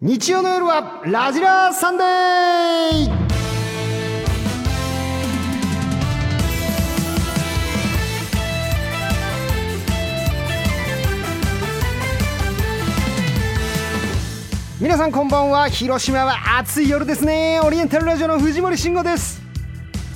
日曜の夜はラジラーサンデー皆さんこんばんは広島は暑い夜ですねオリエンタルラジオの藤森慎吾です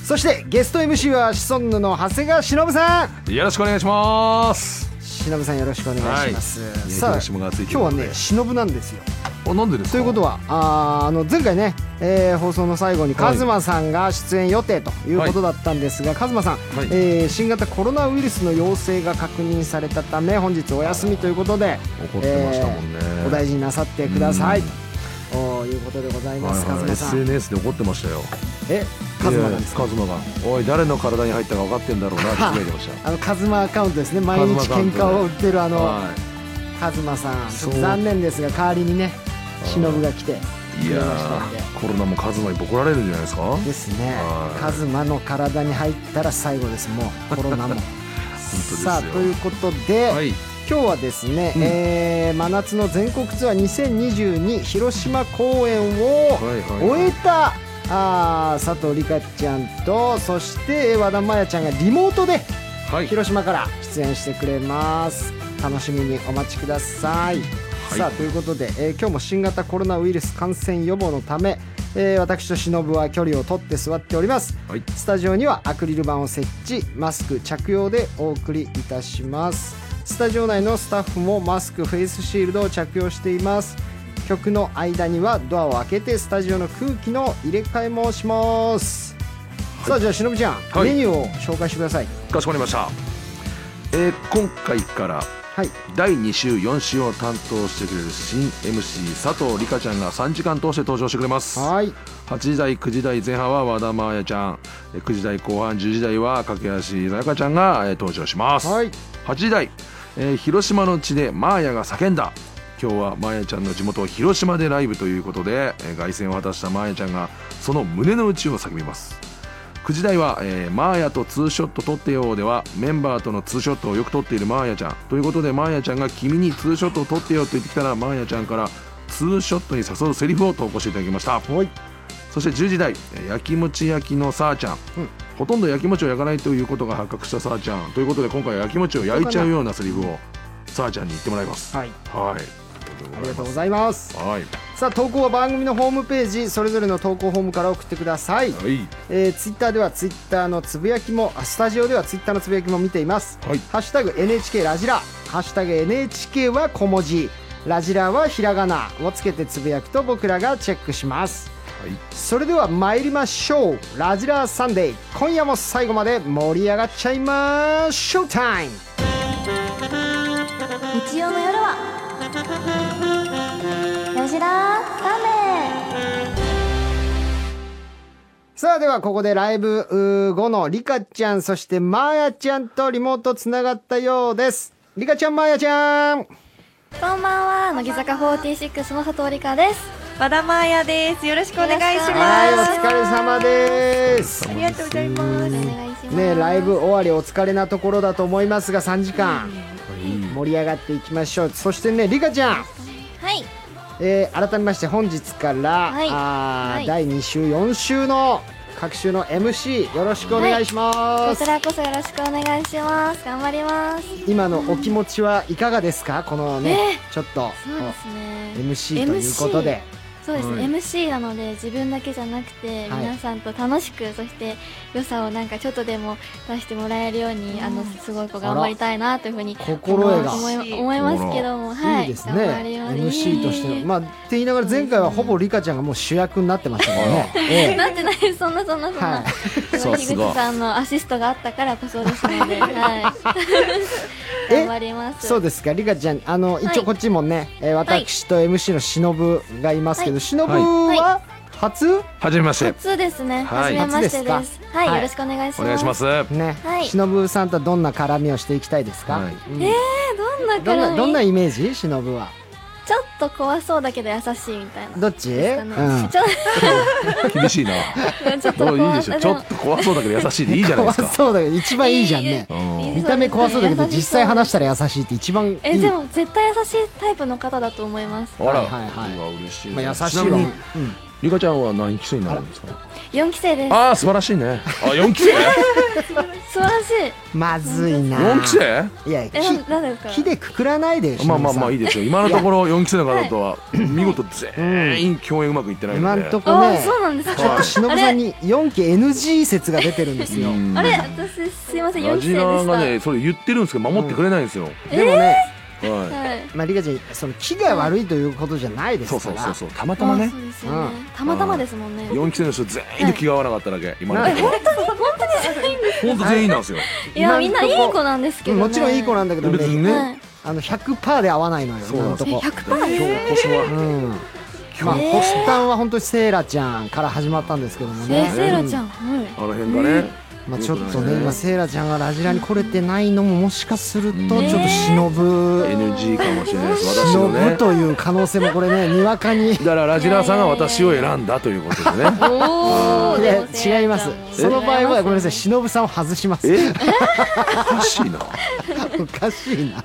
そしてゲスト MC はシソンヌの長谷川忍さんよろしくお願いします。忍さんよろしくお願いします、いさあ広島が暑い今と日いうこはとでね忍なんですよあ、なんでですか。ということはあーあの前回ね、えー放送の最後にはカいズマさんが出演予定ということだったんですが、カズマさん、はいえー新型コロナウイルスの陽性が確認されたため本日お休みということで怒ってましたもんねえーお大事になさってくださいということでございます、はいはカい、ズマさん SNS で怒ってましたよ。えカズマなんですかカズマが。おい、誰の体に入ったか分かってんだろうなって言ってました。あのカズマアカウントですね毎日カズマアカウン喧ト嘩を売ってるあの、はカズマさんちょっそとう残念ですが代わりにね忍が来てい。いくれやましたんでー、コロナもカズマにボコられるんじゃないですか。ですねはいカズマの体に入ったら最後ですも うコロナもすよさあということで、はい。今日はですね、うんえー真夏の全国ツアー2022広島公演をはいはいはい終えた、あー佐藤里香ちゃんとそして和田真彩ちゃんがリモートではい。広島から出演してくれます楽しみにお待ちください、はいさあということで、えー今日も新型コロナウイルス感染予防のため、えー私と忍は距離を取って座っておりますはい。スタジオにはアクリル板を設置マスク着用でお送りいたしますスタジオ内のスタッフもマスクフェイスシールドを着用しています曲の間にはドアを開けてスタジオの空気の入れ替えもします、さあじゃあしのぶちゃん、はいメニューを紹介してくださいかしこまりました。えー、今回から。はい第2週4週を担当してくれる新 MC 佐藤里香ちゃんが3時間通して登場してくれますはい8時台9時台前半は和田真彩ちゃんえ9時台後半10時台は駆け足さやかちゃんがえー登場します、はい8時台、えー広島の地で真彩が叫んだ今日は真彩ちゃんの地元広島でライブということで、えー凱旋を果たした真彩ちゃんがその胸の内を叫びます9時台は、えー、マーヤとツーショット撮ってよ」ではメンバーとのツーショットをよく撮っているマーヤちゃんということでマーヤちゃんが「君にツーショットを撮ってよ」と言ってきたらマーヤちゃんからツーショットに誘うセリフを投稿していただきましたはいそして10時台えーやきもち焼きのさあちゃん、うんほとんどやきもちを焼かないということが発覚したさあちゃんということで今回はやきもちを焼いちゃうようなセリフをさあちゃんに言ってもらいますはいはいありがとうございますはいさあ投稿は番組のホームページそれぞれの投稿フォームから送ってください、はいえー、ツイッターではツイッターのつぶやきもあスタジオではツイッターのつぶやきも見ています「はいハッシュタグ #NHK ラジラ」「ハッシュタグ #NHK は小文字」「ラジラはひらがな」をつけてつぶやくと僕らがチェックしますそれでは参りましょう「ラジラサンデー」今夜も最後まで盛り上がっちゃいまーショータイム日曜の夜はラジラーサンデさあではここでライブうー後のリカちゃんそしてマーヤちゃんとリモートつながったようですリカちゃんマーヤちゃんーこんばんは乃木坂46の佐藤理香です和田真彩です。よろしくお願いしはいおます。疲れ様ですありがとうございます。お願いしますねライブ終わりお疲れなところだと思いますが3時間盛り上がっていきましょうそしてねリカちゃん、はいえー改めまして本日から、はいあーはい第2週4週の各週の MC よろしくお願いしまこす、ちらこそよろしくお願いします頑張ります今のお気持ちはいかがですかこのね、ちょっとそうですね MC ということで、そうですね、はい MC なので自分だけじゃなくて、はい皆さんと楽しくそして良さをなんかちょっとでも出してもらえるように、あのすごいこう頑張りたいなというふうに心得が思い思いますけどもはいいですね頑張るように MC と してのまあって言いながら前回はほぼリカちゃんがもう主役になってましたから ね、ええなってないそんなそんなそんな、はそのさ樋すが口さんのアシストがあったからこそですの で、はい、え頑張りますそうですか、リカちゃん、あの、一応こっちもね、えーはい私と MC のしのぶがいますけど、はいしのぶはは初はじめまして初ですね、はい初めまして初でですすはい、はいよろしくお願いしますお願いし ますはねは、いしのぶさんとどんな絡みをしていきたいですかいえー、どんなどんな、どんな絡みイメージしのぶは。ちょっと怖そうだけど優しいみたいな。どっち、ですかうんねちょ厳しいなちょっともういいでしょちょ怖っと怖そうだけど優しいでいいじゃない で怖すかそうだけど一番いいじゃんねうんいい見た目怖そうだけど実際話したら優しいって一番いいえでも絶対優しいタイプの方だと思いますあら、はいはいはいうわ嬉しいまな、あ優しちいわ、なみうんに、リカちゃんは何期生になるんですか4期生ですああー素晴らしいねあ四4期生素晴らしいまずいな 四期生いやえひななんですか火でくくらないでしょまあまあまあいいいですよ今のところ4期生の方とは見事全員共演うまくいってない今のんでとこあねそうなんですちょっかと忍さんに4期 NG 説が出てるんですようんあれ私すいません4ラ期生ジでナーしがた、ねそれ言ってるんですけど守ってくれないんですよ、でもね、ははいまあ、リカちゃんその気が悪いということじゃないい、ですそうかそうらそうそうたまたまあねそうですよね、たまたまですもんね4期生の人全員で気が合わなかっただけ今のところ本当全員なんですよいやみんないい子なんですけど、ね、もちろんいい子なんだけど別にね、はいあの100%で合わないのよそう今なんんですとえこ今100%日ですこうそはんまあえー発端は本当にセイラちゃんから始まったんですけどもえねー、セイラちゃん、はいあの辺がね、まあ、ちょっとよくないねね今セイラちゃんがラジラに来れてないのももしかするとねちょっと忍ぶ NG かもしれないです 私忍のぶねという可能性もこれねにわかにいだからラジラーさんが私を選んだということでねおーでもセイや違いまラちすゃんもその場合はごめんなさい違忍さんを外しますえおかしい なおかしいなおかしいな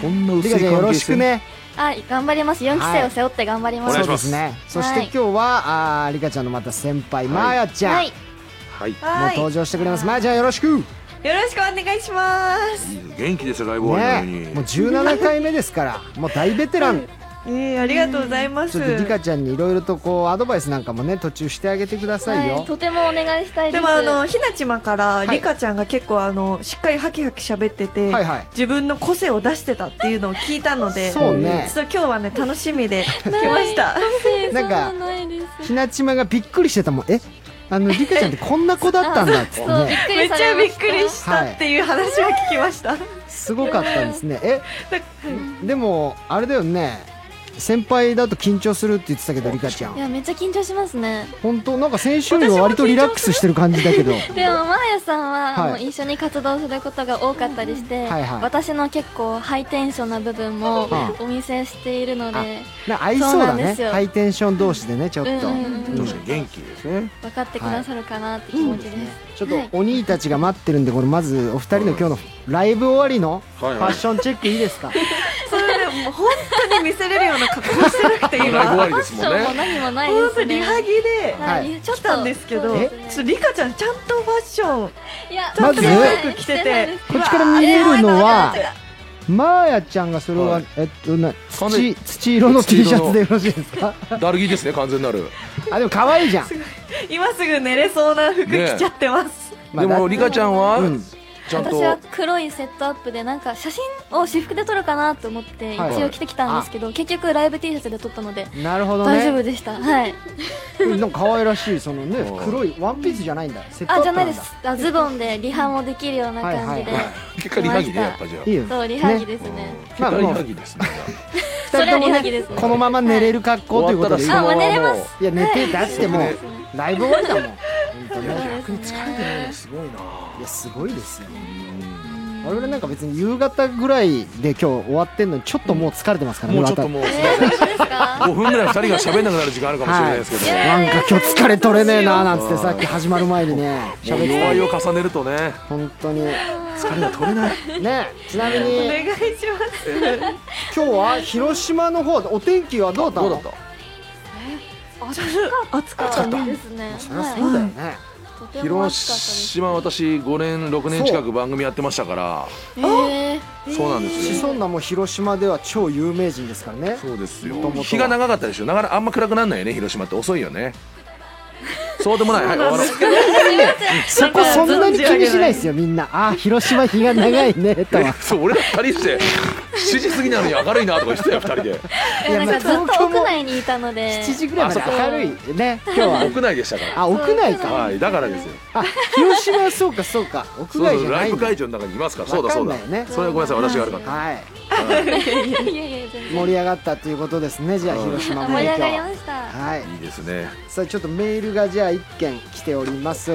そんな薄リカちい関係ゃん性よろしくねはい頑張ります4期生を背負って頑張ります、お願いそうでしますすねそしはてい今日はあーリカちゃんのまた先輩はいまーやちゃんはもいうはいはい登場してくれますまーやちゃんよろしくねよろしくお願いします。元気ですよライブもう終わりなのに、 17回目ですからもう大ベテ ランええありがとうございまちす。ょっとリカちゃんにいろいろとこうアドバイスなんかもね途中してあげてくださいはよい、とてもお願いしたいですでもあ のひなちまからいリカちゃんが結構あのしっかりハキハキ喋ってて、はいはい自分の個性を出してたっていうのを聞いたので、そうねちょっと今日はね楽しみで来ました。なんかそんないですひなちまがびっくりしてたもんえあのリカちゃんってこんな子だったんだっつってそうびっねくめりっちされまゃしたびっくりしたっていう話は聞きました。すごかったですねえでもあれだよね先輩だと緊張するって言ってたけどリカちゃいんやめっちゃ緊張しますね本当なんか先週よりは割とリラックスしてる感じだけ どでもマーヤさんはは、いあの一緒に活動することが多かったりして、はいはい私の結構ハイテンションな部分もあお見せしているのでな合いそうだそうなんねですよハイテンション同士でねちょっと、うんうんうん確かに元気ですね分かってくださるかなって気持ちです、ちょっとお兄たちが待ってるんでこれまずお二人の今日のライブ終わりのフはいはいァッションチェックいいですか、 それでもう本当に見せれるような格好してなくてライブ今。終わ本りですもんそうもうね何もないで当すリねハギでははいい、ちょっ来とたんですけど、そうちでょっすとねリカちゃんちゃんとファッションいやちゃんまずとちょっとよく着てて。こっちから見れるのはまーやちゃんがそれは、はいえっとな完全土土色の T シャツでよろしいですかだるぎですね完全なるあでも可愛いじゃん、今すぐ寝れそうな服着ちゃってます、まあでもリカちゃんは、うんちゃんと私は黒いセットアップでなんか写真を私服で撮るかなと思って一はい応着てきたんですけど、結局ライブ T シャツで撮ったのでなるほどね大丈夫でした、はいうんなんか可愛らしいそのねはい黒いワンピースじゃないんだセットアッあプじゃないんでだすあズボンでリハもできるような感じで、はいはいは結果リハギねやっぱじゃあいいよそうリハギねですねうんまあ結果リハギですねそれはリハギですねこのまま寝れる格好ということでいい終わったらあ寝れますいや寝てだってもはういライブ終わりだもん本当そうねですねすごいないやすごいですよ我々なんか別に夕方ぐらいで今日終わってんのにちょっともう疲れてますからね、もうちょっとまもうえー、そうですか5分ぐらい2人が喋んなくなる時間あるかもしれないですけど、たなんか今日疲れ取れねえなーなんつってさっき始まる前にねもう喋って弱いを重ねるとね本当に疲れが取れないねちなみ にお願いします今日は広島の方お天気はどうだったどのうだっ暑かっそたうねですねそりゃそうだよね、とたて広も暑かったです島私5年6年近く番組やってましたからえーそうなんですシよソンナも広島では超有名人ですからねそうですもとよもとは日が長かったでしょなかなかあんま暗くならないよね広島って遅い よねそうでもないはい終わろうそこそんなに気にしないですよみんなあー広島日が長いねとはそう 俺ら2人して7時過ぎなのに明るいなとか言ってたよ2人でいやなんかずっ東と京屋も内にいたので7時ぐらいまで明るいね 今日は屋内でしたかあ屋内らかはいだからですよあ広島はそうかそうか屋そう外そじゃうラなイいブんだ会場の中にいますからそうだそうだわかんないよねそれはごめんなさい私が悪かったはいいやいやいや全然盛り上がったということですねじゃあうん広島も盛り今上がり日ましたはいいいですねさあちょっとメールがじゃあ1件来ております、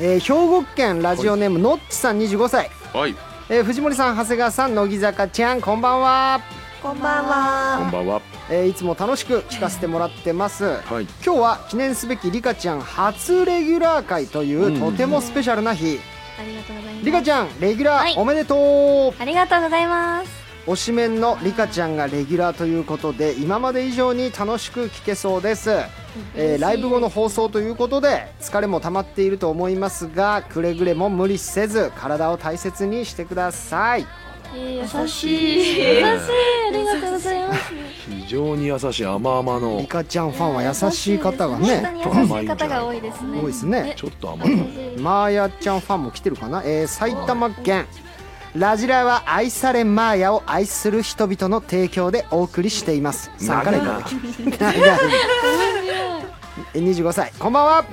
えー兵庫県ラジオネームのっちさん25歳、はいえー藤森さん長谷川さん乃木坂ちゃんこんばんはこんばんこんは。ばんは。えーいつも楽しく聞かせてもらってますはい。今日は記念すべきリカちゃん初レギュラー会という、うんとてもスペシャルな日ありがとうございますリカちゃんレギュラはいーおめでとう、ありがとうございます推しメンのリカちゃんがレギュラーということで今まで以上に楽しく聞けそうです、えーライブ後の放送ということで疲れも溜まっていると思いますがくれぐれも無理せず体を大切にしてくださいえー優優ししい。い優しいありがとうございます非常に優しい甘々リの。カちゃんファンは優しい方がね本当に優しい方が多いですね多いですねちょっと甘い。マーヤちゃんファンも来てるかな、えー埼玉県ラジラは愛されマーヤを愛する人々の提供でお送りしています参加例長いいただなき。長い え25歳こんばんは、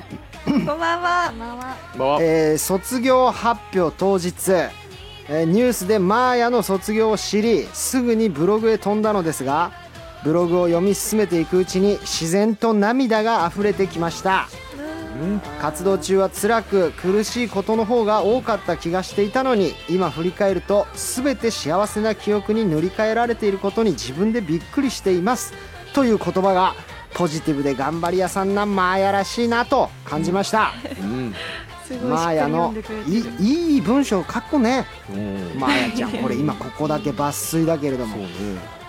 こんばこん。ばんはんはこんばんは。えー卒業発表当日、えーニュースでマーヤの卒業を知りすぐにブログへ飛んだのですがブログを読み進めていくうちに自然と涙が溢れてきました活動中は辛く苦しいことの方が多かった気がしていたのに今振り返ると全て幸せな記憶に塗り替えられていることに自分でびっくりしていますという言葉がポジティブで頑張り屋さんなマーヤらしいなと感じました、うん。すごいしっマかーりヤ読のんでくれてるいいい文章書くねうんマーヤちゃんこれ今ここだけ抜粋だけれどそうもね。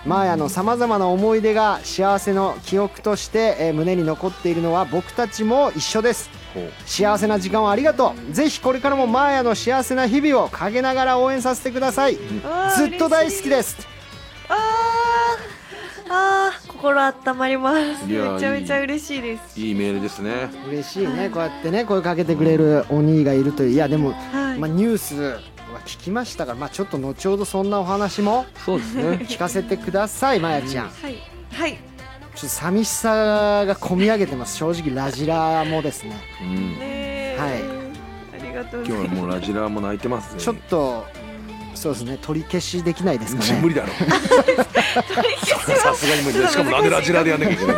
マーヤのさまざまな思い出が幸せの記憶として、えー胸に残っているのは僕たちも一緒ですこう。幸せな時間をありがとうぜひこれからもマーヤの幸せな日々を陰ながら応援させてくださいずわあっと大好き嬉しいですあーあー心温まりますいめやーちゃめちゃ嬉しいですいいメールですね。嬉しいねこうやってね声かけてくれるお兄がいるといういやでも、はい、まあ、ニュースは聞きましたから、まあ、ちょっと後ほどそんなお話もそうですね。聞かせてくださいマヤちゃんちょはいはいっと寂しさがこみ上げてます正直ラジラもですねうん。ねーありがとうござ今い日はますもうラジラーも泣いてますね。ちょっとそうですね取り消しできないですか無ね理だろ。さすがに無理だ。しかもなんでラジラーでやんなきゃいけないん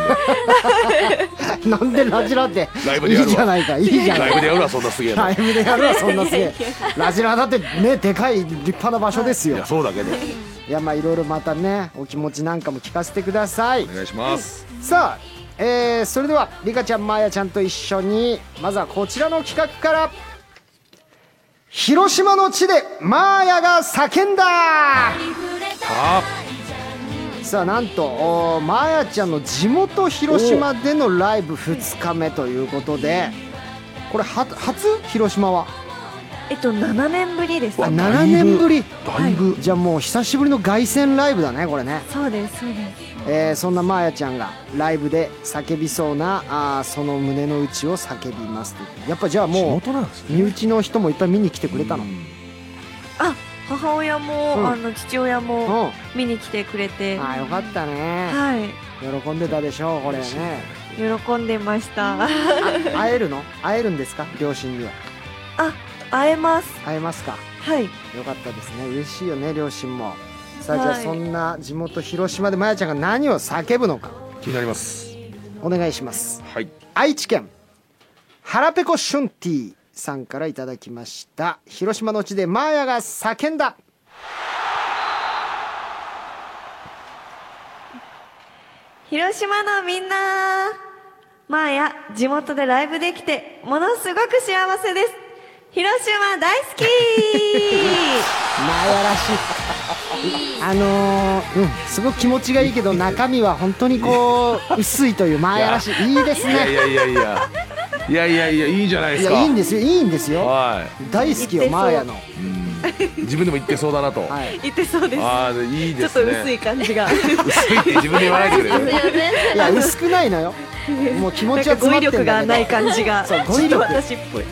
だよ。 なんでラジラってライブいでいやるじゃわ。ないかいいじゃなライいブでやるわ、そんなすげえラな。イいブでや るわそんなすげえラジラだってねでかい立派な場所ですよや、そうだけいど。やまあいろいろまたねお気持ちなんかも聞かせてくださいお願いします。さあ、えーそれではリカちゃんまーやちゃんと一緒にまずはこちらの企画から広島の地でマーヤが叫んださあ、さあなんとおーマーヤちゃんの地元広島でのライブ2日目ということでこれは初広島はえっと7年ぶりですわあだいぶ7年ぶりだいぶじゃあもう久しぶりの凱旋ライブだねこれねそうですそうですえーそんなまーやちゃんがライブで叫びそうなあーその胸の内を叫びますというやっぱじゃあ地も元なんですう身内の人もいっぱい見に来てくれたの、ううんんあ母親も、うんあの父親もあ見に来てくれてあよかったねはい喜んでたでしょうこれね喜んでました会えるの会えるんですか両親には会えます会えますかはいよかったですね嬉しいよね両親もさあじゃあはいそんな地元広島でまやちゃんが何を叫ぶのか気になります。お願いしますはい。愛知県腹ペコシュンティさんからいただきました広島の地でマーヤが叫んだ広島のみんなまあや地元でライブできてものすごく幸せです広島大好きマヤらしい あのー、うんすごく気持ちがいいけど中身は本当にこう薄いというマヤらしいいいですいやいねやいやいや。いやいやいや、いいじゃないでいすやか。いいんですよいいんですよは大好きよ言ってそうマーヤの、い。うん自分でも言ってそうだなと。はい、 言ってそうですああ、いいちでょっとすね。薄い感じが薄いって自分で言わないでくれすいる。ませんいや薄くないのよもう気持なんちはか詰ま語彙って力んだがけどない感じがちそうょ語彙力っと私っぽい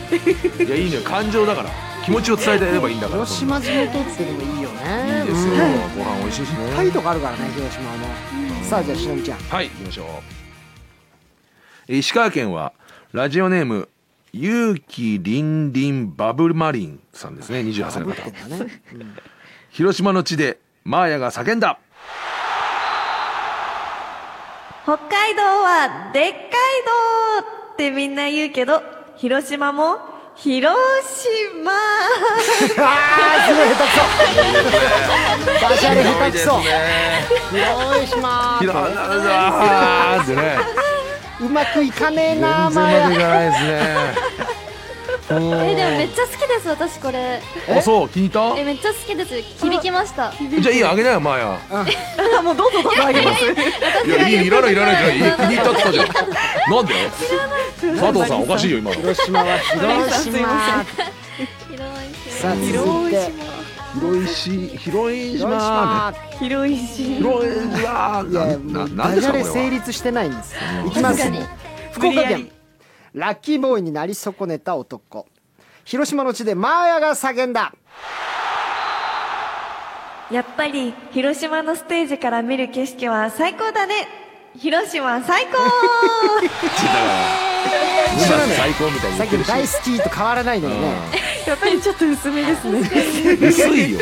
いや、いいのよ。感情だから。気持ちを伝えてやればいいんだから。広そんな島地元ってでもいいよねいいですようんいっ。ご飯美味しいしね。ぱいとかあるからね広島はねさあじゃあしのみちゃんはい、行きましょう。石川県は、ラジオネーム、ゆうきりんりんバブルマリンさんですね、28歳の方。だね広島の地で、マーヤが叫んだ北海道はでっかいどーってみんな言うけど広島も広島あーすごい下手くそダジャレ下手くそね広島ひらとあーってねうまくいかねえ全な然ーまマでいヤかな いですえでもめねっちゃ好きです私これうんあそう聞いたえめっちゃ好きです響きましたじゃあいいよあげなよマーヤ もうどうぞどうぞあげますいやいいよいらないいらないいらないいい言ったってたじゃんなんで佐藤さんおかしいよ今の広島は広すいま島広いさあ続いて広いし広い広島広いし広い島いやいなやもなうなんダでジすャかこレれ成は立してないんですいきます確かに福岡無理や県りラッキーボーイになり損ねた男広島の地でマーヤが叫んだやっぱり広島のステージから見る景色は最高だね広島最 高一緒なのよ最高みたいにさ言っきっのてるし大好きと変わらないのよねやっぱりちょっと薄めですね薄いよ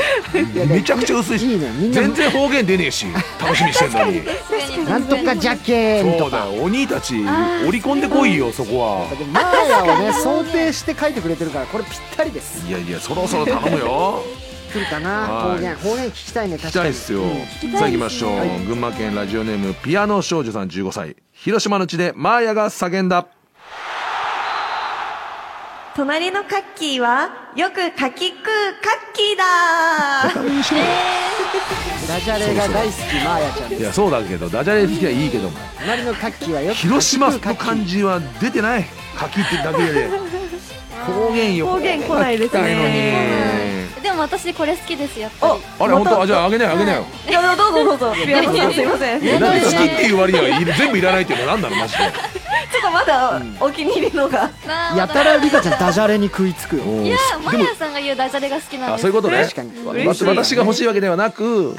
めちゃくちゃ薄いしいいのよみんな全然方言出ねえし楽しみにしてんのになんとかじゃけーんそとうだかよ鬼たち織り込んでこいよそこはでマーヤをね想定して書いてくれてるからこれぴったりですいやいやそろそろ頼むよ来るかなはい方言方言聞きたいね聞き確たかいにっすよ、うんさあ行きましょう、群馬県ラジオネームピアノ少女さん15歳広島の地でマーヤが叫んだ隣のカッキーはよくカキ食うカッキーだダジャレが大好きマーヤちゃんいですやそうだけどダジャレ引きはいいけども隣のカッキーはよく広島のカ漢字は出てない書きってだけで方言よ方言来ないですね方言来たいのにでも私これ好きですやっぱおりあれ本当あじゃあああげなよあげなよどうぞどうぞピアノさん すいませんちょなんで好きっていう割にはいる全部いらないっていうのは何なのマジでっとまだお気に入りのがなあやたらリカちゃんダジャレに食いつくよおーいやすマヤさんが言うダジャレが好きなんあですそういうことね確かにわ嬉しい私が欲しいわけではなくうん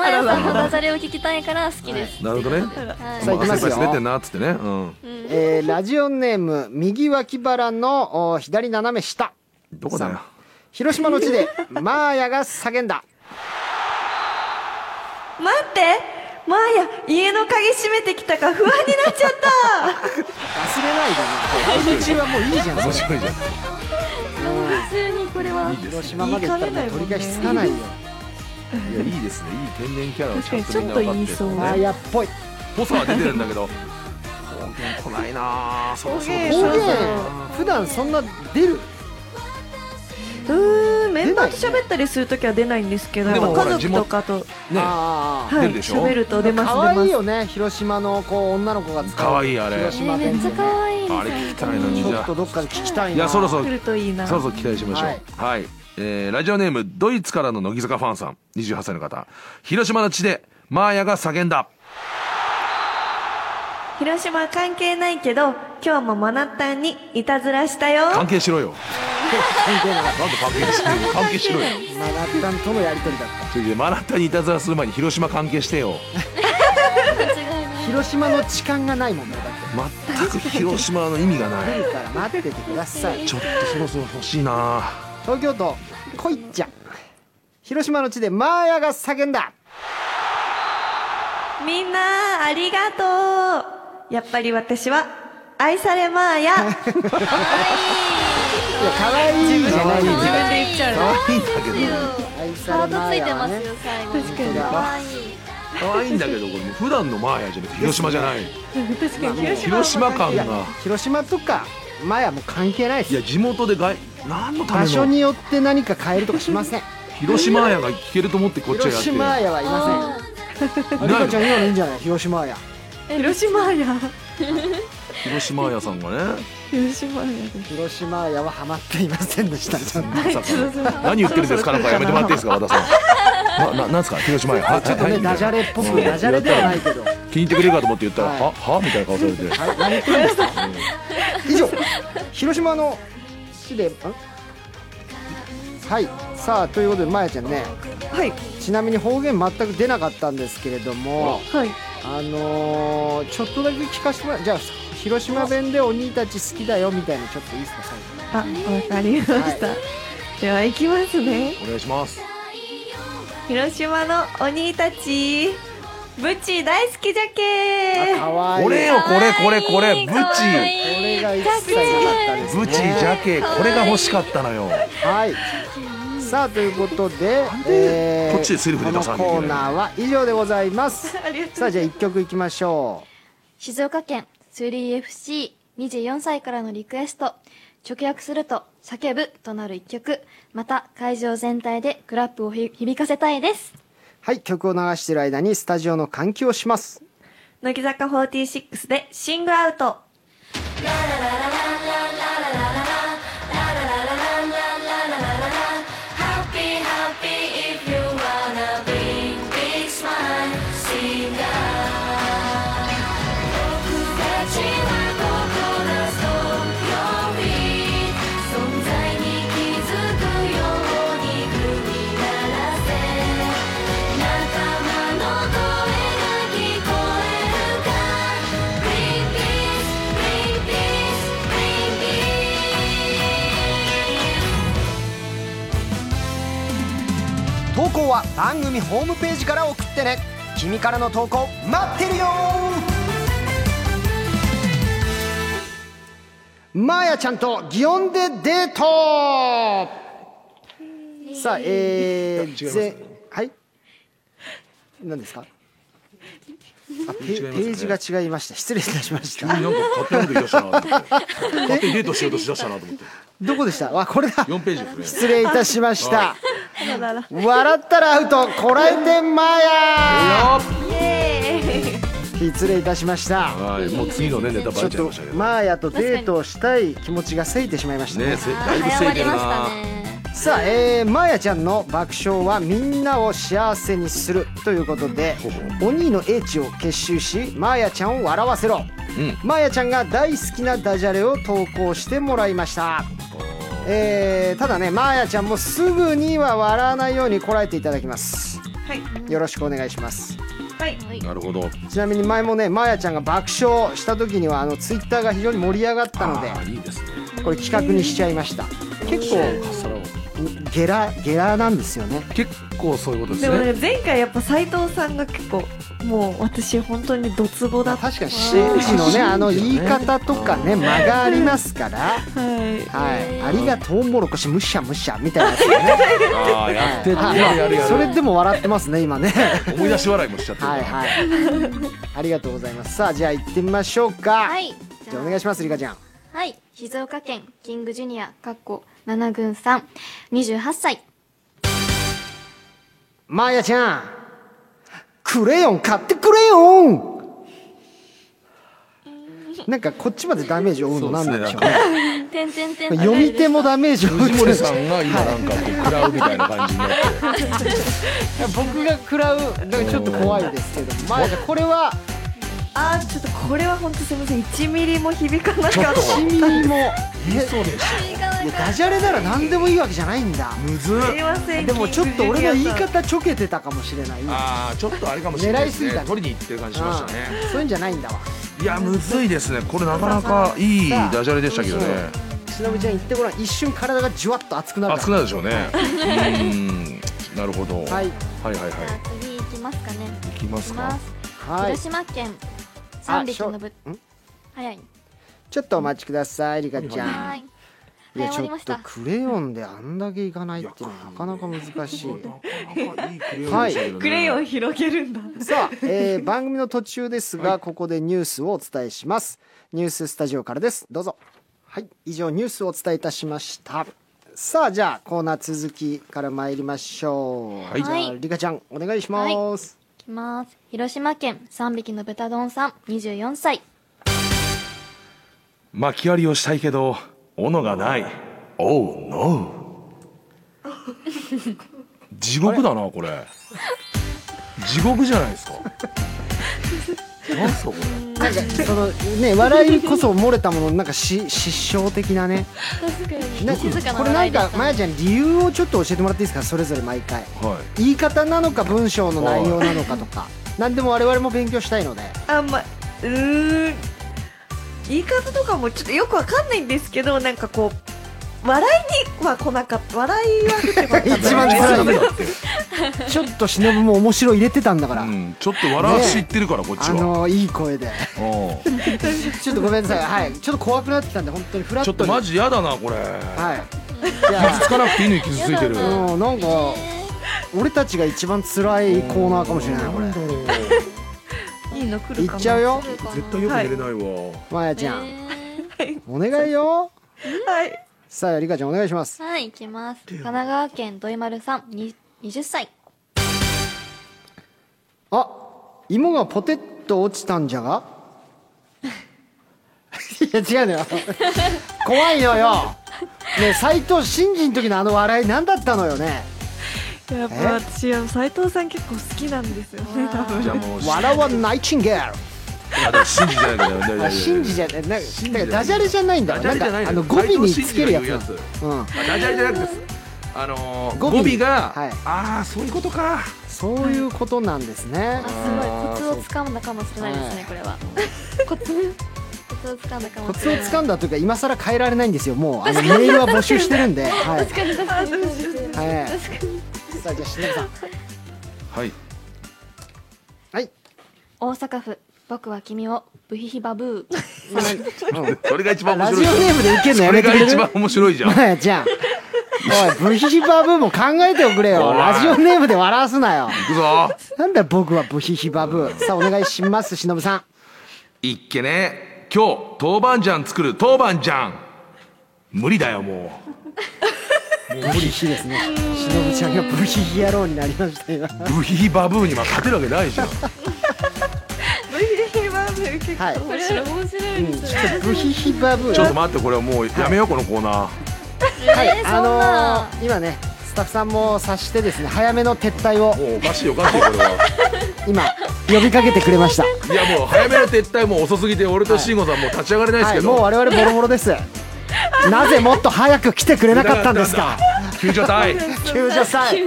マヤさんのダジャレを聞きたいから好きですなるほどねはいさあ行きますよもう汗いっぱい滑ってんなっつってねうんえーラジオネーム右脇腹のお左斜め下どこだよさん広島の地 でマーヤが叫んだ待ってマーヤ家の鍵閉めてきたか不安になっちゃった忘れないで ね来日はもういいじゃんそ面れ白いじゃん普通にこれはいいです広島まで行ったらもう取り返しつかないよいやいいですねいい天然キャラをちゃんとみんな分確かかっにてちょっと言いそうるマーねヤっぽいぽさは出てるんだけど方言来ないなあそうそう方方言言普段そんな出る うーんメンバーと喋ったりするときは出ないんですけどでもほら家族とかと、ねあー元はい、出るでしょ喋ると出ます可出ま愛いすよね広島のこう女の子が使う可愛いあれ広島め弁っちゃで可愛いですあれ聞きたいのにちじょゃっあとどっかで聞きたいないいやそろそろ来るといいなそろそろ期待しましょうはい、えーラジオネームドイツからの乃木坂ファンさん28歳の方広島の地でマーヤが叫んだ広島関係ないけど今日もマナッタンにいたずらしたよ関係しろよ関係なかっなんで関係しろよ関係しろよたマナッタンとのやりとりだったちょいやマナッタにいたずらする前に広島関係してよ間違いない広島の痴漢がないもんねだって全く広島の意味がない来るから待っててくださいちょっとそろそろ欲しいな東京都こいっちゃん広島の地でマーヤが叫んだみんなありがとうやっぱり私は愛されまーやいや可愛いじゃないんだよ自分で言っちゃう可愛いんだけど愛さ顔れとつマーいてヤはますねよ最後に確かに可愛い可愛いんだけどこれもう普段のマーヤじゃなくて広島じゃない確かに広島感いやが広島とかマーヤも関係ないいでやす地元で外何のた場め所のによって何か変えるとかしません広島マーヤが聞けると思ってこっちは広やって島るマーヤはいまあーせんあリカちゃん今のいいんじゃない広島マーヤ 広島や広島マーヤさんがね広島やです広島マーヤはハマっていませんでしたちょっとまさか何言ってるんですかなんかやめてもらっていいですか和田さんなななんですか広島やちょっとねダジャレっぽくダジャレではないけどは聞いてくれるかと思って言ったらはいははみたいな顔されて何言ってるんですか 以上広島の市でんはいさあということでマーヤちゃんねはいちなみに方言全く出なかったんですけれども、はいあのーちょっとだけ聞かせてもらうじゃあ広島弁でお兄たち好きだよみたいなちょっといいですか最後あわかりました、では行きますねお願いします広島のお兄たちブチ大好きじゃけあかわいいこれよこれこれこれブチ可愛いこが一切なかったですねブチジャケこれが欲しかったのよはいさあということで、えこっちでセリフで出さなきゃいけないこのコーナーは以上でございますありがとうさあじゃあ1曲いきましょ静岡県 3FC24 歳からのリクエスト直訳すると「叫ぶ」となる一曲また会場全体でクラップをひ響かせたいですうはい曲を流している間にスタジオの換気をします乃木坂46でシングアウト。投稿は番組ホームページから送ってね君からの投稿待ってるよマーヤちゃんと祇園でデートさあえー、いや違いますぜはい何ですかあペ違いますねページが違いました失礼いたしましたなんか勝手に出したなと思って勝手にデートしようとしだしたなと思ってどこでしたあこれだ4ページですね失礼いたしましたはあらら笑ったらアウトこらえてマーヤイエーイ。失礼いたしましたはいもう次のねネタバちょレっちゃいとましたけどねマーヤとデートをしたい気持ちがせいてしまいましたねせだいぶ早せいまてりるましなたねさあ、えー、マーヤちゃんの爆笑はみんなを幸せにするということで鬼の英知を結集しマーヤちゃんを笑わせろ、うんマーヤちゃんが大好きなダジャレを投稿してもらいましたえー、ただねマーヤちゃんもすぐには笑わないようにこらえていただきますはい。よろしくお願いしますはい。なるほどちなみに前もねマーヤちゃんが爆笑した時にはあのツイッターが非常に盛り上がったのであーいいですねこれ企画にしちゃいました結構ゲラゲラなんですよね結構そういうことでですもなんねか前回やっぱ斉藤さんが結構もう私本当にドツボだった。確かに真ジのねあの言い方とかね間がありますからはい。はいありがとうもろこしむしゃむしゃみたいなやつねああやってるはいやるやるそれでも笑ってますね今ね 思い出し笑いもしち ゃってるはいはいありがとうございますさあじゃあ行ってみましょうかはいじゃあお願いしますリカちゃんはい静岡県キングジュニアかっこ7軍3 28歳マーヤちゃんクレヨン買ってくれよなんかこっちまでダメージを負うのなんででしょうねてんてんてんと読み手もダメージを受藤けてる森さんが今なんかこう食らうみたいな感じになって僕が食らうなんかちょっと怖いですけど まあじゃあこれはあーちょっとこれは本当すみません1ミリも響かなかった。 1ミリもそうで言い方がダジャレなら何でもいいわけじゃないんだむずっすいません。でもちょっと俺の言いキングジュニアさん方ちょけてたかもしれないああちょっとあれかもしれないですね狙いすぎた取りに行ってる感じしましたねうんそういうんじゃないんだわいやむずいですねこれなかなかいいダジャレでしたけどねしのぶちゃん言ってごらん一瞬体がじゅわっと熱くなる熱かくなるでしょうねうんなるほどはいはいはいはじゃあ次行きますかねいいきますからはい広島県あ3匹のぶしょん早いちょっとお待ちくださいリカちゃんはーいいや早まちりょまっしとたクレヨンであんだけいかないっていうのはなかなか難しいはいクレヨン広げるんだ。さあ、えー、番組の途中ですが、ここでニュースをお伝えしますニューススタジオからですどうぞはい以上ニュースをお伝えいたしましたさあじゃあコーナー続きから参りましょう、はいじゃありかちゃんお願いします、いきます広島県3匹の豚丼さん24歳巻き割りをしたいけど斧がない Oh no 地獄だなこれ地獄じゃないですか何すかこれなんかそのね笑いこそ漏れたものなんかし失笑的なね確かなにんか静かなこれな笑んいでしかたまやちゃん理由をちょっと教えてもらっていいですかそれぞれ毎回はい言い方なのか文章の内容なのかとか何でも我々も勉強したいのであんまうーん言い方とかもちょっとよくわかんないんですけどなんかこう笑いには来なかった笑いは出てこなかった一番笑っちゃダメだって、ちょっと忍も面白い入れてたんだから、うん、ちょっと笑わしいってるからこっちあは、のいい声でうんちょっとごめんなさいはいちょっと怖くなってきたんで本当にフラッちトょにっとマジやだなこれ、はいじゃ傷つかなくていいのに傷ついてるあうんなんか俺たちが一番辛いコーナーかもしれないこれんだろういいの来るいかっなちゃうよ絶対よく寝れないわ、まやちゃん、はいお願いよはいさありかちゃんお願いしますはい、行きます。神奈川県土井丸さん、に20歳。あ芋がポテッと落ちたんじゃ がいや違うのよ怖いのよねえ斎藤真二の時のあの笑い何だったのよねやっぱえ私は斉藤さん結構好きなんですよね多分じゃあもう笑わナイチンゲールあだから信じじゃないんだよあ真ジじゃないなんか真な珠んかダジャレじゃないんだよダジャレじゃななんいかのあのよ語尾につけるやつ斎藤真珠が言ううんあダジャレじゃなくてですあのー語語尾尾が、はいああそういうことかそういうことなんですねあ、すごい。コツをつかんだかもしれないですね、これは。コツコツをつかんだかコもしツれをない。つかんだというか今更変えられないんですよもうあのメールは募集してるんではい確かに確 かに確かに。はいさあじゃあしのぶさんはいはい大阪府、僕は君を、ブヒヒバブー。それが一番面ラジオ白いネじゃんームでいけるのやそめてれくがれ一る番面白 いじゃんまあやちゃんおいブヒヒバブーも考えておくれよおいラジオネームで笑わすなよいくぞなんだよ僕はブヒヒバブーさあお願いしますしのぶさんいっけね今日豆板醤作る豆板醤無理だよもブヒヒですねしのぶちゃんがブヒヒ野郎になりました今うブヒヒバブーには勝てるわけないじゃんブリヒバブ結構はい面白いうんちょっとブヒヒバブーちょっと待ってこれはもうやめようこのコーナーはい、えーそんなあのー今ねスタッフさんも察してですね早めの撤退をもうおかしいおかしいこれは今呼びかけてくれました、いやもう早めの撤退もう遅すぎて俺と慎吾さんもう立ち上がれないですはけい、ど、もう我々ボロボロですなぜもっと早く来てくれなかったんですか救助隊救助隊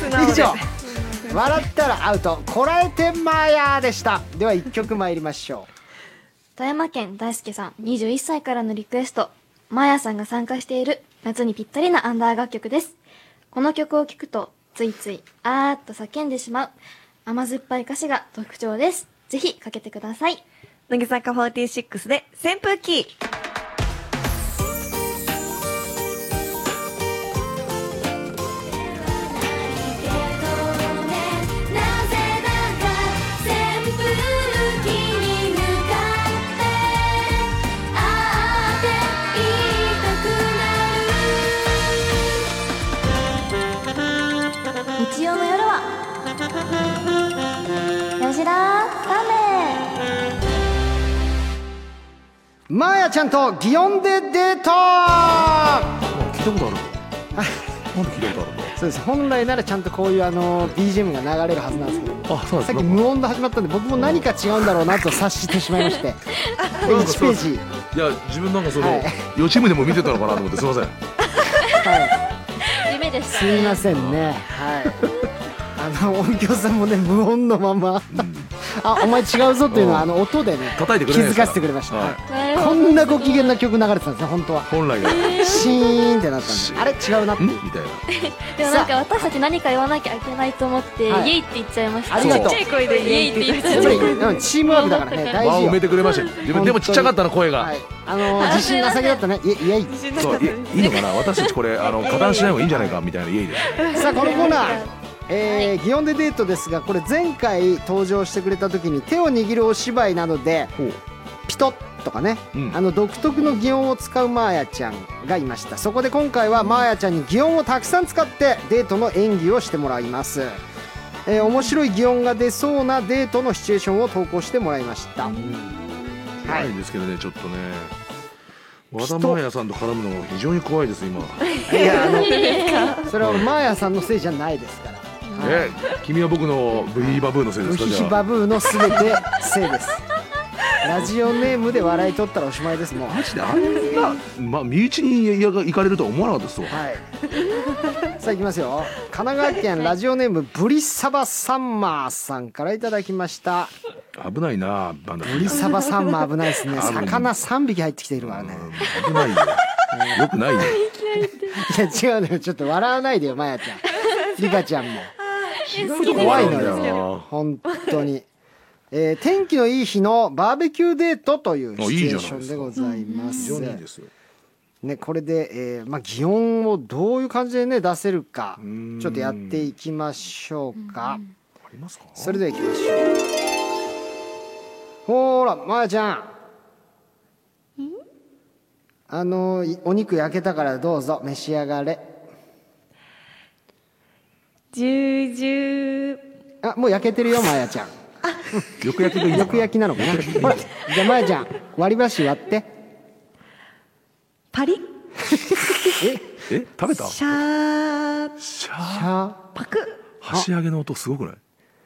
素直以で上笑ったらアウトこらえてまーやーでしたでは1曲参りましょ富山県大輔さん21歳からのリクエスト。マヤさんが参加している夏にぴったりなアンダー楽曲です。この曲を聴くとついついあーっと叫んでしまう甘酸っぱい歌詞が特徴です。ぜひかけてください。乃木坂46で扇風機日曜の夜は吉田カうまーやちゃんと祇園でデート聞いたことあるなんで聞いたことあそうです本来ならちゃんとこういうあの BGM が流れるはずなんですけどるあそうさっき無音で始まったんで僕も何か違うんだろうなと察してしまいまして 1ページいや自分なんかそはのい予知夢でも見てたのかなと思ってすいませんはいメ夢ですすいませんね。はい。あの音響さんもね無音のまま、あお前違うぞっていうのはうんあの音でね叩いてくれ気づないですかからせてくれました、はいはいこんなご機嫌な曲流れてたんですね本当は本来がんシーンってなったんであれ違うなっていうみたいなでもなんか私たち何か言わなきゃいけないと思って、はいイエイって言っちゃいましたありがとうちっちゃい声でイエイって言っちやっゃうぱりうんチームワークだからね大事輪を埋めよてくれましたよ本当自に分でもちっちゃかったの声が、はいあの自信が先だったねいえいえいそういいいのかな私たちこれあの加担しない方がいいんじゃないかみたいな家でさあこのコーナーえー、祇園でデートですがこれ前回登場してくれた時に手を握るお芝居などでほうピトッとかね、うんあの独特の擬音を使うマーヤちゃんがいましたそこで今回はマーヤちゃんに擬音をたくさん使ってデートの演技をしてもらいます、えー面白い擬音が出そうなデートのシチュエーションを投稿してもらいました、は怖いいんですけどねちょっとね和田真彩さんと絡むのが非常に怖いです今いや あのそれはマーヤさんのせいじゃないですからえ君は僕のブヒヒバブーのせいでブすかヒじヒゃバあブーのすべてせいですラジオネームで笑い取ったらおしまいですもんマジであんな、ま、身内にやが行かれるとは思わなかったっすわはい。さあ、いきますよ。神奈川県ラジオネームブリサバサンマーさんからいただきました。危ないなバンダブリサバサンマー危ないですね。危ない魚三匹入ってきているからね。危ないよよくないね。いや違うのよちょっと笑わないでよまやちゃんリカちゃんも好怖きいの怖いんだよなよ本当に、えー天気のいい日のバーベキューデートというシチュエーションでございます非常にいいですよ。ね、これで、えーまあ、擬音をどういう感じで、ね、出せるかんちょっとやっていきましょうかありますか。それではいきましょうほーらまー、ちゃんあのいお肉焼けたからどうぞ召し上がれジュージュー。あもう焼けてるよまやちゃんよく焼きがいいのよかく焼きなの かなほらじゃあまやちゃん割り箸割ってパリッえ、食べた。シャーシャーあパクッ箸上げの音すごくない。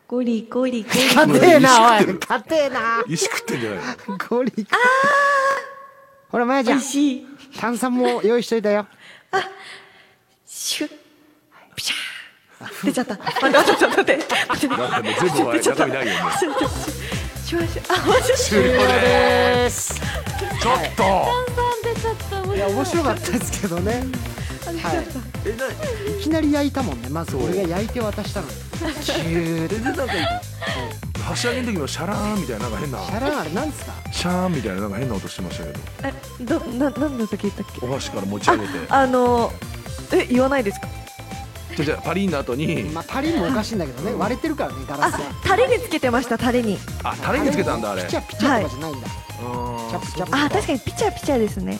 ゴリゴリゴリ。勝てえなおい勝てえな石食ってんじゃないの。ゴリあほらまやち美ゃん味しい。炭酸も用意しといたよシュッ。ピシャー。出ちゃった。待って待って待って待って。なんかもう全部は中身ないよね。シュワシュワ。あ、マジシ終了でですす。ちょっと。出ちゃったいや面白かったですけどねはいいきなり焼いたもんねまず俺が焼いて渡したのにキューって全然なんか。箸上げの時のシャラーンみたいな、なんか変な。キャラあれなんですかシャーンみたいな、なんか変な音してましたけど。え、ど、な、なんの時言ったっけお箸から持ち上げて。あの、え、言わないですかじゃ、じゃ、パリーンの後に。まあパリンもおかしいんだけどね割れてるからねガラあスが、タレにつけてました、タレに。あ、タレにつけたんだ、あれ。ピチャピチャとかじゃないんだ、チあャプチャプあ、確かにピチャピチャですね。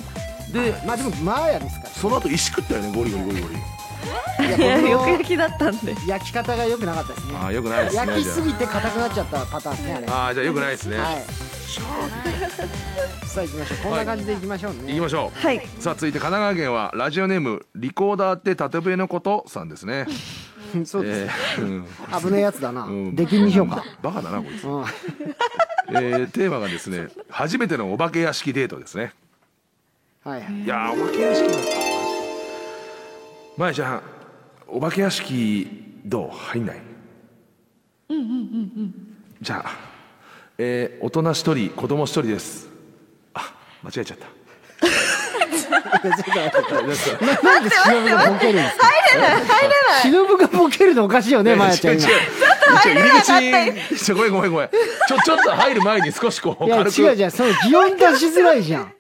ーで、まあでもマーヤですかその後石食ったよね、ゴリゴリゴリゴリ。らい いや、僕のよく焼きだったんで。焼き方が良くなかったですねあー、よくないですね。焼きすじぎて硬くなっちゃったパターンですねあれゃあ。あー、じゃ、よくないですね。はい。さあ行きましょう。こんな感じで行きましょうね。行きましょう。はい。さあ続いて神奈川県はラジオネームリコーダーって縦笛のことさんです ね。そうです。えーうん危ねえやつだなう。ん出禁にしようか。バカだなこいつ。うん。えーテーマがですね初めてのお化け屋敷デートですね。はい。いやーお化け屋敷だった。まえちゃんお化け屋敷どう入んない。うんうんうんうん。じゃあ、えー大人一人子供一人です。あ間違えちゃった。なんで忍がボケるんですか。入れない。忍がボケるのおかしいよね、まやちゃん。違う今違う一応入り口ちょごめんごめんごめんちょちょっと入る前に少しこういや軽く違うじゃん。その擬音出しづらいじゃん。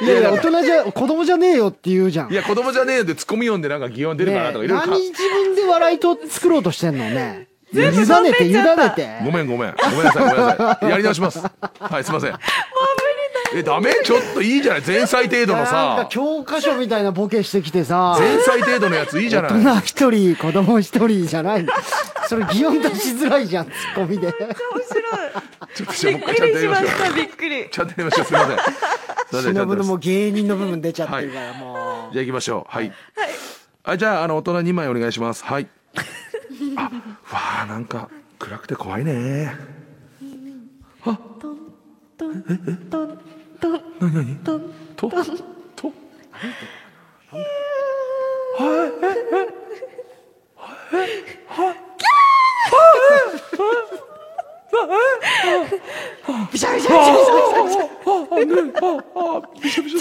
いやいや大人じゃ子供じゃねえよって言うじゃん。いねや子供じゃねえよってツッコミ読んでなんか擬音出るかなとかいえろいろか何自分で笑いと作ろうとしてんのね。委ねて委ねごて。めんごめんごめんなさいごめんなさいやり直しますはいすいませんもう無理だえダメちょっといいじゃない前菜程度なのんかさ教科書みたいなボケしてきてさ。前菜程度のやついいじゃない大人一人子供一人じゃないのそれ擬音出しづらいじゃんツッコミで面白い。ちょっとじゃあもう一び回ちゃんとやっくりしりまましょうした、びっくり。ちゃんとやりましょうすいませんすいませんちゃん忍とやりまのしょもうう芸人の部分出ちゃってるからもじゃあ行きましょうはい、あじゃああの大人二枚お願いしますはいあわあなんか暗くて怖いねトントントントンなになにトン。ととはいええびしょびしょびしゃびしゃびしゃびしゃ。ちょっと待って、ちょっと待っ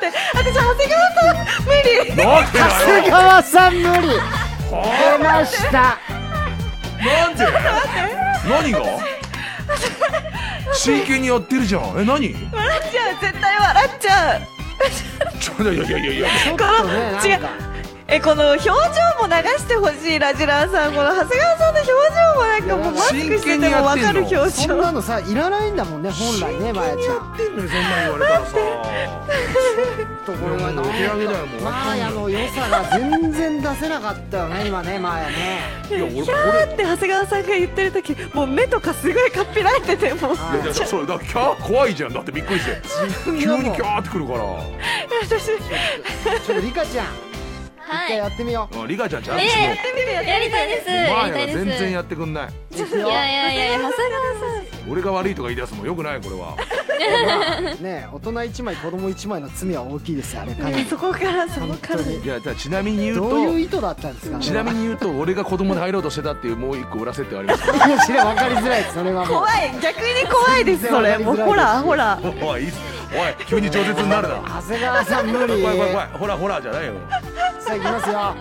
て。私、長谷川さん、無理。なんでう長だ谷よ川さん無理出ましたなんで 何が 真剣にやってるじゃんえ何笑っちゃう、絶対笑っちゃう。ちょいやいやいやいやちょっことの、ねなん違うか。え、この表情も流してほしい、ラジラーさん。この長谷川さんの表情もなんかもうマスクしててもわかる表情。そんなのさいらないんだもんね本来ねまやちゃんってんのよそんなん言われたらさとこれはお手上げだよもうまあやの良さが全然出せなかったよね今ねまあやねいや俺こキャーって長谷川さんが言ってる時もう目とかすごいかっぴられててもうれいやいや そうだからキャー怖いじゃんだってびっくりして急にキがもうャーってくるから私やっちょっとリカちゃん一は回いやってみようあリカちゃんちゃんとえしもうてみるややりたいですマーやりヤたがいです全然やってくんないいくいよやいやいやいや長谷俺が悪いとか言い出すのもよくないこれ はねえ大人1枚子供1枚の罪は大きいですよあれかなて りそこからそこから本いやじゃあちなみに言うどういうと意図だったんですかねちなみに言うと俺が子供で入ろうとしてたっていうもう一個裏設定あ りますいや知ら分かりづらいですそれはもう怖い逆に怖いですそれもうほらほらおいいっすおい急に饒舌になるな長谷川さん無理 怖い怖い怖いほらほらじゃないよさあいきますよ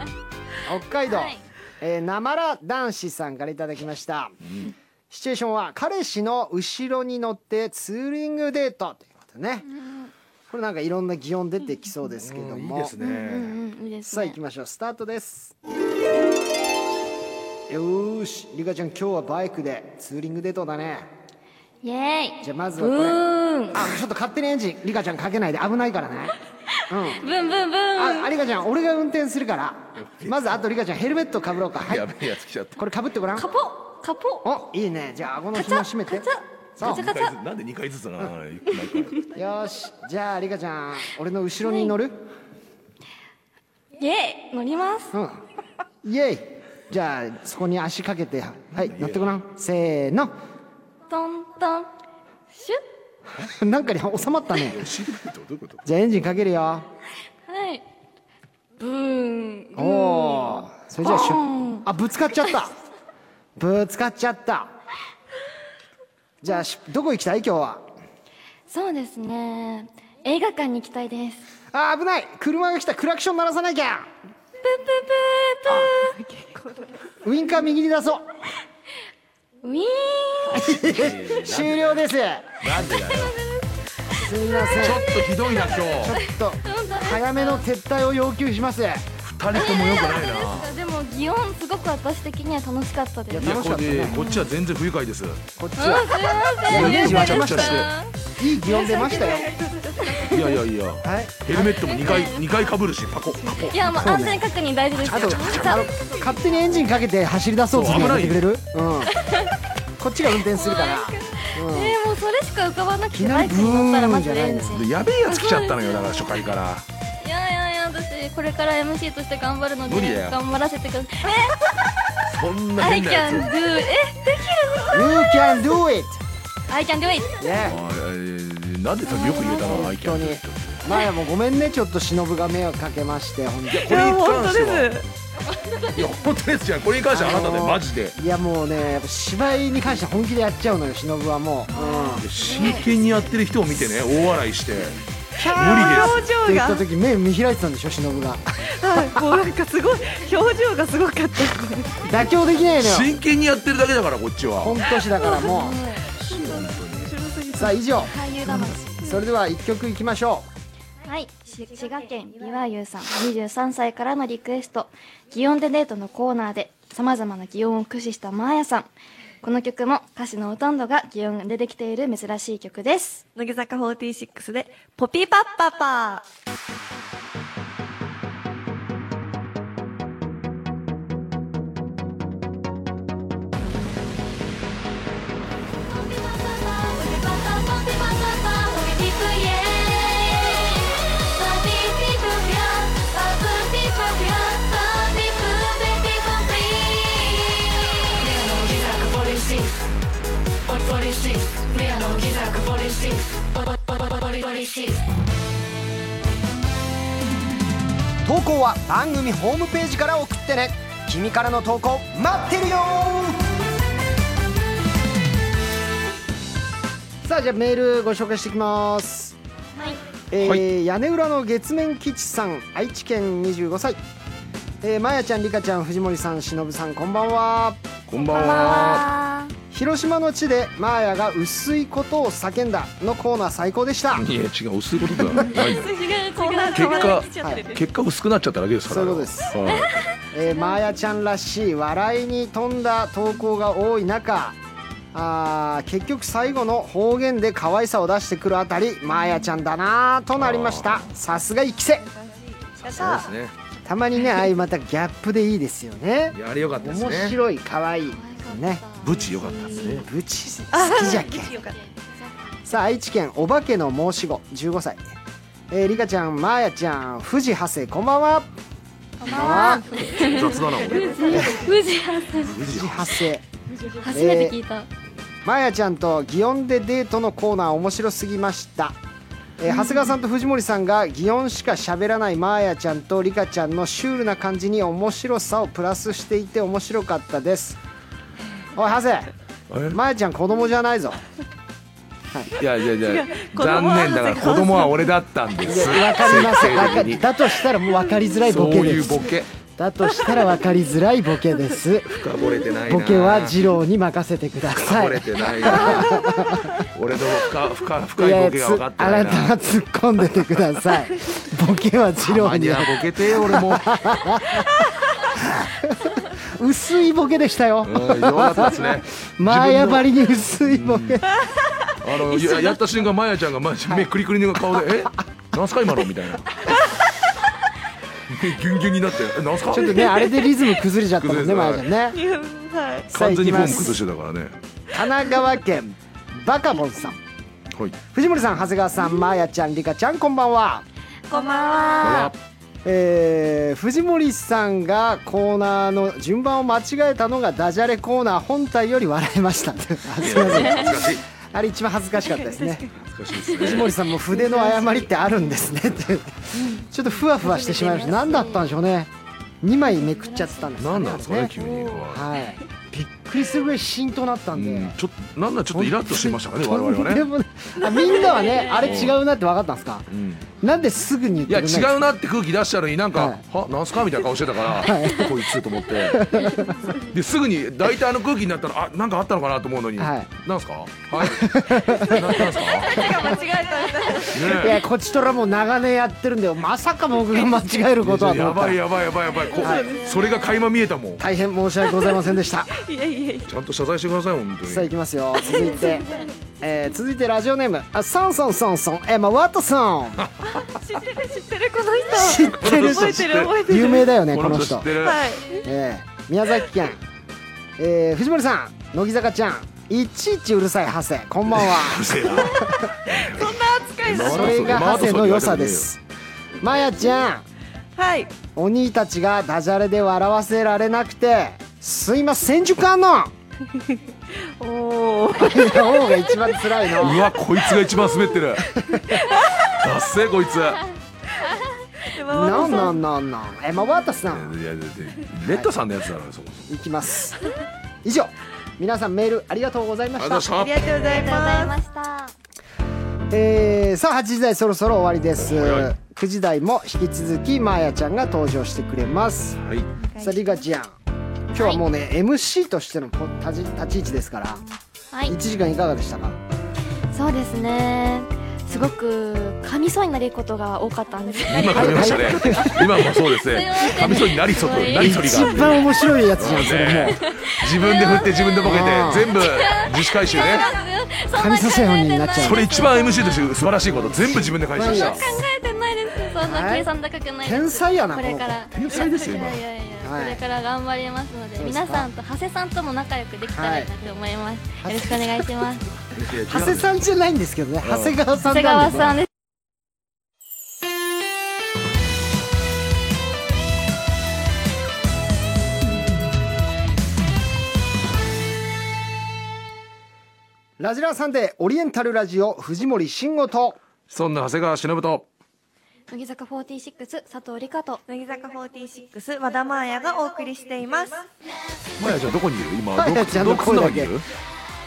北海道、はいえーなまら男子さんからいただきました、シチュエーションは彼氏の後ろに乗ってツーリングデートということね、これなんかいろんな擬音出てきそうですけども、うんいいですね、うんうんいいですさあね行きましょうスタートですよーしリカちゃん今日はバイクでツーリングデートだねイエーイじゃあまずブはこれーンあちょっと勝手にエンジンリカちゃんかけないで危ないからねうんブンブンブーンあ、あリカちゃん、俺が運転するから。まず、あとリカちゃん、ヘルメットかぶろうか。はいや。べえやつ来ちゃったこれかぶってごらんカ。ポカポお、いいね。じゃあ、顎のカチ紐ャ締めて。カチャそカうチャ二カチ回ずャつなんで二回ずつな の一回一回よーし。じゃあ、リカちゃん、俺の後ろに乗るイエーイ乗りますうん。イェイ。じゃあ、そこに足かけて、はい、乗ってごらん。せーの。トントンシュなんかに収まったね。シートベルトどういうことじゃあ、エンジンかけるよ。ッはいブーンおお。それじゃあ、しゅバーンあ、ぶつかっちゃった。ぶつかっちゃった。じゃあ、しどこ行きたい今日は。そうですね映画館に行きたいですあー、危ない車が来たクラクション鳴らさなきゃプープープーウインカー右に出そうプーウィーン終了ですなんでだよすみませんちちょょっとひどいな今っ日と早めの撤退を要求しますい二人とも良くないなでも擬音すごく私的には楽しかったですいやこれ楽しかでったねこっちは全然不愉快ですこっちうんはすいませんイメージめちゃくちゃしいい擬音出ましたよいやいやいやはいヘルメットも二回二回被るしパコパコいやもう安全確認大事ですあよとあの勝手にエンジンかけて走り出そうってそう危ないてくれるうんこっちが運転するからえーもうそれしか浮かばなくていきなバりイクに乗ったらまずブーンじゃなレいンのジでやべえやつ来ちゃったのよだから初回からいやいやいや私これから MC として頑張るの無理だよで頑張らせてくださいそんえな I 変なやつ can do えできる You can do it! I can do it ねあーえーなんでそれよく言えたのア本イキャ当ンにディーマヤもごめんねちょっと忍が迷惑かけまして本当にこれに関しては本当ですいや本当ですよこれに関してはあなたねあのーマジでいやもうねやっぱ芝居に関しては本気でやっちゃうのよ忍はもううん真剣にやってる人を見てね大笑いして無理っ表て情言ったが時目見開いてたんでしょ忍がはいもうなんかすごい表情がすごかったですね妥協できないのよ真剣にやってるだけだからこっちは本年だからも面白すぎうてさあ以上俳優魂それでは1曲いきましょはい、し滋賀県美和優さん23歳からのリクエスト祇園でデートのコーナーで様々な祇園を駆使したマーヤさんこの曲も歌詞のほとんどが祇園でできている珍しい曲です乃木坂46でポピーパッパパう投稿は番組ホームページから送ってね君からの投稿待ってるよさあじゃあメールご紹介していきますはいえーは屋根裏の月面基地さん愛知県25歳えー、まやちゃん、りかちゃん、藤森さん、しのぶさん、こんばんは。こんばんは広島の地でマーヤが薄いことを叫んだのコーナー最高でしたいや違う薄いことではないよ違う違うーこんな結果来ちゃってる結果薄くなっちゃっただけですかそらういうことですはいえー、マーヤちゃんらしい笑いに富んだ投稿が多い中あー結局最後の方言で可愛さを出してくるあたりマーヤちゃんだなぁとなりましたさすが一期生そうですねたまに ねああいうまたギャップでいいですよねいやあれ良かったです面ね白い可愛いねブチ良かったで すねブチ好きじゃっけよかったさあ愛知県お化けの申し子15歳えー、リカちゃんマーヤちゃん藤長谷こんばんはこんばんは雑だな俺藤原さん藤長谷初めて聞いた、まやちゃんと祇園でデートのコーナー面白すぎました、えー長谷川さんと藤森さんが祇園しか喋らないまやちゃんとリカちゃんのシュールな感じに面白さをプラスしていて面白か ったですおい長谷えまやちゃん子供じゃないぞいやいやいや子供残は念だから子供は俺だったんですわかりますわか設定り的だとしたらもう分かりづらいにボそうケいでうす ボケだとしたら分かりづらいボケです深掘れてないなボケは二郎に任せてくだ深さ掘れいてないな俺の深深深いボケが分かってあないななたは突っ込んでてくだ さいボケは二郎マニにアボケて俺も薄いボケでしたようんよかったで すねマーヤばりりに薄いボケあのややった瞬間マヤちゃんがマヤちゃん目クリクリの顔で「えなんすか今の?」みた いな目ギュンギュンになって「えなんすか?」ちょっと ねあれでリズム崩れちゃったもんね崩マれーてヤちゃたんねはいさあ完行全にきフォまームす崩神してたからね奈川県バカボンさんはい藤森さん長谷川さんマーヤちゃんリカちゃんこんばんはこんばんは。えー藤森さんがコーナーの順番を間違えたのがダジャレコーナー本体より笑いましたあすいません恥ずかしいあれ一番恥ずかしかったですね恥ずかしいですね藤森さんも筆の誤りってあるんですねってちょっとふわふわしてしまいました何だったんでしょうね2枚めくっちゃってたんですかね何なんですかね急に、はいびっくりするぐらい浸透なったんで、うん、ちょっとなんならちょっとイラッとしてましたかね我々 はとんでね、もないあみんなはねあれ違うなって分かったんですかうん、なんですぐに言っいてやくれないんです違かうなって空気出したのになんか「はなんすか?」みたいな顔してたから、こいつと思ってですぐに大体あの空気になったら「あなんかあったのかな?」と思うのに「はいなんすか?」 はい「ななんすか?」手が間違えたみたいな。いねやこっちとらもう長年やってるんだよまさか僕が間違えることはえと思やったばいやばいやばいやばいこそれが垣間見えたもん大変申し訳ございませんでしたいやいやいや。ちゃんと謝罪してください本当さあにいきますよ続いて、えー続いてラジオネームあソンソンソンソンエマ・ワトソン知ってる知ってるこの人。知ってる覚えてる覚えてる。有名だよね ここのの人知人って、る、はい。えー宮崎県、えー藤森さん乃木坂ちゃんいちいちうるさいハセこんばんは うるせえなそんな扱いなその。れがハセの良さですまやちゃんはい。お兄たちがダジャレで笑わせられなくてすいません千手観 音おお。方が一番辛いのうわこいつが一番滑ってるダッセーこいつなんなんなんなんエマ・ワータスさんいやいやいやレッドさんのやつだろそこいきます以上皆さんメールありがとうございまありしがとうごたざいまありしがとうございりがとうございま。ますしたえー、さあ8時台そろそろ終わりですはいはい9時台も引き続きマーヤちゃんが登場してくれますたはいさあリガちゃん今日はもうね、MC としてのポ立ち立ち位置ですから、はい1時間いかがでしたかそうですねすごく噛みそうになることが多かったんです今噛みましたね。今もそうですね。噛みそうになりそうと、なりそり一が。番面白いやつじゃんそれ もうね自分で振って自分でボケてあー全部自主回収ね噛みさせようになっちゃうそれ一番 MC として素晴らしいこと全部自分で回収しまあたいい考えてないですそんな計算高くないです天才やなこれから天才ですよ今いやいやいやいやはいこれから頑張りますのでそうですか皆さんと長谷さんとも仲良くできたらいいなと思います、はいよろしくお願いします長谷さんじゃないんですけどね長谷川さん長なん谷で川さんですラジラーサンデーオリエンタルラジオ藤森慎吾とそんな長谷川忍と乃木坂46佐藤理香と乃木坂46和田真彩がお送りしています。マヤちゃんどこにいる今マ洞窟ヤちゃんの洞窟の中にい声る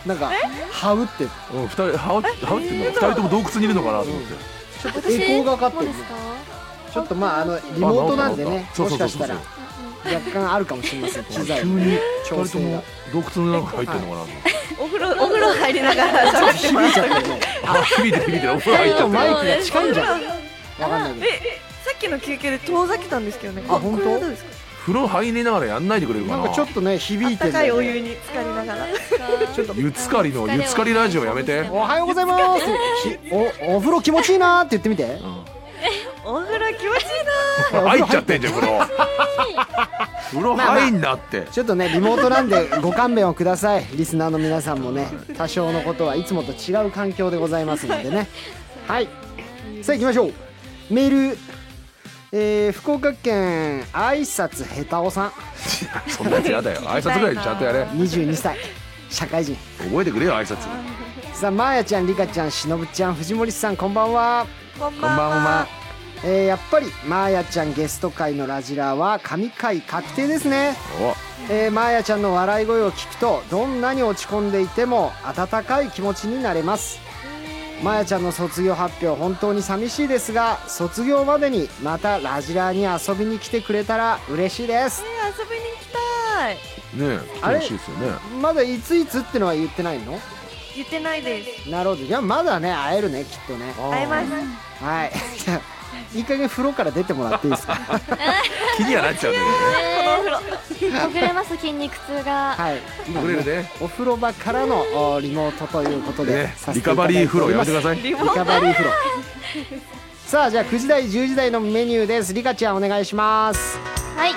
なんか「はう」ってうん二人はおはおってんの二人とも洞窟にいるのかなと思ってちょっと栄光がかかってるもうですかちょっとまああのリモートなんでねあ治もっした治ったかしたらそう若干あるかもしれません機材急に調二人と整もが洞窟の中に入ってんのかなと思ってお風呂お風呂入りながら喋って響まいす。ちゃってるねあ響いて響いてお風呂入っちゃとっマてイクるが近いんじゃないわかんないけどえ、さっきの休憩で遠ざけたんですけどね。あ本当これはどうですか風呂入りながらやんないでくれるかなんなかちょっとね響あいってるんかだいよおね湯に浸かりながら。ちょっとゆつかりのゆつかりラジオやめておはようございますひおお風呂気持ちいいなーって言ってみてお風呂気持ちいい入っちゃってんじゃん風呂風呂入んなってちょっとねリモートなんでご勘弁をくださいリスナーの皆さんもね多少のことはいつもと違う環境でございますの でねはいさあ行きましょうメールえー福岡県挨拶下手おさそんなやつやだよ挨拶ぐらいちゃんとやれん22歳社会人覚えてくれよ挨拶さあまーやちゃんりかちゃんしのぶちゃん藤森さんこんばんはな。こんこんばんは。えーやっぱりまーやちゃんゲスト会のラジラーは神回確定ですねおえー、まーやちゃんの笑い声を聞くとどんなに落ち込んでいても温かい気持ちになれますまやちゃんの卒業発表本当に寂しいですが卒業までにまたラジラーに遊びに来てくれたら嬉しいです遊びに行きたいねえあれ楽しいですよねまだいついつってのは言ってないの言ってないですなるほどじゃあまだね会えるねきっとね会えますはいじゃあいい加減風呂から出てもらっていいですか気にはなっちゃうんだほぐれます筋肉痛がはい今ほぐれるねお風呂場からのおリモートということけどでねさせてリいたカだバいリーて風お呂りまやめすてくださいリモリカバリー風呂さあじゃあ9時台10時台のメニューですリカちゃんお願いしますはい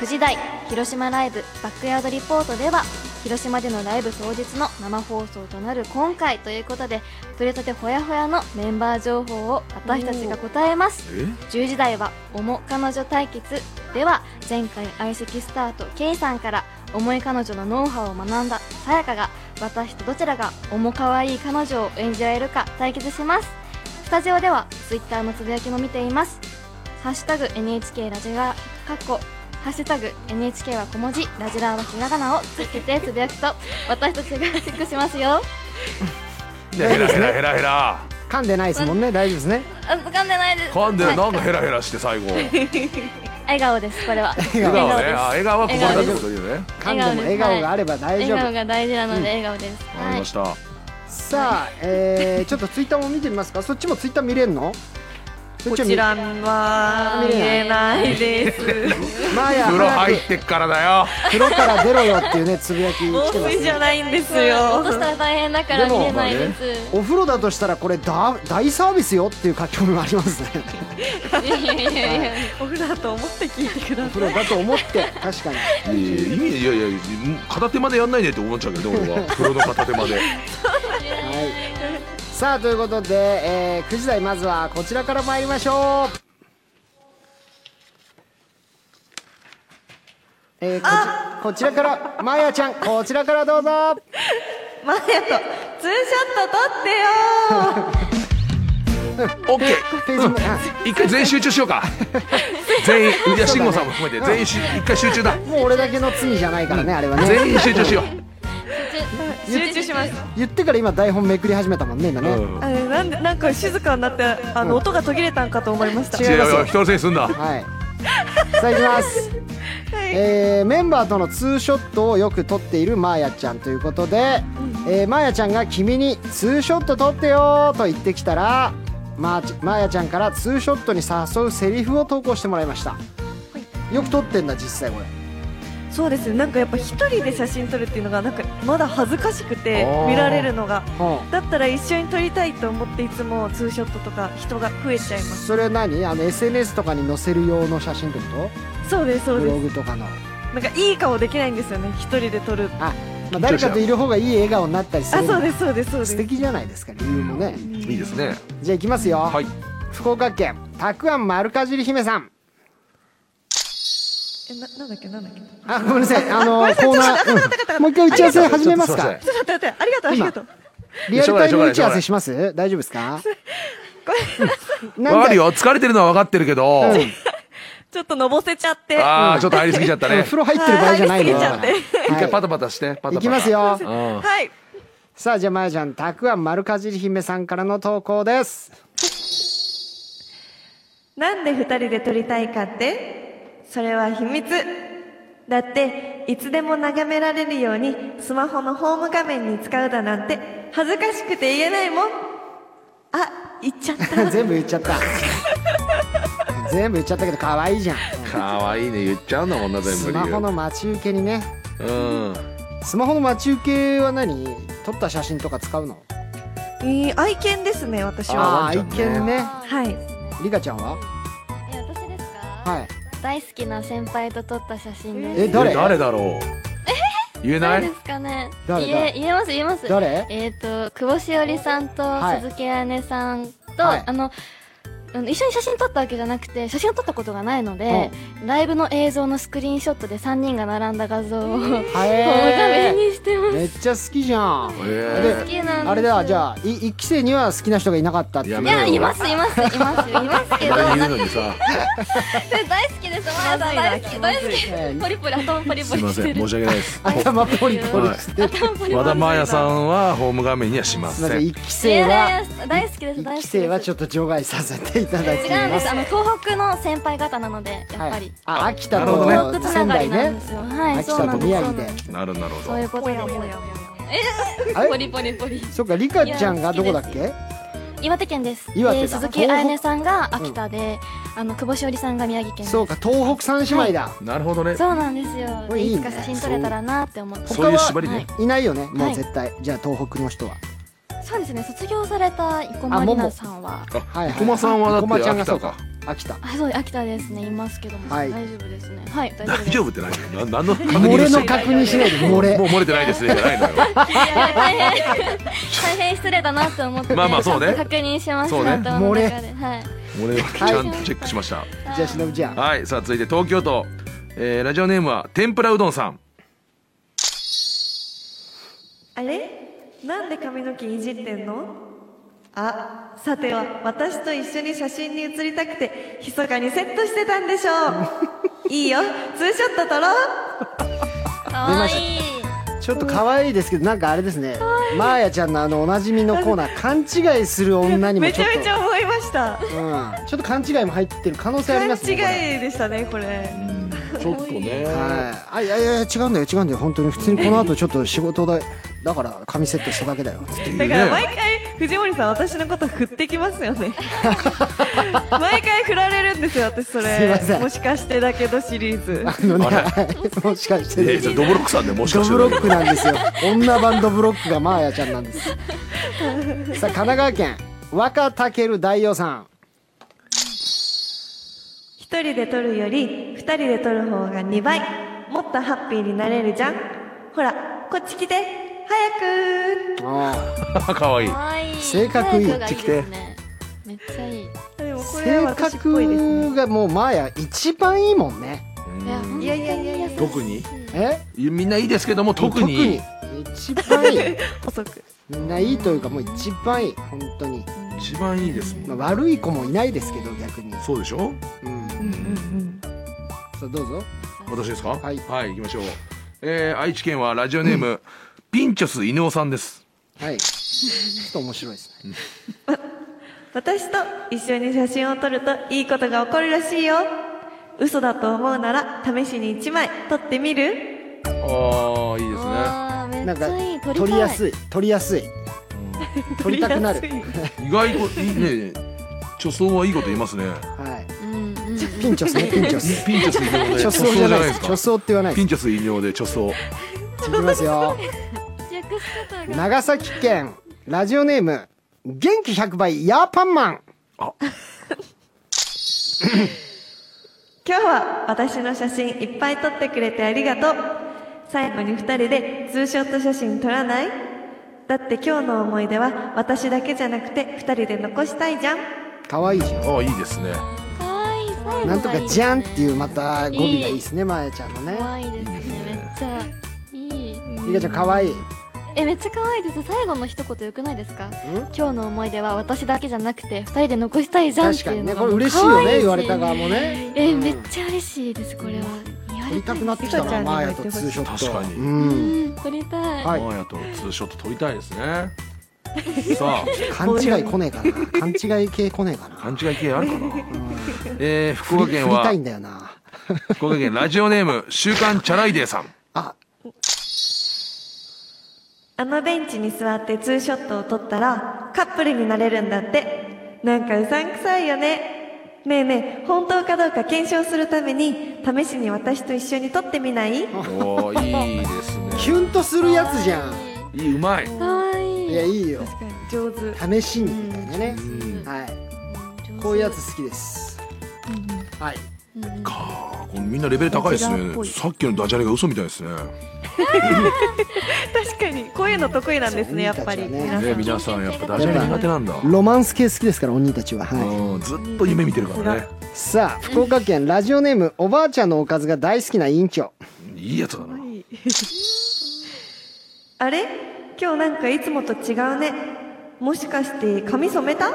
9時台広島ライブバックヤードリポートでは広島でのライブ当日の生放送となる今回ということで取れたてほやほやのメンバー情報を私たちが答えますえ10時台は「重彼女対決」では前回相席スタート K さんから重い彼女のノウハウを学んださやかが私とどちらが重かわいい彼女を演じられるか対決しますスタジオでは Twitter のつぶやきも見ています「ハッシュタグ #NHK ラジラ」かっこハッシュタグ NHK は小文字ラジラーはひらがなをつけてつぶやくと私たちがチェックしますよヘラヘラヘラヘラ噛んでないですもんね大丈夫ですねあ掴んでないです噛んではるいなんかヘラヘラして最後笑笑顔ですこれは笑顔ねですあ笑顔はここから出てこと言うね噛んでも笑顔があれば大笑丈夫顔が大事なので笑顔です、わかりましたさあ、えー、ちょっとツイッターも見てみますかそっちもツイッター見れるのそっこちはちら見は見れないです まあや風呂入早ってっからだよく風呂から出ろよっていうねつぶやき来てます防水じゃねないんです落よとしたら大変だから見れないです。お風呂だとしたらこれだ大サービスよっていう書き込みもありますねいやいやいやいや。お風呂だと思って聞いてくだおさ風呂だと思って確かにいやいや意味いやいや片手までやんないでって思っちゃうけどね俺は風呂の片手まではい、さあということで、えー、9時台まずはこちらから参りましょうえー、こちこちらからまやちゃんこちらからどうぞいマヤとツーショット撮ってよオッケーページもあ一回全員集中しようか全員いや慎吾さんも含めて全員集一回集中だもう俺だけの罪じゃないからねあれはね全員集中しよ集中します 言ってから今台本めくり始めたもんね今う、ね、うん、あなんでなんか静かになってあの、音が途切れたんかと思いました違違ういますよ人のせいにすんなはいさあいきます、えーメンバーとのツーショットをよく撮っているまーやちゃんということで、えー、まーやちゃんが君に「ツーショット撮ってよ」と言ってきたらまーちまーやちゃんからツーショットに誘うセリフを投稿してもらいましたよく撮ってんだ実際これそうですねなんかやっぱ一人で写真撮るっていうのがなんかまだ恥ずかしくてあー見られるのがうんだったら一緒に撮りたいと思っていつもツーショットとか人が増えちゃいますそれは何あの SNS とかに載せる用の写真ってこそうですそとうブロでグとかの、ますなんかいい顔できないんですよね一人で撮るあ、誰かといる方がいい笑顔になったりすあるそうですそうですそう素です敵じゃないですか理由もねいいですねじゃあいきますよはい福岡県たくあん丸かじり姫さんえななんだっけなんだっけちょっあ、ごめんなさい。あのあごコーめんなナさいちょっと待って待ってー、う待ってんもう一回打ち合わせ始めますちょかっと。と待って待ってありがとうありがとうリアルタイム打ち合わせします大丈夫ですかわなかんるで、よ疲れてるのはわかってるけど、ちょっとのぼせちゃってああちょっと入りすぎちゃったね風呂入ってる場合じゃないの。入りすぎちゃって一回パはタパタしてパい。タパタいきますよ。うんはいさあ、じゃあ、まやちゃん、たくあん丸かじり姫さんからの投稿です。なんで二人で撮りたいかってそれは秘密だっていつでも眺められるようにスマホのホーム画面に使うだなんて恥ずかしくて言えないもんあ言っちゃった全部言っちゃった。全部言っちゃったけど、可愛いじゃん。可愛いね言っちゃうんだもんな全部スマホの待ち受けにね。うんスマホの待ち受けは何撮った写真とか使うの えー愛犬ですね私はああ、ワン愛ちゃんね犬ね。はいリカちゃんはえ私ですか。はい。大好きな先輩と撮った写真です。え、誰え誰だろう言えな誰いですかね。誰言え言えます言えます。誰えっと久保しおりさんとはい鈴木彩音さんとはいあのあの一緒に写真撮ったわけじゃなくて写真を撮ったことがないので、ライブの映像のスクリーンショットで3人が並んだ画像 を、はこの画面えにしてます、めっちゃ好きじゃんえ好きなんですあれだじゃあい一期生には好きな人がいなかったっていうやいめろやいますいますいますいますけえどー、言なうんのかにさ大好きですマヤさん大好き大好きえーポリポリ頭ポリポすいリまし せてん申るし訳ないです頭ポリポリしてる頭ポリポリしてる和田真彩さんはホーム画面にはしますせみませんん一期い生やいはや大好きです大一期好きです生はちょっと除外させていただき違うんでますすあの東北の先輩方なのでやっぱり、あ秋田なるほとどね東北つな仙が台りなんねですよはい秋そう田なとんです宮城でなるなるほそういうどことですあポれリポリポリそっかリカちゃんがどこだっいけ岩手県です岩手でだ鈴木彩音さんが秋田で、あの久保しおりさんが宮城県ですそうか東北三姉妹だなるほどねそうなんですこよれいいいねつか写真撮れたらなって思ってそういう縛りはねいいないよねもはうい絶対じゃあ東北の人はそうですね卒業された生駒里奈さんははいはい生駒さんはだ生駒っちてゃんが秋そう田かか秋田あそう秋田ですねいますけども、はい大丈夫ですねはい大丈夫大です丈夫って 何な何の確漏認をれしのて確認しないで漏れもう漏れてないですねじゃないのよいやいや大変大変失礼だなって思ってまあまあそうねちゃんと確認しましそうねた頭の中で、はい漏れをちゃんとチェックしましたじゃあしのぶちゃんはいさあ続いて東京都、えー、ラジオネームは天ぷらうどんさんあれなんで髪の毛いじってんのあさては私と一緒に写真に写りたくて密かにセットしてたんでしょ ういいよツーショット撮ろうかわいいちょっと可愛いですけどなんかあれですねマーヤちゃんのあのおなじみのコーナー勘違いする女にもめちちょっゃとめちゃ思いましたうんちょっと勘違いも入ってる可能性あ勘り違ますねこれいでしたねこれちょっとねはい、あいやいやいや違うんだよ違うんだよ本当に普通にこの後ちょっと仕事だだから髪セットしただけだよつってだから毎ね、回藤森さん私のこと振ってきます よね毎回振られるんですよ私そすいまれせんもしかしてだけどシリーズあのねあれはいもしかしてえー、じゃあドブロックさんでもしドかしてブロックなんですよ女版ドブロックがマーヤちゃんなんですさあ神奈川県若武大王さん一人で撮るより二人で撮る方が2倍もっとハッピーになれるじゃんほらこっち来て早くあ かわいいかわいい性格いい声がですねめっちゃいいいあでもこれは性私っぽいですね格がもうマーヤ一番いいもんねやいやいやいやいや本当特にえみんないいですけども特に特に一番いい細くみんないいというかもう一番いい本当に、一番いいですもん、まあ、悪い子もいないですけど逆にそうでしょうんうんうんさあどうぞ私ですかはい行きましょうえー、愛知県はラジオネーム、ピンチョス犬尾さんですはいちょっと面白いですね私と一緒に写真を撮るといいことが起こるらしいよ嘘だと思うなら試しに1枚撮ってみるああいいですねあーめなっんちかゃいい撮りやすいい撮りやすい撮りたくな る撮りやす意外といいね貯蔵はいいこと言いますねはいうんうんピンチョスねピンチョ スピンチョス犬尾で貯貯蔵蔵じじゃなゃないいでですすかか貯蔵って言わないピでンチョス犬尾で貯蔵すいきますよ略し方が長崎県ラジオネーム元気100倍ヤーパンマンあ今日は私の写真いっぱい撮ってくれてありがとう最後に二人でツーショット写真撮らないだって今日の思い出は私だけじゃなくて二人で残したいじゃん可愛いじゃああいいですねかわいい最後がいんいなんとかじゃんっていうまた語尾がいいいいですねまやちゃんのねかわいいですねめっちゃいいリカちゃん可愛いえめっちゃ可愛いです最後の一言よくないですか今日の思い出は私だけじゃなくて二人で残したいじゃんっ確てかいにうねのこがれもう嬉しいよ可愛ねし言われた側もねえうんめっちゃ嬉しいですこれは言わ撮りれたいくなってきたリカちゃなんマヤとツーショット確かにうんうん撮りたいはいマーヤとツーショット撮りたい ですねさあ勘違い来ねえかな 勘違い系来ねえかな勘違い系あるか なえー、福岡県振りたはいんだよな福岡県ラジオネーム週刊チャライデーさんああのベンチに座ってツーショットを撮ったらカップルになれるんだってなんかうさんくさいよねねえねえ本当かどうか検証するために試しに私と一緒に撮ってみないおおいいですねキュンとするやつじゃんいいうまい可愛いいやいいよ確かに上手試しにみたいなねうんはいこういうやつ好きですはいうんうんかこのみんなレベル高いですこちらっぽねいさっきのダジャレが嘘みたいですね確かにこういうの得意なんですねやっぱり、そう鬼たちはね皆さんやっぱダジャレ苦手なんだ、ロマンス系好きですから鬼たちははいうん、ずっと夢見てるからねさあ福岡県ラジオネームおばあちゃんのおかずが大好きな委員長いいやつだなあれ今日なんかいつもと違うねもしかして髪染めた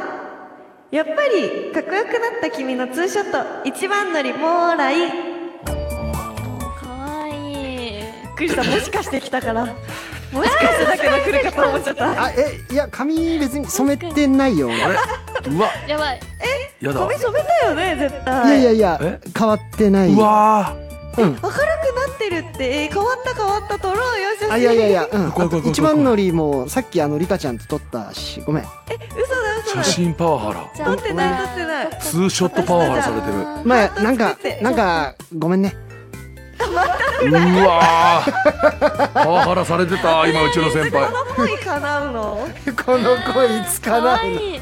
やっぱりかっこよくなった君のツーショット一番乗りもーらいかわいいびっくりしたもしかして来たからもしかしてだけど来るかと思っちゃったあえいや髪別に染めてないよあ俺れうわやばいやだ髪染めたよね絶いや対いやいえや変わってないうわうん明るくなってるって、えー変わった変わった撮ろうよ写真あいやいやいや、うん、怖い怖い怖い怖い一番乗りもさっきあのリカちゃんと撮ったしごめん嘘だー嘘写だ真パワハラじゃあ撮ってない撮ってないツーショットパワハラされてるまあなんかなんかごめんねうわーパワハラされてた今うちの先輩この恋叶うの この声いつかかなわうのいい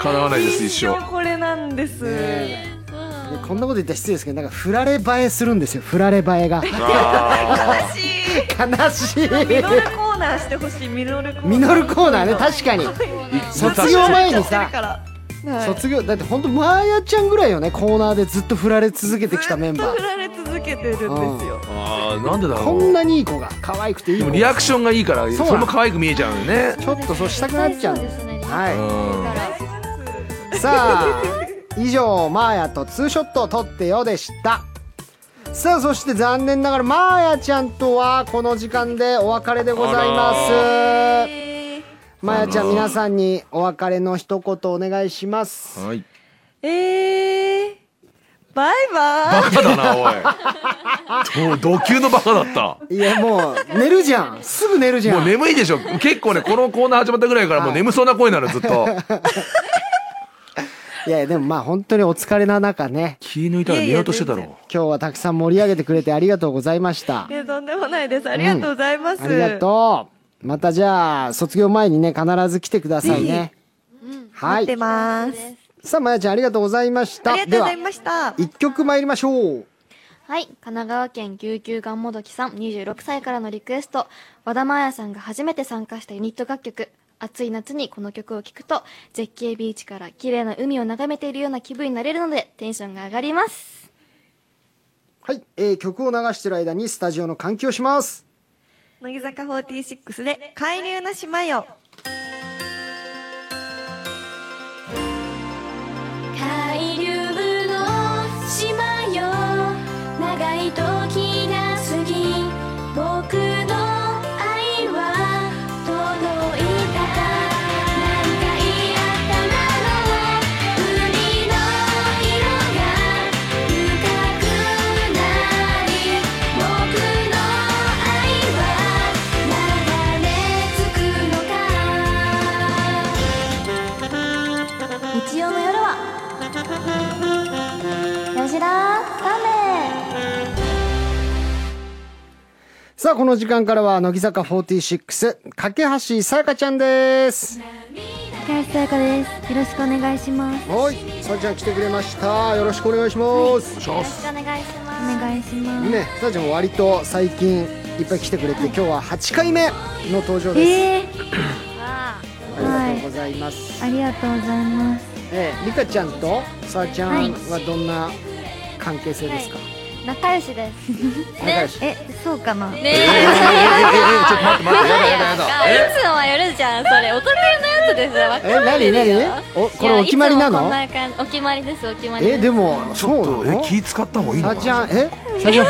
叶わないです一生これなんです、ねうんこんなこと言ったら失礼ですけどなんか振られ映えするんですよ振られ映えがあし悲しいミノルコーナーしてほしいミノルコーナーミノルコーナーね確かにー卒業前にさ卒卒業だって本当マーヤちゃんぐらいよねコーナーでずっと振られ続けて業きたメンバずっと振ーられ続けてるんですよあーなんでだろこうんなにいい子が可愛くていいで子もリアがクションがいいからそうそなのれも可愛く見えちゃうよねちょっとそうしたくなっちゃうそうですねはういさあ以上マーヤとツーショットを撮ってよでしたさあそして残念ながらマーヤちゃんとはこの時間でお別れでございますマーヤちゃあんら皆さんにお別れの一言お願いしますんはいえーバイババイカだなおいどう度級のバカだったいやもう寝るじ ゃんすぐ寝るじゃんもう眠いでしょ結構ねこのコーナー始まったぐらいからもう眠そうな声になるずっ といやいやでもまあ本当にお疲れな中ね気抜いたら寝ようとしてたいやいろ今日はたくさん盛り上げてくれてありがとうございましたえとんでもないですありがとうございます、ありがとうまたじゃあ卒業前にね必ず来てくださいねは待っています、さあまやちゃんありがとうございましあたりがとうでごはざいました一曲参りましょうはい。神奈川県琉球がんもどきさん26歳からのリクエスト。和田真彩さんが初めて参加したユニット楽曲。暑い夏にこの曲を聴くと、絶景ビーチから綺麗な海を眺めているような気分になれるので、テンションが上がります。はい、えー曲を流してる間にスタジオの換気をします乃木坂46で海流の島よ海流の島よ長い時が過ぎ僕の愛は届いた何回あったなら海の色が深くなり僕の愛は流れ着くのか日曜の夜は吉田ラーメさあこの時間からは乃木坂46架橋さやかちゃんですン高橋さやかですよろしくお願いしますはいさやちゃん来てくれましたよろしくお願いします、よしお願いしますお願いしまねさやちゃんも割と最近いっぱい来てくれて今日は8回目の登場です、ええ ありがとうございます、ありがとうございます。ええ、リカちゃんとさあちゃんはどんな関係性ですか、す仲良しです仲良しえ、そうかな。ねええええええええちょっと待って待ってやだやだやだえいつもはやるじゃんそれお得意のやつですよわかんえ、なになにお、これお決まりないやいつもこんのな感じお決まりですお決まりえ、ですでも、ちょっそうとなえの気使った方がいいのさあかなちゃん、えさあちゃんちょっ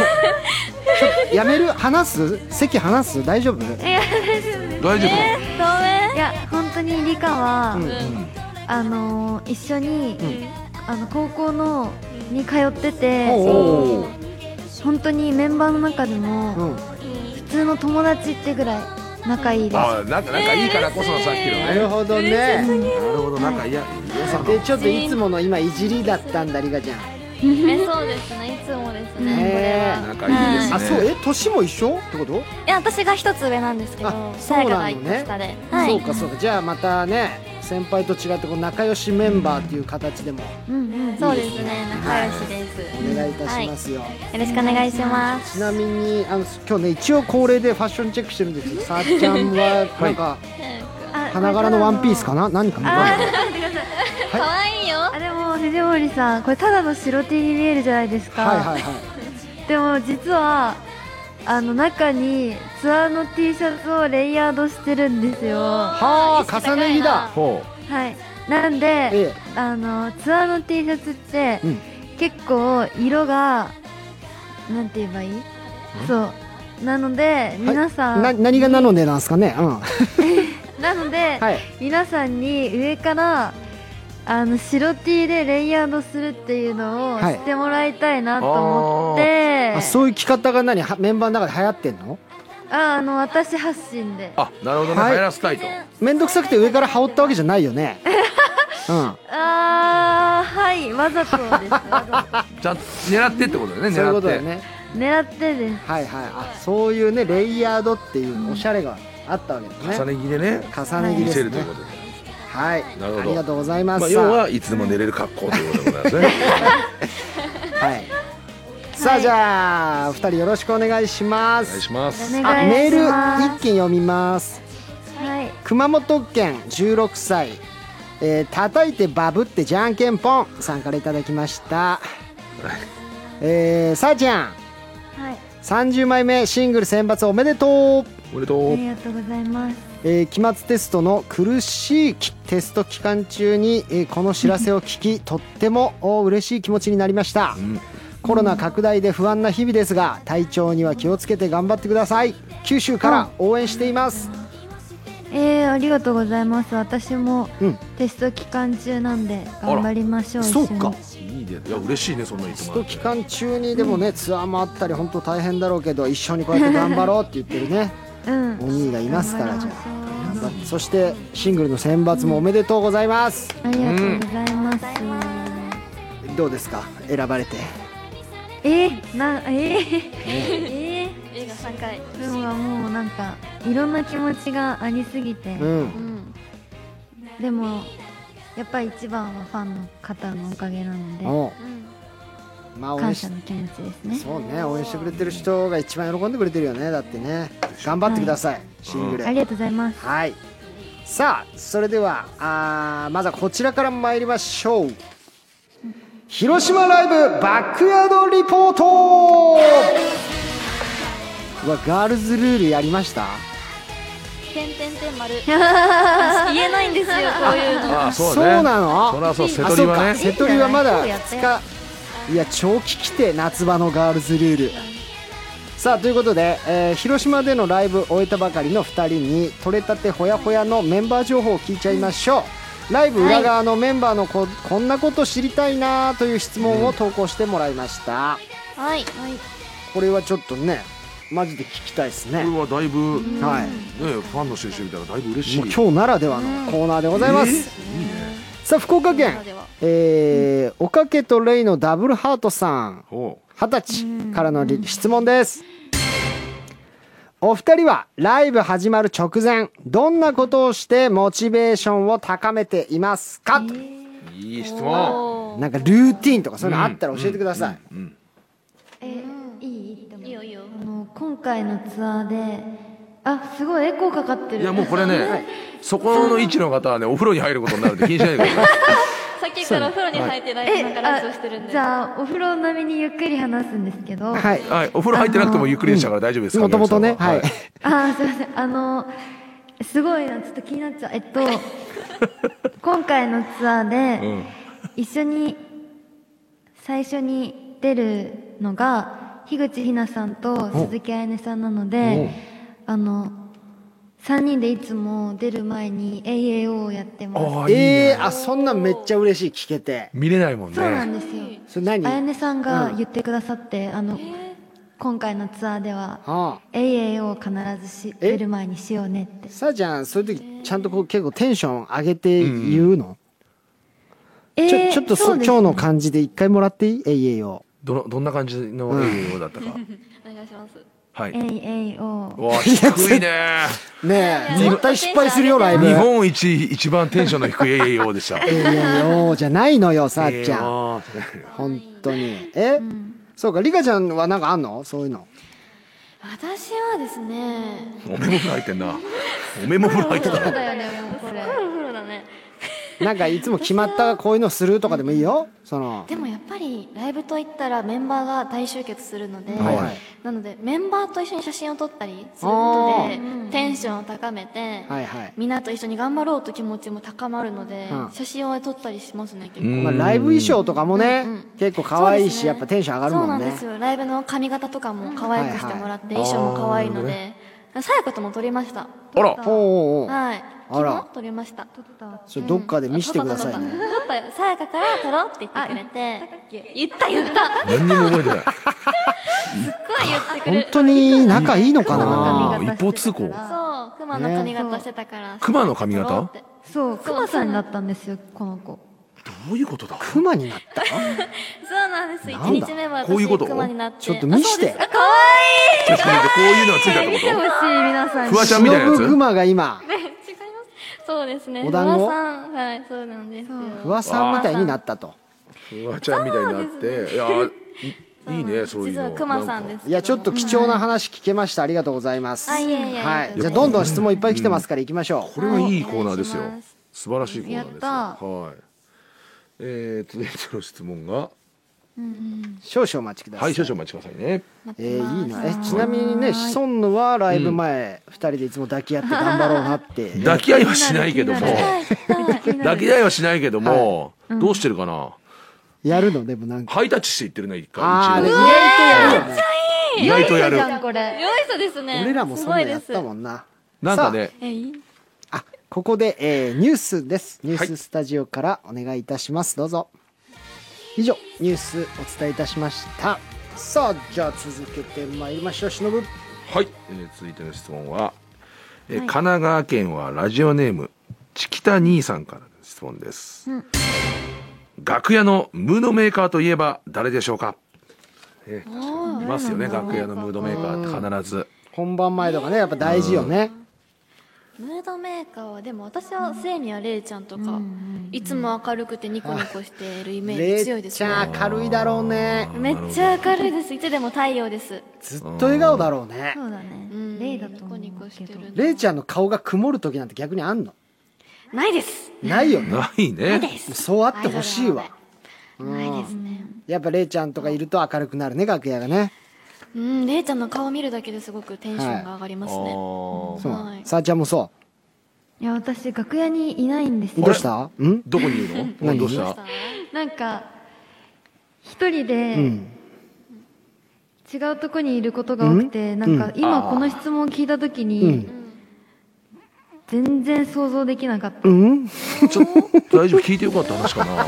とやめる話す席話す大丈夫大丈夫えいや、本当に理科は、うんうんあのー、一緒に、んあの高校のに通ってて、おうおう本当にメンバーの中でうも、ん普通の友達ってぐらい仲いいです。あなんか仲いいからこそのさっきのなねるほどねなるほど仲いや良さがで、ちょっといつもの今いじりだったんだリカちゃんえそうですねいつもでへすね、これえは仲いいですねあそうえ年も一緒ってこと、いや私が一つ上なんですけどあそうさなやのねかが一個下で、はい、そうかそうかじゃあまたね先輩と違ってこう仲良しメンバーっていう形でもうんそうですね仲良しです、お願いいたしますよ、よろしくお願いしますちなみにあの今日ね一応恒例でファッションチェックしてるんですけどさあちゃんはなんか、あ花柄のワンピースかな何かな可愛いよあでも藤森さんこれただの白 T に見えるじゃないですかはいはいはいでも実はあの中にツアーの T シャツをレイヤードしてるんですよははあ重ね着だほいなんで、えあのツアーの T シャツって、うん結構色がなんて言えばいいそうなので皆さん、な何がなのでなんですかねうんなので、はい皆さんに上からあの白 T でレイヤードするっていうのを知はいってもらいたいなと思って、あそういう着方が何はメンバーの中で流行ってんのああの私発信でうあなるほどねはい流行らせたいと面倒くさくて上から羽織ったわけじゃないよねうんああはいわざ とですわざじゃあ狙ってって ことだよね狙そうっていうことだよねと狙ってですはいはいあそういうねレイヤードっていうおしゃれがあったわけです重ねね着でね重ね着見でせするというねことではいなるほどありがとうございますまあさ要あはいつでも寝れる格好ということでござい ますねはい。さあじゃあ二人よろしくお願いしまお願いす。しますおあ願メいーしルま一件読みます。すはい熊本県16歳、えー、叩いてバブってじゃんけんぽんさんからいただきました。えー、さあちゃんはい30枚目シングル選抜おめでとう。おめでとうありがとうございますえー期末テストの苦しいきテスト期間中に、えーこの知らせを聞 きとってもお嬉しい気持ちになりました、んコロナ拡大で不安な日々ですが体調には気をつけて頑張ってください九州から応援しています、えー、ありがとうございます私もうんテスト期間中なんで頑張りましょう一緒そうにかいいねいや嬉しいねそんなにいつテスもトらって期間中にでもね、ツアーもあったり本当大変だろうけど一緒にこうやって頑張ろうって言ってるね うんお兄がいますからじゃああ頑張ってそしてシングルの選抜もおめでとうございます、ありがとうございます、どうですか選ばれてえー、なえー、え映画3回ー、でももうなんかいろんな気持ちがありすぎて、うんうんでもやっぱり一番はファンの方のおかげなのでおううんまあ応援感し謝の気持ちですねそうね応援してくれてる人が一番喜んでくれてるよねだってね頑張ってください、シングルありがとうございますはいさあそれではあーまずはこちらから参りましょう広島ライブバックヤードリポートうわガールズルールやりました点点点丸私言えないんですよこういうのああそうそうだねなのそりゃそう瀬あ戸そうりはかね瀬戸りはまだいいんじゃない2日いや超聞きて夏場のガールズルールさあということで、えー広島でのライブを終えたばかりの2人に取れたてほやほやのメンバー情報を聞いちゃいましょうライブ裏側のメンバーのこ,、こんなこと知りたいなという質問を投稿してもらいました、はいこれはちょっとねマジで聞きたいですね、これはだいぶねはいファンの人にしてみたらだいぶ嬉しいもう今日ならではのコーナーでございます、えーいいねさあ福岡県ならでは、えーおかけとレイのダブルハートさんほ二十歳からのり質問ですお二人はライブ始まる直前どんなことをしてモチベーションを高めていますか、とういい質問なんかルーティンとかそういうのあったら教えてください、えいいって思ういいよいいよあの今回のツアーであすごいエコーかかってるいやもうこれねそこの位置の方はねお風呂に入ることになるんで気にしないでくださいさっきからお風呂に入ってライブえなんかライブをしてるんあでじゃあお風呂並みにゆっくり話すんですけどはい はいお風呂入ってなくてもゆっくりでしたから大丈夫ですもともとねお客さんはい、あーすいませんあのすごいなちょっと気になっちゃうえっと 今回のツアーで、うん一緒に最初に出るのが樋口日奈さんと鈴木彩音さんなのであの3人でいつも出る前に AAO をやってますああいいねえー、あそんなんめっちゃ嬉しい聞けて見れないもんそうなんねですよそれ何、彩音さんが言ってくださって、あの今回のツアーではああ AAO を必ずしえ出る前にしようねってさあちゃんそういう時ちゃんとこう結構テンション上げて言うの、えちょちょっとそそうです今日の感じで一回もらっていいえいえいをどのどんな感じの英語だったか お願いします。はい AAO わあ低いねねえいや絶対失敗するよライブ日本一一番テンションの低い栄養で したえいえいおじゃないのよさあちゃんん本当にえ、そうかリカちゃんはなんかあんのそういうの私はですね、お目も入ってんなお目も入 ってたそうなだよねもうこれフロフロだね。なんかいつも決まったこういうのするとかでもいいよそのでもやっぱりライブといったらメンバーが大集結するので、はいはいなのでメンバーと一緒に写真を撮ったりすることあでテンションを高めて、はいはい、みんなと一緒に頑張ろうと気持ちも高まるので、うん写真を撮ったりしますね結構、うんまあ、ライブ衣装とかもね、うんうん結構可愛いし、そうですねやっぱテンション上がるもんそうなんねですよライブの髪型とかも可愛くしてもらって、はいはい衣装も可愛いのあーなでさやかとも撮りましたあらおうおうおうはいあら昨日撮りました撮それどっかで見せてください撮ね、ったよさやかから撮ろうって言ってくれて言った言ったす何にも覚えてないっごい言ってくれ本る当に仲いいのかあなー一方通行そう熊の髪型してたから、熊の髪型撮ろうってそうクマさんになったんですよこの子どういう ことだクマになったそうなんですなんだ1日目はこういうこと私熊になってちょっと見してあそうですあ可愛いちょっと待ってこういうのがついたってこしい皆さとフワちゃんみたいなや忍つグマが今そうで すね。お団子不破さん、はい、そうなんですよ。フワさんみたいになったとフワちゃんみたいになっていやーいいいねそういうの実はクマさんですけど。いやちょっと貴重な話聞けましたありがとうございます、あいえいえはありがとうございいますじゃあどんどん質問いっぱい来てますから行きましょこれはいいコーナーですよお願いします素晴らしいコーナーですよやったはいえー、続いての質問がう少々お待ちくださはいい少々お待ちくださいねえー、いいなえちなみにねシソンヌはライブ前二人でいつも抱き合って頑張ろうなって 抱き合いはしないけども抱き合いはしないけども、どうしてるかなやるのでもなんかハイタッチしていってるね一あーあ回れ意一応外とやるよねじ意外とやるゃんこれよいしょですね。俺らもそんなやったもん。んななんかねえ、いいあここで、えーニュースですニューはスいスタジオからお願いいたしますどうぞ以上ニュースお伝えいたしましたさあじゃあ続けてまいりましょうしのぶはい、えー続いての質問は、えー神奈川県はラジオネームチキタ兄さんからの質問です、楽屋のムードメーカーといえば誰でしょうか、えーいますよね楽屋のムードメーカーって必ず本番前とかねやっぱ大事よねムードメーカーは、でも私はセイミやレイちゃんとか、いつも明るくてニコニコしているイメージ強いですちゃね。ん明るいだろうねめっちゃ明るいです。いつでも太陽です。ずっと笑顔だろうねそうだねレイだと思うニコニコしてけどる。れいちゃんの顔が曇る時なんて逆にあんのないです。ないよねないなねいです。そうあってほしいわないですね。やっぱれいちゃんとかいると明るくなるね楽屋がねうん、レイちゃんの顔見るだけですごくテンションが上がりまあすね。ーそうはいさあちゃんもそいや私楽屋にいないんですうよどうしたんどこにいるの何どうしたなんか一人うでん違うとこにいることが多くて、なんか今この質問を聞いた時に、全然想像できなかった、うんちょっと大丈夫聞いてよかった話かな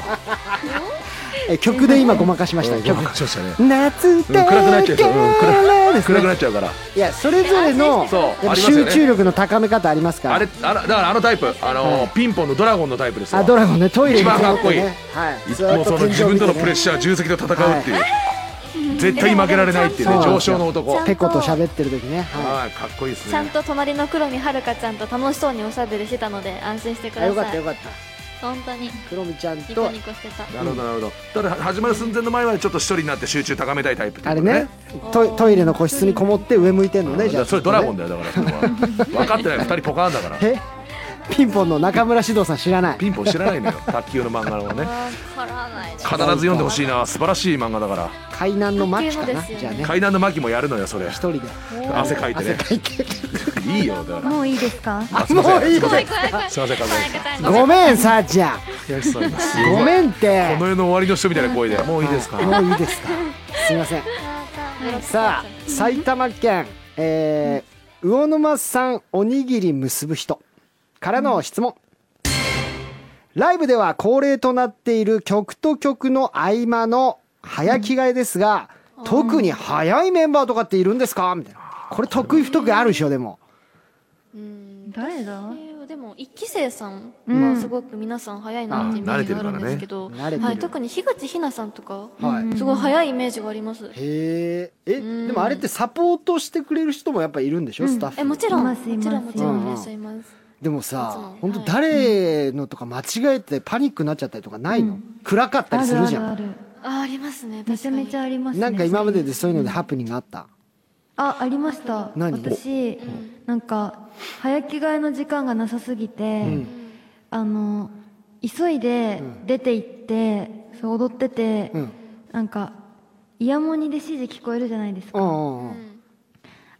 え曲で今ごまかしました曲なんかしましたね夏うん、暗くなっちゃうそう、うん、暗く暗くなっちゃうからいやそれぞれのそうやっあぱりますよ集ね中力の高め方ありますからあれあらだからあのタイプあの、ピンポンのドラゴンのタイプですよあドラゴンねトイレに一番かっこいいこもってねはいいつずーもっとその天井自分との見てねプレッシャー重責と戦うっていう、絶対に負けられないっていうそうねなん上ですよ昇の男ちゃんはいペコと喋ってる時ねはかっこいいですちゃんねと隣の黒見はるかちゃんと楽しそうにおしゃべりしてたので安心してくいあださいよかったよかった本当に黒みちゃんニコとニコしてたなるほどなるほどただ始まる寸前の前はちょっと一人になって集中高めたいタイプってあいれうことねトイトイレの個室にこもって上向いてんのうねんじゃあそれドラゴンだだよだからそれは分かってない二人ポカーンだからえピンポンの中村獅童さん知らないピンポン知らないのよ卓球の漫画のねわからないです必ず読んでほしいな素晴らしい漫画だから海南の町か卓球なのですよねじゃあね階段の巻もやるのよそれ一人で汗かいて汗ねかいていいよだからもういいですかあすいもまういせいんすいまでせんすすいませんカズちゃんごめんさあちゃんさんすいませんごめんっこての世の終わりの人みたいな声でもういいですかもういいですかすいませんさあ埼玉県、えー、魚沼産おにぎり結ぶ人からの質問、ライブでは恒例となっている曲と曲の合間の早着替えですが、特に早いメンバーとかっているんですかみたいなこれ得意不得意あるでしょでも誰だとでも一期生さんうはんすごく皆さん早いなってイメージがあるんですけど、あ慣れてるからね慣れてるはい、特に樋口日奈さんとかはいうんすごい早いイメージがあります。へええうんでもあれってサポートしてくれる人もやっぱいるんでしょ、うんスタッフえもちろんいもますいますちろんもちろうんんうんいらっしゃいます。でもいつさも本当はい誰のとか間違えてパニックになっちゃったりとかないの、うん暗かったりあするるあじるあゃんるあありますね。めちゃめちゃありりますねなんか今まででそういうのでハプニングあったあありました何私なんか早着替えの時間がなさすぎて、うんあの急いでうん出て行って、そう踊ってて、うんなんかイヤモニで指示聞こえるじゃないですうか、んうんうん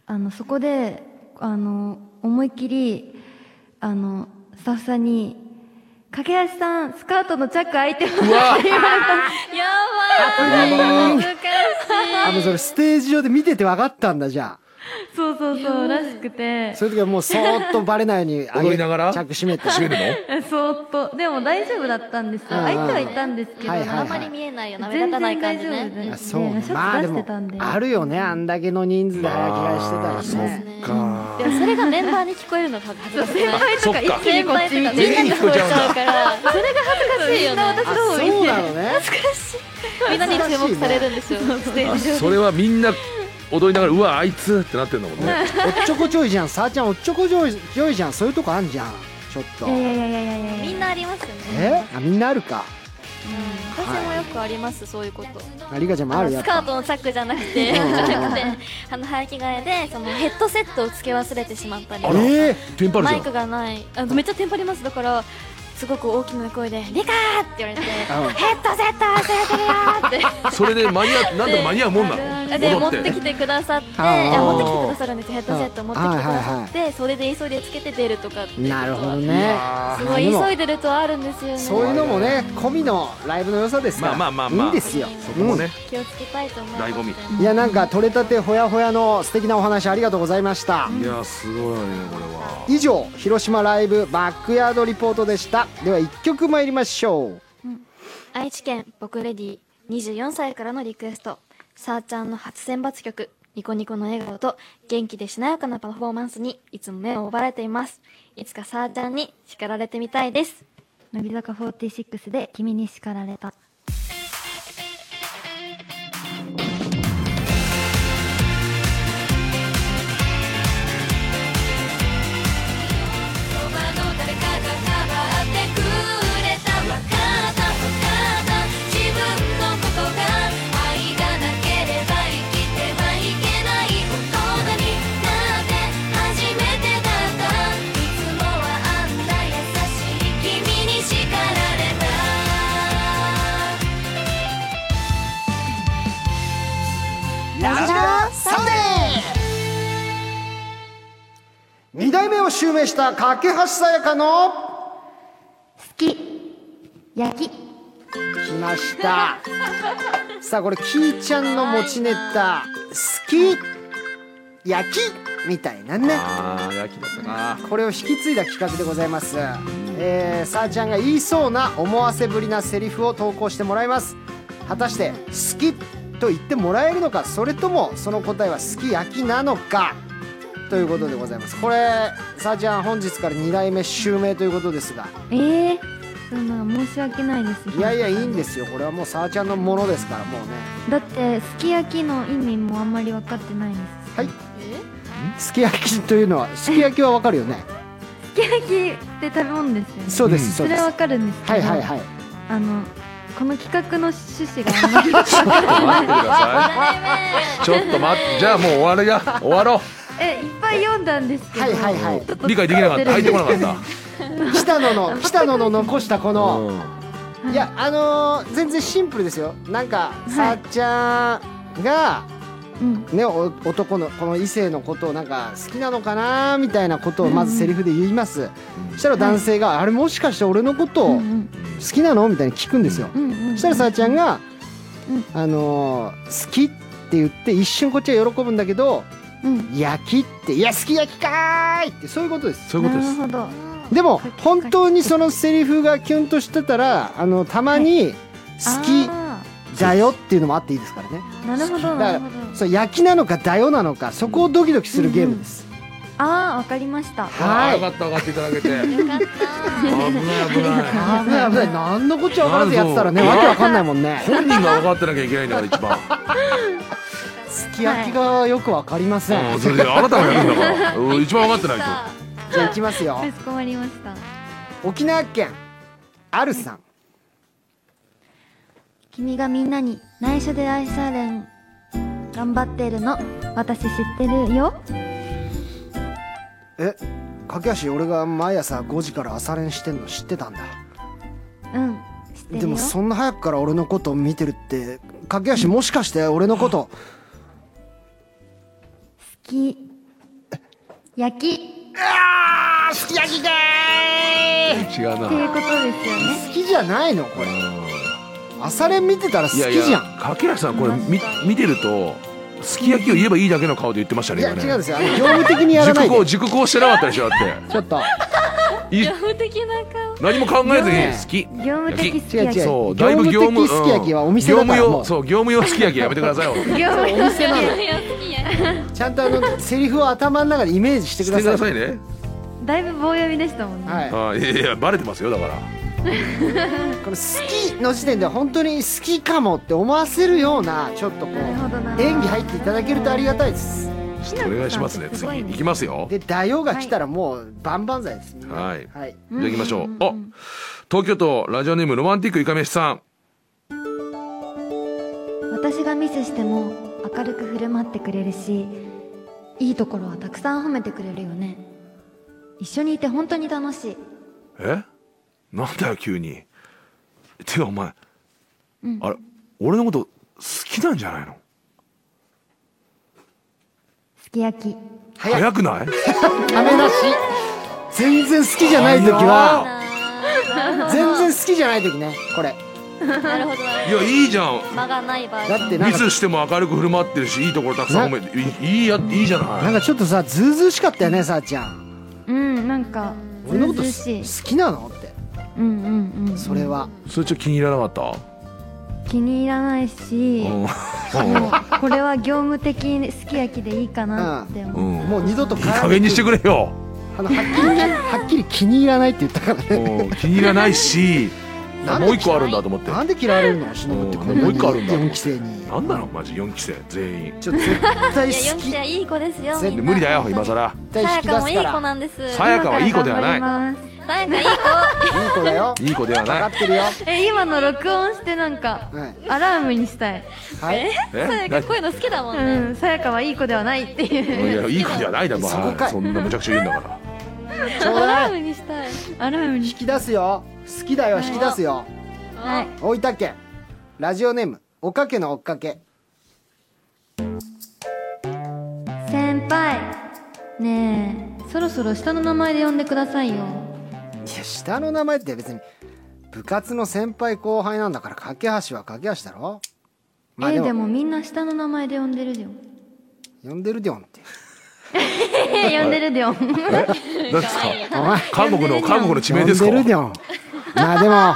あのそこであの思いっきりあのスタッフさんに「駆け足さんスカートのチャック開いてます」って言われたやばい恥ずかあもうそれステージ上で見てて分かったんだじゃしいそうそうそうらしくてあそういう時はもうそーっとバレないように上げ踊りながら着閉めて閉めるのそーっとでも大丈夫だったんですようんうん相手はいたんですけど、はいはいあんはまいり見えないような目全立た然ない大感じ丈夫ね。であすそうねねシまあャでツ出してもたんで、あるよねあんだけの人数で早着替えしてたらね、そっかでもそれがメンバーに聞こえるの多分恥ずかしい。先輩そっか先輩とかみんなに聞こえちゃうから、それが恥ずかしいよね。あそうなのねみんなに注目されるんですよ。ステーあジ上でそれはみんな踊りながらうわあいつってなってるんだもんねおっちょこちょいじゃんさあちゃんおっちょこちょいちょいじゃんそういうとこあんじゃんちょっといやいやいやいやいやいやみんなありますよえね。あみんなあるかうん私もよくありますそういうこと。ありがちゃんもああるのやっスカぱートのチャックじゃなくて、じゃなくて、 あの早着替えでそのヘッドセットをつけ忘れてしまったり、ええテンパるじマゃイんクがない、あめっちゃテンパりますだから。すごく大きな声で「リカー!」って言われて「うんヘッドセット忘れてるよ!」ってそれで間に合なんとか間に合うもんなのでで持っ踊てきてくださっあてーいや持ってきてくださるんですよヘッドセット持ってきてくださっはてそれで急いでつけて出るとかっていうことはなるほどねすあごでいも急いでるとあるんですよねそういうのもね込みのライブの良さですからまあまあまあまあいいんですよそこもね気をつけたいと思います醍醐味うんいやなんか取れたてほやほやの素敵なお話ありがとうございましたいやすごいねこれは以上広島ライブバックヤードリポートでしたでは1曲参りましょう愛知県僕レディ24歳からのリクエストさーちゃんの初選抜曲ニコニコの笑顔と元気でしなやかなパフォーマンスにいつも目を奪われていますいつかさーちゃんに叱られてみたいです乃木坂46で「君に叱られた」そばの誰かがかばってくれたわかったわかった自分のことが愛がなければ生きてはいけない大人になって初めてだったいつもはあんな優しい君に叱られた2代目を襲名した架橋さやかの好き焼き来ましたさあこれキーちゃんの持ちネタ「好き」「焼き」みたいなねああ焼きだったなこれを引き継いだ企画でございます、えー、さあちゃんが言いそうな思わせぶりなセリフを投稿してもらいます果たして「好き」と言ってもらえるのかそれともその答えは「すき焼き」なのかということでございますこれさあちゃん本日から2代目襲名ということですがええそんな申し訳ないですいやいやいいんですよこれはもうさあちゃんのものですからもうねだってすき焼きの意味もあんまり分かってないですはいすき焼きというのはすき焼きはわかるよねすき焼きって食べ物ですよねそうですそそうでれすはは分かるんですけどいはいはいあのこの企画の趣旨があんまり待ってくださいちょっと待ってじゃあもう終わりだ終わろえいっぱい読んだんですけどはいはいはいう理解できなかった入ってこなかった北野の北野の残したこの、うんいやあのー全然シンプルですよなんか、さっちゃんがうんねお男のこの異性のことをなんか好きなのかなみたいなことをまずセリフで言います、そしたら男性が、あれもしかして俺のことうを好んきなのみたいに聞くんですよ、うんうんうんそしたらさっちゃんが、うんあのー好きって言って一瞬こっちは喜ぶんだけどうん焼きっていや好き焼きかーいってそういうことですそういうことですなるほどでも本当にそのセリフがキュンとしてたらあのたまに「好きあだよ」っていうのもあっていいですからねーなるほどだかならるほどそう焼きなのかだよなのかそこをドキドキするゲームです、ああわかりましたはいあーよかった上がっていただけて危よかったない危ない危ない危ない何のこっちゃ分からずやってたらねわけわかんないもんね本人が分かってなきゃいけないんだから一番すき焼きがよくわかりません、うんそれであなたがやるんだからうん一番分かってないとじゃあいきますよかしこまりました沖縄県あるさん君がみんなに内緒で愛されん頑張ってるの私知ってるよえ駆け橋俺が毎朝5時から朝練してんの知ってたんだうん知ってるよでもそんな早くから俺のことを見てるって駆け橋もしかして俺のこと好き焼きっあーすき焼きかー違うなていうことですよね好きじゃないのこれ朝練見てたら好きいじゃやんいや掛橋さんこれ見見てるとすき焼きを言えばいいだけの顔で言ってましたいねや今ね違うんですよあの業務的にやらない熟考で熟考してなかったでしょだっちょっとてい無敵な顔何も考えずねに好き業務的好き違う違焼きうそうだいぶ業業務務的すき焼きはお店うんだから業務も用うそう業務用すき焼きやめてく ださいよ業務お店なのちゃんとあのセリフを頭の中でイメージしてしくてだくさださいいねだいぶ棒読みでしたもんね、はいあいやいやバレてますよだからこの好きの時点で本当に好きかもって思わせるようなちょっとこうなるほどなるほど演技入っていただけるとありがたいですちょっとお願いしますねす次ごいねいきますよで大王が来たらもう万々歳ですみんなはいはい、じゃあ行きましょうあ東京都ラジオネームロマンティックいかめしさん私がミスしても明るく振る舞ってくれるしいいところはたくさん褒めてくれるよね一緒にいて本当に楽しいえなんだよ急にてかお前、あれ俺のこと好きなんじゃないのすき焼き早い早くないダメ出し全然好きじゃない時は全然好きじゃない時ねこれなるほどないやいいじゃん間がない場合だってなミんかスしても明るく振る舞ってるしいいところたくさん褒めていいいいやいいじゃななんいかちょっとさずうずうしかったよねさあちゃんうんなんか俺のことずうすずうしい好きなのってうんうんうんそれはそれちょっと気に入らなかっ気に入らないし、た、うんもうこれは業務的すき焼きでいいかなって思う、うんもう二度とい絡いんでくる加減にしてくれよ、あのはっきり はっきり気に入らないって言ったからねうん気に入らないしなんでもう一個あるんだと思ってなんで嫌われるの忍ってこんなにもう一個あるんだ4期生になんなのマジ4期生全員ちょっと絶対いや好き4期絶はいい子ですよ絶対で無理だよ今さ更対や引き出かもすいいか子らなんですさやかはいい子ではない頑張りますさやかいいいい子だよいい子では分かなっいてるよえ今の録音してなんかはいアラームにしたいはい子さやえかこういうの好きだもんねうんさやかはいい子ではないっていういやいい子ではないだろそこかいそんなむちゃくちゃ言うんだからちょうだいにしたいアラームに引き出すよ好きだよ引き出すよはい大分県ラジオネームおかけのおっかけ先輩ねえそろそろ下の名前で呼んでくださいよいや下の名前って別に部活の先輩後輩なんだから架け橋は架け橋だろまあえででももみんな下の名前で呼んでるよ呼んでるでよん ってえ呼んでるでよえ何ですかお前韓国の韓国の地名呼んですかでるでよんまあでも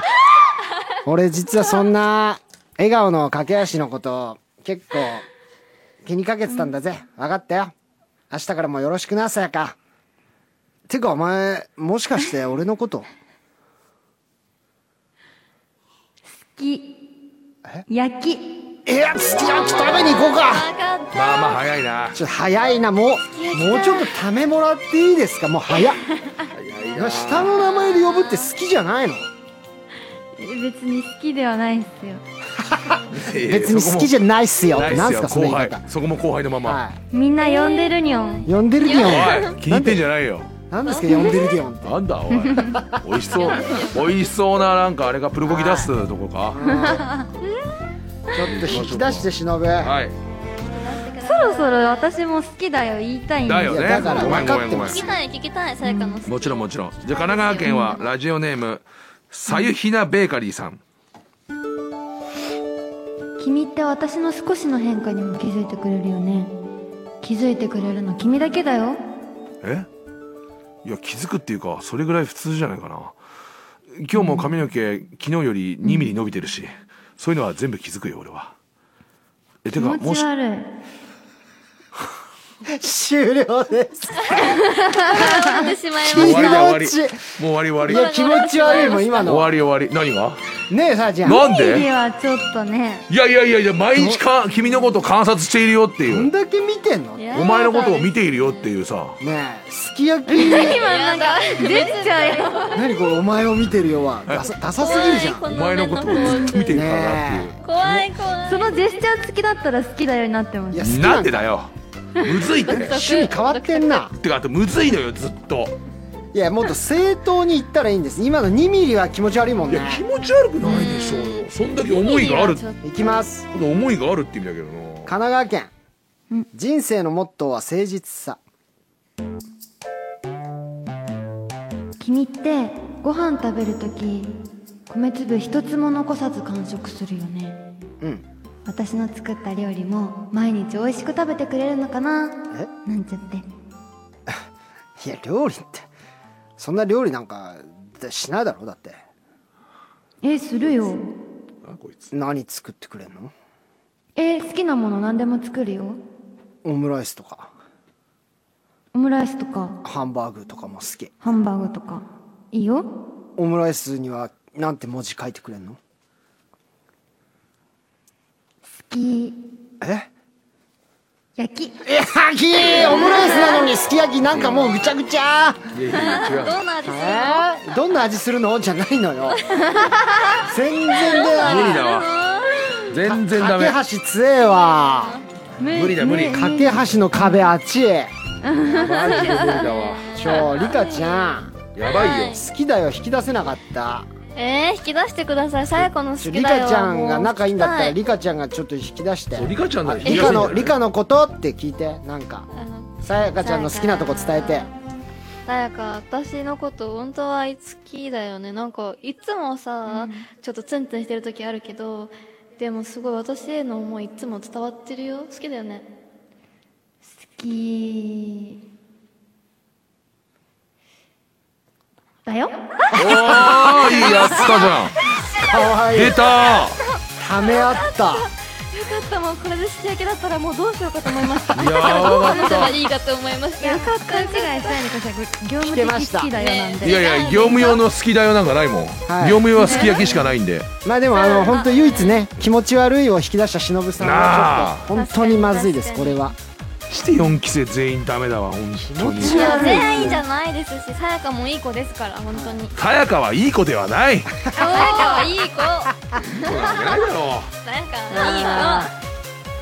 俺実はそんな笑顔の架け橋のこと結構気にかけてたんだぜ分かったよ明日からもよろしくなさやかてかお前もしかして俺のこときえ 焼きいや付き合って食べに行こうか分かったまあまあ早いなちょっと早いなもうもうちょっとためもらっていいですかもう早っ 下の名前で呼ぶって好きじゃないの別に好きではないっすよ別に好きじゃないっすよっなていっなんすすよかその後言い輩方そこも後輩のまま、はみんな呼んでるにょんい呼んでるディおいオン気に入ってんじゃないよ何ですか呼んでるディオ ンってなんだおい美味しそう美味しそうななんかあれがプルコギ出すとこかちょっと引き出して忍ぶいはいそろそろ私も好きだよ言いたいんだでよいやだねからごめんごめ分かっんてごめまん聞きたい聞きたいさやかの好きもちろんもちろんじゃあ神奈川県はラジオネームさゆひなベーカリーさん君って私の少しの変化にも気づいてくれるよね気づいてくれるの君だけだよえいや気づくっていうかそれぐらい普通じゃないかな今日も髪の毛昨日より2ミリ伸びてるしそういうのは全部気づくよ俺はえて気か持もちし悪い終了です。終わってしまい気ま持しち終たわりだ終わりもう終わりい終わや、気持ち悪いもん、今りの。終わり終わり何がねえ、さあちゃん。なん日ではちょっとねいやいやいやいや毎日か君のこと観察しているよってどいんうだけ見てんのねお前のことを見ているよっていうさえ、すき焼き、今なんか出ちゃうよ何これ、お前を見てるよは、ダサダサすぎるじゃん。お怖い前のことをずっと見ているからなっていうね怖い怖いそのジェスチャー付きだったら好きだよになってまえ。いすや、好きななんんでだ。だよむずいってっ趣味変わってんな。てかあとむずいのよずっといや、もっと正当に言ったらいいんです。今の2ミリは気持ち悪いもんいねや。気持ち悪くないでしょうよそんだけ思いがあるいきます。思いがあるって意味だけどな神奈川県。人生のモットーは誠実さ。君ってご飯食べるとき米粒一つも残さず完食するよねうん。私の作った料理も毎日美味しく食べてくれるのかなえなんちゃっていや、料理って、そんな料理なんか、しないだろ、だって。えするよあこいつ何作ってくれんのえ好きなもの何でも作るよオムライスとか、オムライスとかハンバーグとかも好き。ハンバーグとかいいよオムライスには、なんて文字書いてくれんの好きえ焼きいやきオムライスなのにすき焼きなんかもうぐちゃぐちゃいやいやいや違うどうなるするえー、どんな味するのじゃないの よ全然出無理なだわ全然ダいメ架け橋強えわ無無理だ無理無架け橋の壁あっちへマジで無理だ わちょリカちゃんやばいよ好きだよ引き出せなかったえー、引き出してくださいさやこのち好ょきリだよカちゃんが仲いいんだったらリリカちゃんがちょっと引き出してそうリカちゃんだあよリカのリカのことって聞いてなんかさやかちゃんの好きなとこ伝えてさやか私のこと本当はいつきだよねなんかいつもさ、ちょっとツンツンしてる時あるけどでもすごい私への思いいつも伝わってるよ好きだよね好きだよああいいやつかじゃんかわいい出たためあったよかったもうこれで仕上げだったらもうどうしようかと思いましたやばか話っせたばいいかと思いましたよかった勘違いしたいのかしら業務聞け的ました好きだよなんでいやいや業務用の好きだよなんかないもん、い業務用はすき焼きしかないんで、まあでもあの本当唯一ね気持ち悪いを引き出した忍さんなあはちょっと本当にまずいですこれはして4期生全員ダメだわ本当に気持ちいや悪全員じいゃないですしさやかもいい子ですから本当にさやかはいい子ではないいいさやかはいい子さや子なわけないだろかはいい子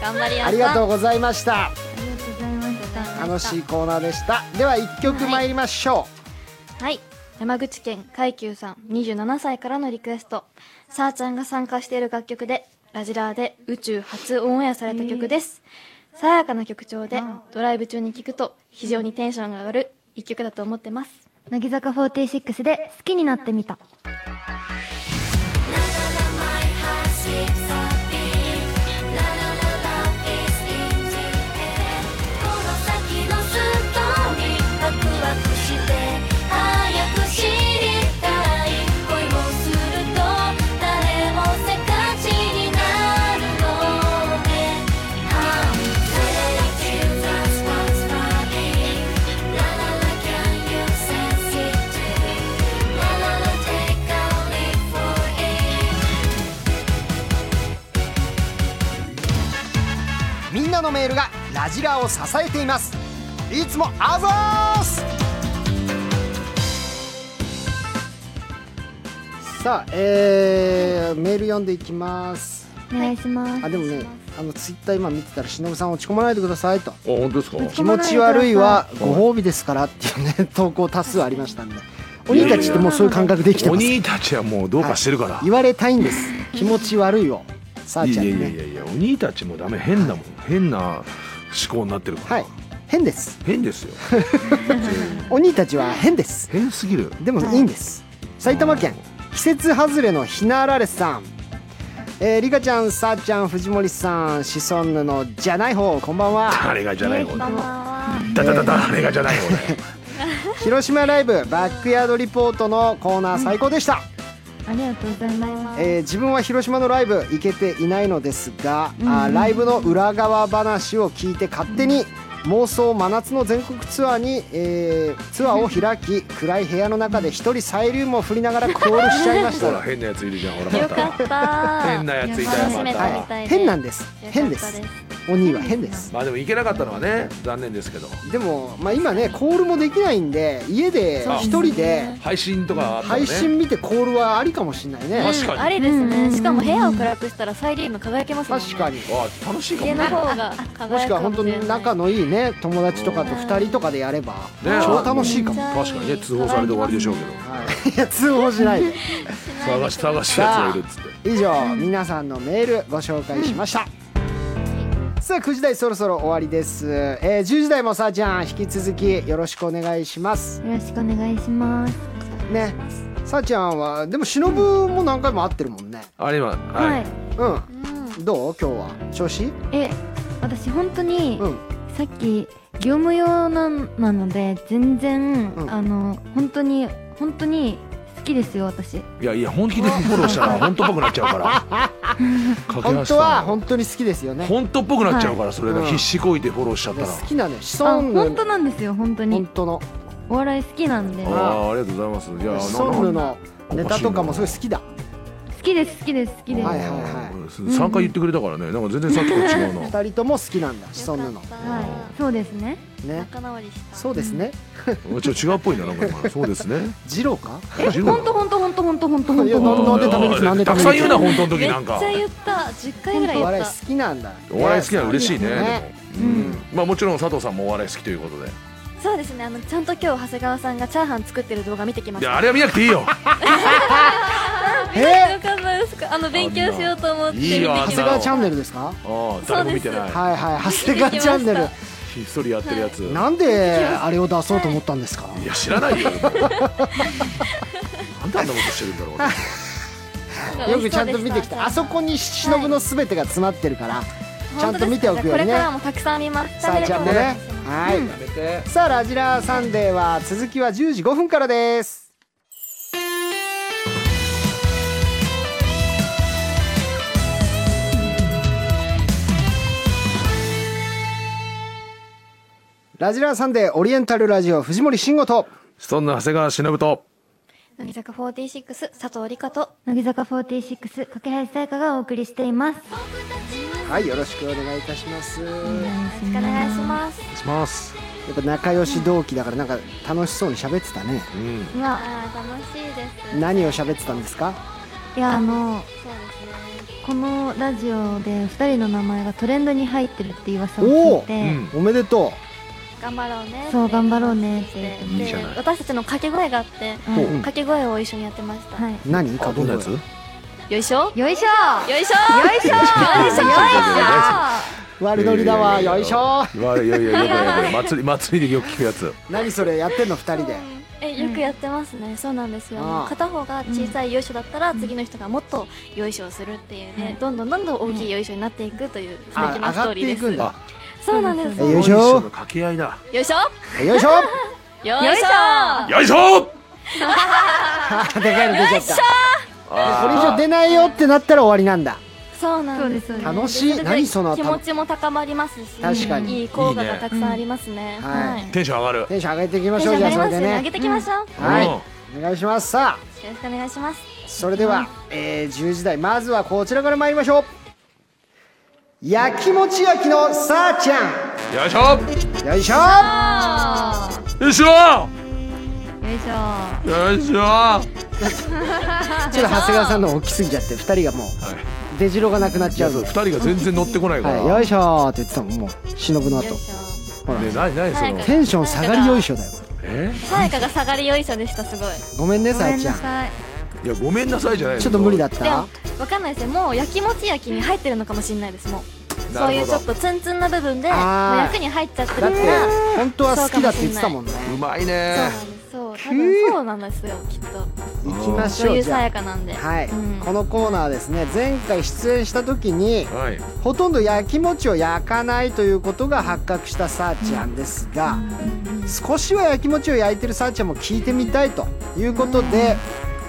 頑張りやありがとううございましたありがとうございました楽しいコーナーでしたでは1曲参りましょはい山口県海急さん27歳からのリクエストさあちゃんが参加している楽曲でラジラーで宇宙初オンエアされた曲です、さやかな曲調でドライブ中に聴くと非常にテンションが上がる一曲だと思ってます乃木坂46で好きになってみたうみんなのメールがラジラを支えていますいつもあざーすさあ、えー、メール読んでいきますお願いします、あでもねあのツイッター今見てたら忍さん落ち込まないでくださいとうあ本当ですか気持ち悪いはご褒美ですからっていう ね投稿多数ありましたんでお兄たちってもうそういう感覚できておます兄たちはもうどうかしてるから、言われたいんです気持ち悪いをさあい、ちゃやんいにやいねやいやお兄たちもダメ変なもん変な思考になってるから、はい変です変ですよお兄たちは変です変す ぎるでもいいんです埼玉県季節外れのひなあられさんえー、リカちゃん、さあちゃん、藤森さん、シソンヌのじゃない方、こんばん は。誰がじゃない方だだだだ誰がじゃない 方だ広島ライブ、バックヤードリポートのコーナー最高でしあた。りがとうございますえー自分は広島のライブ行けていないのですが、あーライブの裏側話を聞いて勝手に妄想真夏の全国ツアーに、えーツアーを開き暗い部屋の中で一人サイリウムを振りながらコールしちゃいまし ほたら変なやついるじゃんほらよまかったた変なやついたよやっぱまたりみたいで変なんですよかった変ですお兄は変ですまあでも行けなかったのはね残念ですけどでも、まあ、今ねコールもできないんで家でそうです一ね人で配信とかあったらね配信見てコールはありかもしれないね確かにうんありですうんうんうねんしかも部屋を暗くしたらサイリウム輝けますもんね確かにわあ楽しいかも家のね方がもしくは輝くか本も当しれないに仲のいいね友達とかと2人とかでやればね超楽しいかも、うん確かにね通報されて終わりでしょうけどはい、いや通報しないで探し探しやつがいるっつって以上皆さんのメールご紹介しました、さあ9時台そろそろ終わりです、えー、10時台もさあちゃん引き続きよろしくお願いしますよろしくお願いしますねさあちゃんはでも忍も何回も会ってるもんねあれ今は、はいいうんどう今日は調子え私本当に、うんさっき業務用なんなので全然、うんあの本当に本当に好きですよ私いやいや本気でフォローしたら本当っぽくなっちゃうから 本当は本本当に好きですよね本当っぽくなっちゃうからそれうんが必死こいてフォローしちゃったでら好きなのよシあソンヌ本当なんですよ本当本に当のお笑い好きなんであ好あありがとうございますいやシソンヌのネタとかもすごうい好きだきです好きです好きです、ははいいははいいはいはい三回言ってくれたからねなんか全然さっきと違うの2人とも好き なんだシソンヌのよかったはいそうですねね仲直りしたそうですねうんちょっと違うっぽいななんか今そうですねジローかえ本当本当本当本当本当いやなんなんでダメですなんでダたメですくさん言うな本当のめ時っちなゃんか言った10回ぐらいお言笑いっ好きなんだお笑い好きなの嬉しいねねでもうんまあもちろん佐藤さんもお笑い好きということでたそうですねあのちゃんと今日長谷川さんがチャーハン作ってる動画見てきまいしやたあれは見なくていいよえよかったですかあの勉強しようと思って見いていきよ長ま谷した川チャンネルですかああ誰も見てないはいはい長谷川チャンネ見てきまルひっそりやってるやついなんであれを出そうと思ったんですかや知らないよなんであんなことしてるんだろうねよくちゃんと見てきたあそこに忍のすべてが詰まってるからちゃんと見ておくようにこれかねらもたくさん見ますさあちゃんもねはやめていさあラジラーサンデーは続きは10時5分からですラジラーサンデーオリエンタルラジオ藤森慎吾とそんな長谷川忍と乃木坂46佐藤理香と乃木坂46掛橋彩香がお送りしていますはいよろしくお願いいたしますやよろしくお願いしますしますっぱ仲良し同期だからなんか楽しそうに喋ってたねうんうわああ楽しいです何を喋ってたんですかいやあのそうですねこのラジオで2人の名前がトレンドに入ってるっていう噂を聞いて、おーうんおめでと頑張ろうねそう頑張ろうねって言っていいじゃないで私たちの掛け声があってはいうん掛け声を一緒にやってました、はい何掛あけどんな声やつよいしよょいしょよいしょよいしょよいしょ悪ノリだわよいしょいやいやいやいやいやいや祭り祭りでよく聞くやつ何それやってんの二人でえよくやってますね、そうなんですよああ片方が小さいよいしょだったら、次の人がもっとよいしょをするっていうね、どんどんどんどん大きいよいしょになっていくという素あ敵上なストがーっリーてでいすくんだそうなんですよよいしょの掛け合いだよいしょよいしょよいしょよいしょあーでかいの出ちゃったこれ以上あ出ないよってなったら終わりなんだそうなんですそうです楽しいで何その気持ちも高まりますし確かにいい効果がたくさんありますねんははいーテンション上がるテンション上げていきましテンシょョうン上じゃがあそりまれですよね上ねげてきましょうよはいうんお願いしますさあろしくお願いしますそれでは、えー、10時台まずはこちらから参りましょうやきもち焼きのさあちゃよいしょんよいしょよいしょよいしょよいしょちょっと長谷川さんの大きすぎちゃって2人がもう出城がなくなっいちゃやうそんうで二人が全然乗ってこないかはい、よらいしょーって言ってたもんもう忍のよ後いしょほらねないないそ早のくテンション下がりよいしょだよえさやかが下がりよいしょでしたすごいごめんねごさあめんちゃなんさいいやごめんなさいじゃないのちょっと無理だっでもたわかんないですよもうやきもち焼きに入ってるのかもしれないですもうなそういるうほちょどっとツンツンな部分であーもう役に入っちゃってるかだっらてそう本当は好きだって言ってたもんねうまいなねんですそう多分そうなんですよきっと行きまし女ょう優じさゃやかなんであははい、うんこのコーナーはですね前回出演した時にはいほとんど焼きもちを焼かないということが発覚したさあちゃんですが、少しは焼きもちを焼いてるさあちゃんも聞いてみたいということで、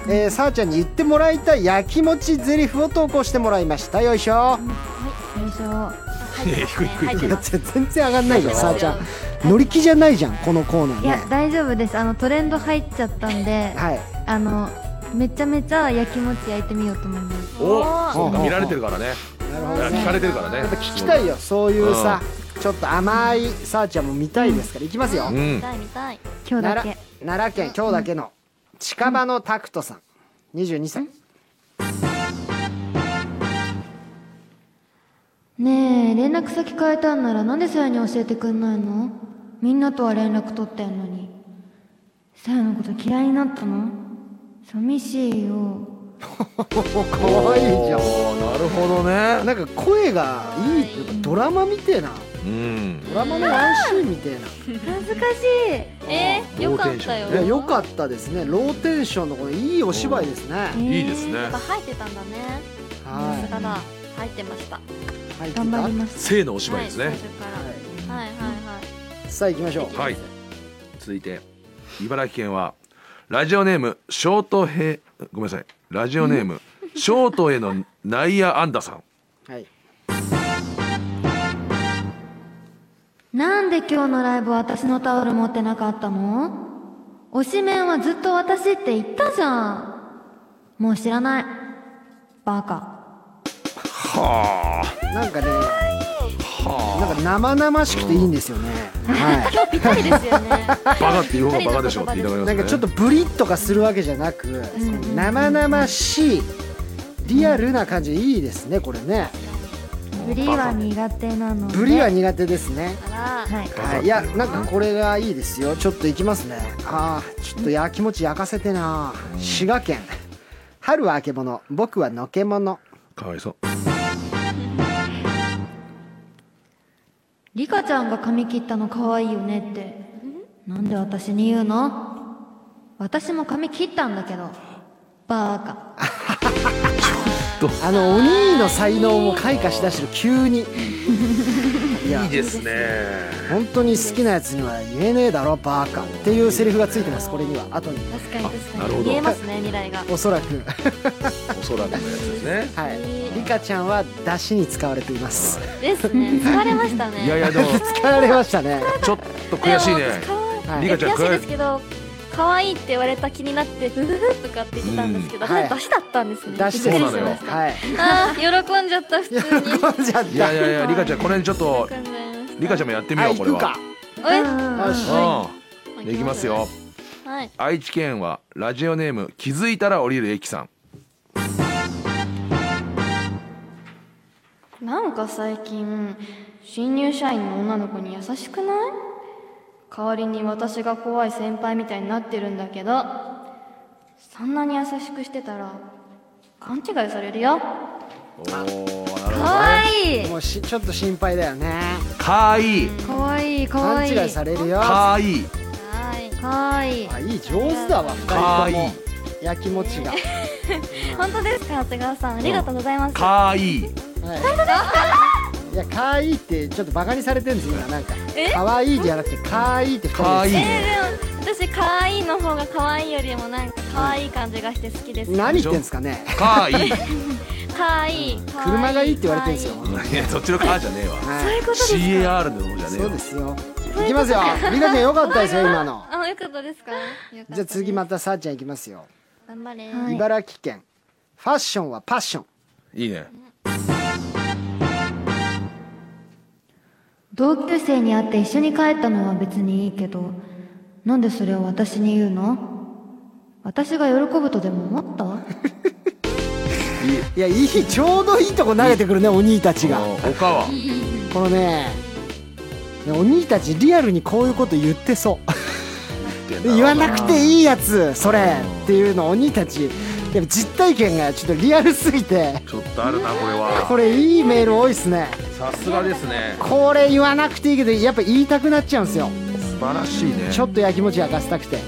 えーさあちゃんに言ってもらいたい焼きもちゼリフを投稿してもらいましたよいしょ、よいしょ入ってますいやね。入ってだまっす。て全然上がんないじゃん入さっあてますちゃん乗り気じゃないじゃんこのコーナーいやね大丈夫ですあのトレンド入っちゃったんで、はいあのめちゃめちゃ焼きもち焼いてみようと思いますおそうか見られてるからねなるほど聞かねれてるからねやっぱ聞きたいよそういうさちょっと甘いさあちゃんも見たいですからいきますようん見たい見たい。今日だ奈け良奈良県今日だけの近場のタクトさん22歳 ねえ連絡先変えたんならなんでさやに教えてくんないのみんなとは連絡取ってんのにさやのこと嫌いになったの寂しいよかわいいじゃんおーなるほどねなんか声がいいっていうかドラマみてえなうんドラマのワンシーンみてえな恥ずかしいえー、よかったよ。いや良かったですねローテンションのこのいいお芝居ですねいいですやっねぱ入ってたんだね。さすはがだ。入ってました。いはい頑張ります性のお芝居ですはいね最初から。はいはいはい。さあ行きましょうはい続いて茨城県はラジオネームショートヘごめんなさいラジオネームショートへの内野安打さんはいなんで今日のライブ私のタオル持ってなかったの推しメンはずっと私って言ったじゃん。もう知らない。バカ。はあなんかねなんか生々しくていいんですよねは今日ぴったりです よね。バカって言う方がバカでしょって言いたくいなりますなんねかちょっとブリッとかするわけじゃなくその生々しいリアルな感じでいいですねこれねブリは苦手なので。ブリは苦手ですねあら、はい。はい、いやなんかこれがいいですよちょっといきますねあーちょっとやきもち焼かせてな滋賀県春はあけぼの僕はのけものかわいそうリカちゃんが髪切ったの可愛いよねって。なんで私に言うの私も髪切ったんだけど。バカ。あのお兄の才能を開花しだしてる急 にいやいいですね本当に好きなやつには言えねえだろバーカっていうセリフがついてますこれには後に確かに確あなかるほに。ど見えますね、未来が。おそらくおそらくのやつですねはいリカちゃんは出汁に使われていますで すね。疲れましたね。いやいやでも使われましたねちょっと悔しいねでも可は愛いリいカやちゃん悔しいですけど可愛いって言われた気になってふふふとかって言ってたんですけど、うんあれはい出汁だったんですね出汁そでうすなのよはい あー喜んじゃった普通喜 にんじゃっいやたいやいやリカちゃんこれちょっと喜んじゃいましたリカちゃんもやってみはよういこ行れくはかおえようしんうんいきますよはい愛知県はラジオネーム気づいたら降りる駅さんなんか最近新入社員の女の子に優しくない代わりに私が怖い先輩みたいになってるんだけどそんなに優しくしてたら勘違いされるよおーなるほど可愛いもうしちょっと心配だよねかわいい可愛い可勘愛い違いされるよかわいいはい可愛いあいい上手だわか2わい人いとも焼きもちが、本当ですか長谷川さんありがとうございますかわいいはい、いやかわいいってちょっとバカにされてるんです今なんかかわいいじゃなくてかわいいって2人かわいいえー、でも私可愛いの方が可愛いよりもなんか可愛い感じがして好きです何言ってんすかねかわいいい可愛い可愛い車がいいって言われてるんですよ、やそっちのかーじゃねえわはそういいうことですか CAR の方じゃねえそわうですよいきますよリカちゃんよかったですよ今のあよかったですかよかったじゃあ次またさあちゃんいきますよ、頑張れ、はい茨城県ファッションはパッションいいね同級生に会って一緒に帰ったのは別にいいけど、なんでそれを私に言うの私が喜ぶとでも思ったいやいいちょうどいいとこ投げてくるねお兄たちがおおかわこのねねお兄たちリアルにこういうこと言ってそう言わなくていいやつそれっていうのを鬼たちでも実体験がちょっとリアルすぎてちょっとあるなこれはこれいいメール多いっすねさすがですねこれ言わなくていいけどやっぱ言いたくなっちゃうんですよ素晴らしいねちょっとやきもち焼かせたくてうん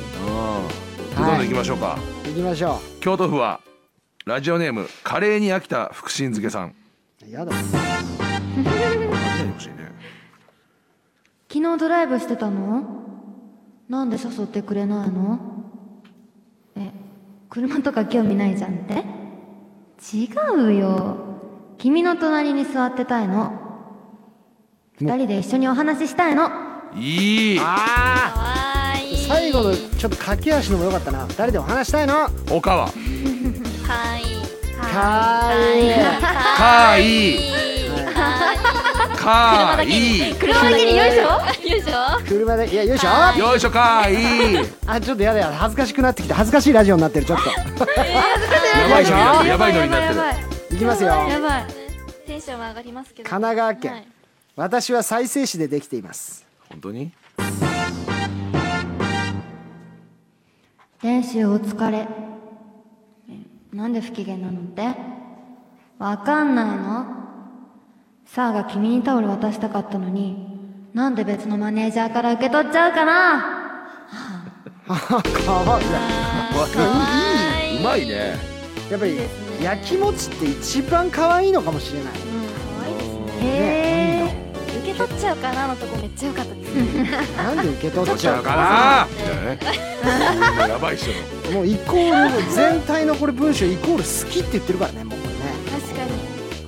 どんどん行きましょうかいきましょ京都府はラジオネームカレーに飽きた福神漬けさんうやだ欲しいね昨日ドライブしてたのなんで誘ってくれないのえ車とか興味ないじゃんって違うよ君の隣に座ってたいの二人で一緒にお話ししたいのいいあかわいい最後のちょっと駆け足のも良かったな誰でお話したいの岡はかわいいかーいかーいかーい車だけによいしょよいしょ車でいやよいしょはよいしょかーいあちょっとやだやだ恥ずかしくなってきて恥ずかしいラジオになってるちょっとやばいじゃんやばいのになってるいきますよやばいテンションは上がりますけど神奈川県、はい私は再生紙でできています 本当に練習お疲れえなんで不機嫌なのってわかんないのサーが君にタオル渡したかったのになんで別のマネージャーから受け取っちゃうかなかわいいわかいいうまいねやっぱり焼きもちって一番可愛いのかもしれないへえ受け取っちゃうかなのとこめっちゃ良かったですなんで受け取っちちゃゃううかかななみんなやばい人もうイコール全体のこれ文章イコール好きって言ってるからねもうこれね確かに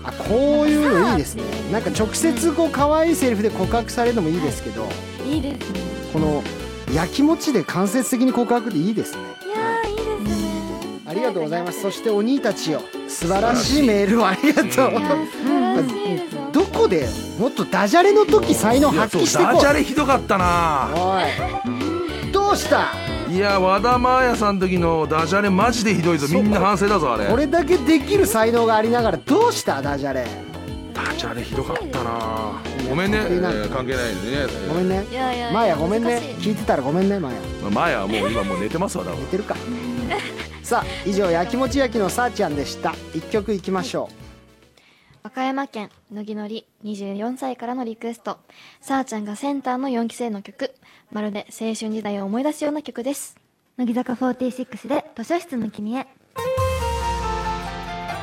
あこういうのいいですねなんか直接こう可愛いセリフで告白されるのもいいですけど、いいですねこの焼きもちで間接的に告白でいいですねいやーいいですねありがとうございますそしてお兄たちよ素晴らしいメールをありがとういやー素晴らしいですよどこでもっとダジャレの時才能いや発そう揮してこダジャうレひどかったなおいどうしたいや和田真彩さんの時のダジャレマジでひどいぞみんな反省だぞあれこれだけできる才能がありながらどうしたダジャレダジャレひどかったなごめんね、えー関係ないでごめねんねいやいやいやマヤごめんね難し聞いいてたらごめんねマヤまあ真彩はもう今もう寝てますわ多分寝てるかさあ以上やきもちやきのさあちゃんでした一曲いきましょ和歌山県乃木のり24歳からのリクエストさあちゃんがセンターの4期生の曲まるで青春時代を思い出すような曲です乃木坂46で図書室の君へ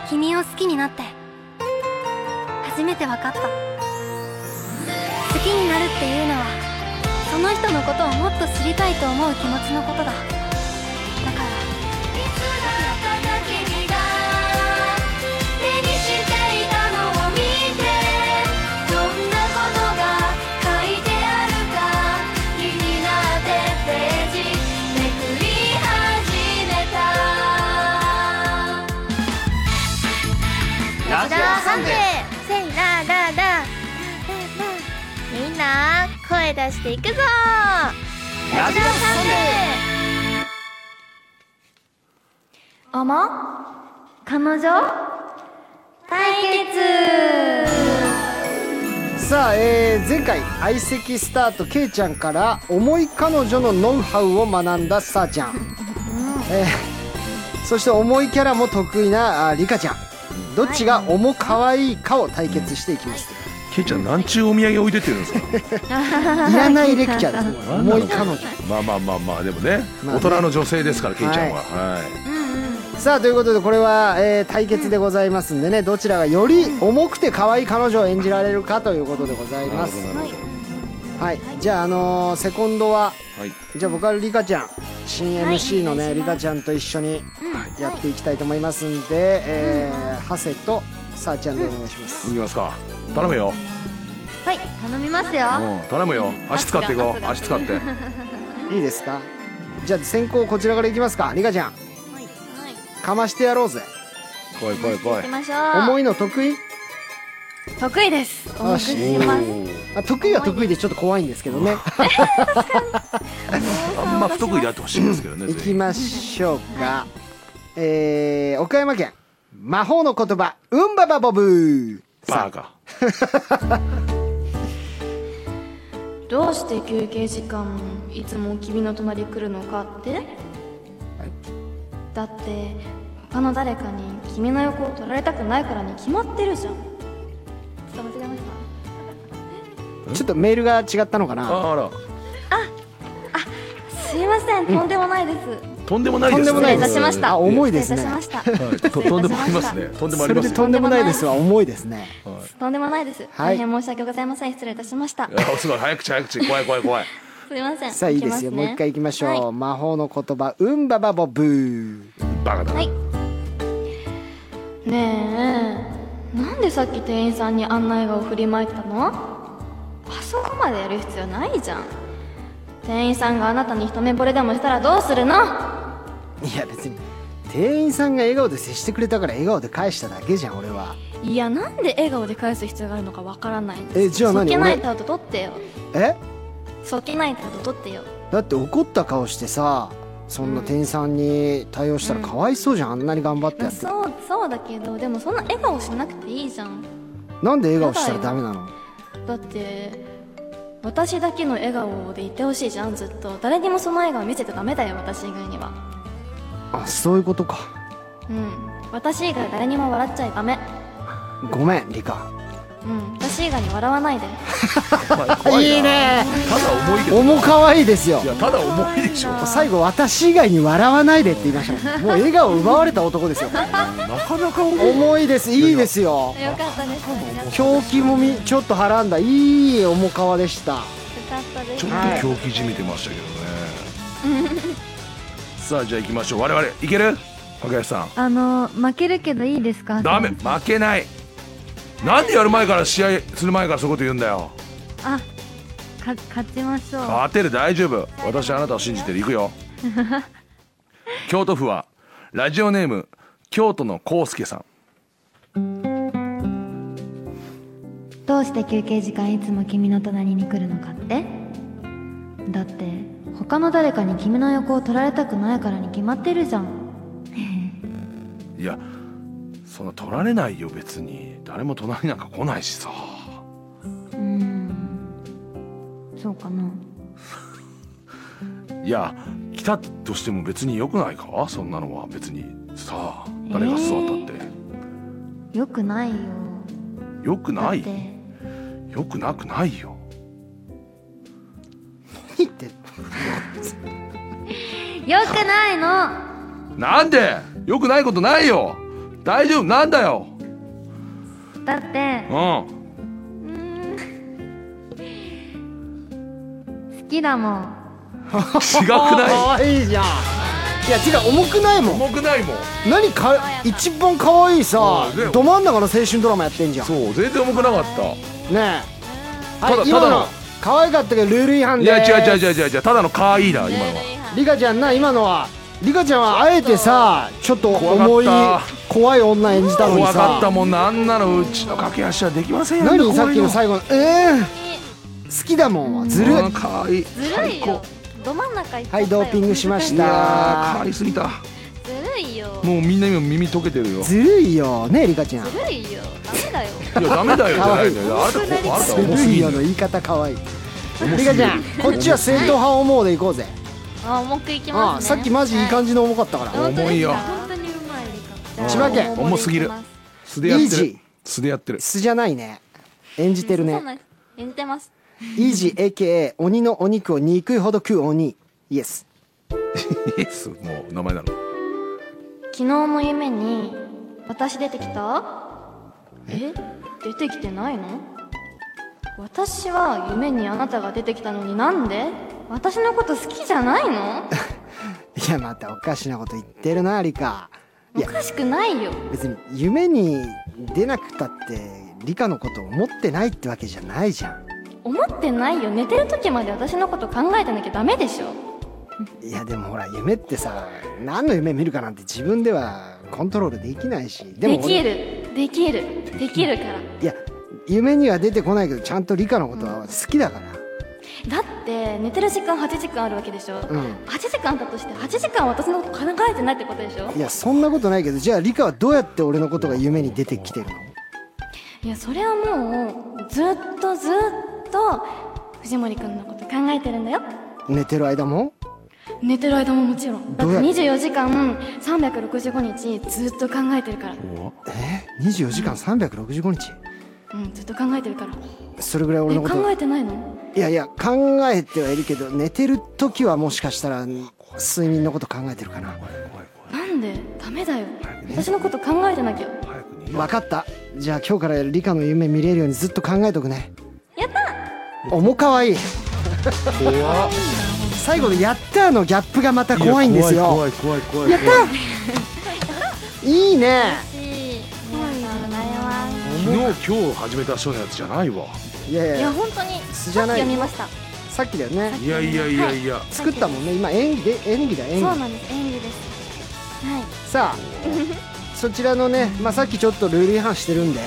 君を好きになって初めて分かった好きになるっていうのはその人のことをもっと知りたいと思う気持ちのことだだから君が手にしていたのを見てどんなことが書いてあるか気になってページめくり始めたラジオサンデーせいならららみんな声出していくぞラジオサンデーあま彼女対決うさあ、えー前回相席スタートけいちゃんから重い彼女のノウハウを学んださあちゃん、えーそして重いキャラも得意なありかちゃんどっちが重可愛いかを対決していきます、ケイちゃんなんちゅうお土産置いてってるんですかいらないレクチャーですね重い彼女まあまあまあまあでもね,、まあね大人の女性ですからケイちゃんははい、さあということでこれは、えー対決でございますんでね、どちらがより重くて可愛い彼女を演じられるかということでございますはいじゃああのーセコンドははいじゃあ僕はリカちゃん新 MC のね、リカちゃんと一緒にやっていきたいと思いますんで、えーハセとさあちゃんでお願いします、いきますか頼むよ、はい頼みますようん、頼むよ足使っていこう足使っていいですかじゃあ先行こちらからいきますかリカちゃんかましてやろうぜ来い来い来い行きましょう重いの得意得意です重よくししますあ得意は得意でちょっと怖いんですけどねあんま不得意であってほしいんですけどね行全き員ましょうか、えー、岡山県魔法の言葉うんばばボブバーカどうして休憩時間いつも君の隣来るのかって、だって他の誰かに君の横を取られたくないからに決まってるじゃん伝わってましたちょっとメールが違ったのかなああらすいません、とんでもないです。とんでもないですとんでもないです失礼いたしまあ重いです失礼いねたしました。はいととんでもあります ねとんでもあそりれますでねとんでもないですは重いですねとんでもないです。はい大変申し訳ございません。失礼いたしました。あすごい早口早口怖い怖い怖いすいません。さあいいですよきもまう一回行きましょう、はい魔法の言葉うんばばボブバカだ、はいねえなんでさっき店員さんにあんな笑顔振りまいてたのまでやる必要ないじゃん店員さんがあなたに一目惚れでもしたらどうするのいや別に店員さんが笑顔で接してくれたから笑顔で返しただけじゃん俺はいやなんで笑顔で返す必要があるのかわからないんですえじゃあ何そっけない俺タオル取ってよえそっけないタオル取ってよだって怒った顔してさそんな店員さんに対応したらかわいそうじゃん、あんなに頑張ってやって、そうそうだけどでもそんな笑顔しなくていいじゃんなんで笑顔したらダメなのだって私だけの笑顔でいてほしいじゃんずっと誰にもその笑顔見せてダメだよ私以外にはあそういうことかうん私以外誰にも笑っちゃダメごめんリカうん私以外に笑わないでいいねただ重いけど重かわいいですよいやただ重いでしょ最後私以外に笑わないでって言いましたもんもう笑顔を奪われた男ですよなかなか重い重いですいいですよよかったです狂気もみちょっとはらんだいい重かわでしたちょっと狂気じみてましたけどね、 さあじゃあ行きましょう我々いける若林さんあの負けるけどいいですかダメ負けないなんでやる前から試合する前からそういうこと言うんだよあか勝ちましょう当てる大丈夫私あなたを信じてる 行くよ京都府はラジオネーム京都の康介さんどうして休憩時間いつも君の隣に来るのかってだって他の誰かに君の横を取られたくないからに決まってるじゃんいやそんな取られないよ別に誰も隣なんか来ないしさうーんそうかないや来たとしても別に良くないかそんなのは別にさあ誰が座ったって、よくないよ良くだっないて良くなくないよいいってよくないのなんで良くないことないよ大丈夫なんだよだってうん好きだもん違 くかなわいいじゃんいや違う重くないいもん重くないもん何か一番可愛いさうんねど真ん中の青春ドラマやってんじゃんねそう全然重くなかったえただはい今ただのの可愛かったけどルール違反いでやす違う違う違う違う違うただの可愛いだ今のはリカちゃんな今のはリカちゃんはあえてさちょっと重い怖かっ怖い女演じたのに怖かったさもんなあんなのうちの駆け足はできませんよ何さっきの最最後の「えー、好きだもんは」ずるい可愛いずるいよど真ん中行っちゃったはよいドーピングしましいやー可た愛すぎたずるいよもうみんな今耳溶けてるよずるいよねリカちゃんずるいよダメだよいやダメだよじゃないんだよあれだあれずだ重るすいぎよるの言い方可愛いリカちゃんこっちは正統派思うでいこうぜあ重くいきあまあすねさっきマジいい感じの重かったから重いよ本当にうまいか千葉県重すぎる素でやっイーてジるー素でやってる素じゃないね演じてるそうねなんです演じてますイージー AKA 鬼のお肉を憎いほど食う鬼イエスイエスもう名前なの昨日の夢に私出てきたえ出てきてないの私は夢にあなたが出てきたのになんで私のこと好きじゃないのいやまたおかしなこと言ってるなリカいおやかしくないよ別に夢に出なくたってリカのこと思ってないってわけじゃないじゃん思ってないよ寝てる時まで私のこと考えてなきゃダメでしょいやでもほら夢ってさ何の夢見るかなんて自分ではコントロールできないしででもき俺るできるできるからいや夢には出てこないけどちゃんとリカのことは好きだから、だって寝てる時間8時間あるわけでしょ、ん8時間だとして8時間私のこと考えてないってことでしょいやそんなことないけどじゃあリカはどうやって俺のことが夢に出てきてるのいやそれはもうずっとずっと藤森くんのこと考えてるんだよ寝てる間も寝てる間ももちろんだどっうてや24時間365日ずっと考えてるからえ24時間365日うんずっと考えてるからそれぐらい俺えのこと考えてないのいやいや考えてはいるけど寝てる時はもしかしたら睡眠のこと考えてるかななんでダメだよ私のこと考えてなきゃ早く逃げ分かったじゃあ今日からリカの夢見れるようにずっと考えとくねやった重かわいい怖っ最後の「やったー」のギャップがまた怖いんですよ怖い怖い怖い怖いいいねありがとうございます昨日今日始めた人のやつじゃないわいやいやいや本当に素じさゃないっき読みましたさっきだよねいやいやいやいや、作ったもんね今演技で演技だ演そう技なんです演技ですはいさあそちらのね、まあ、さっきちょっとルール違反してるんで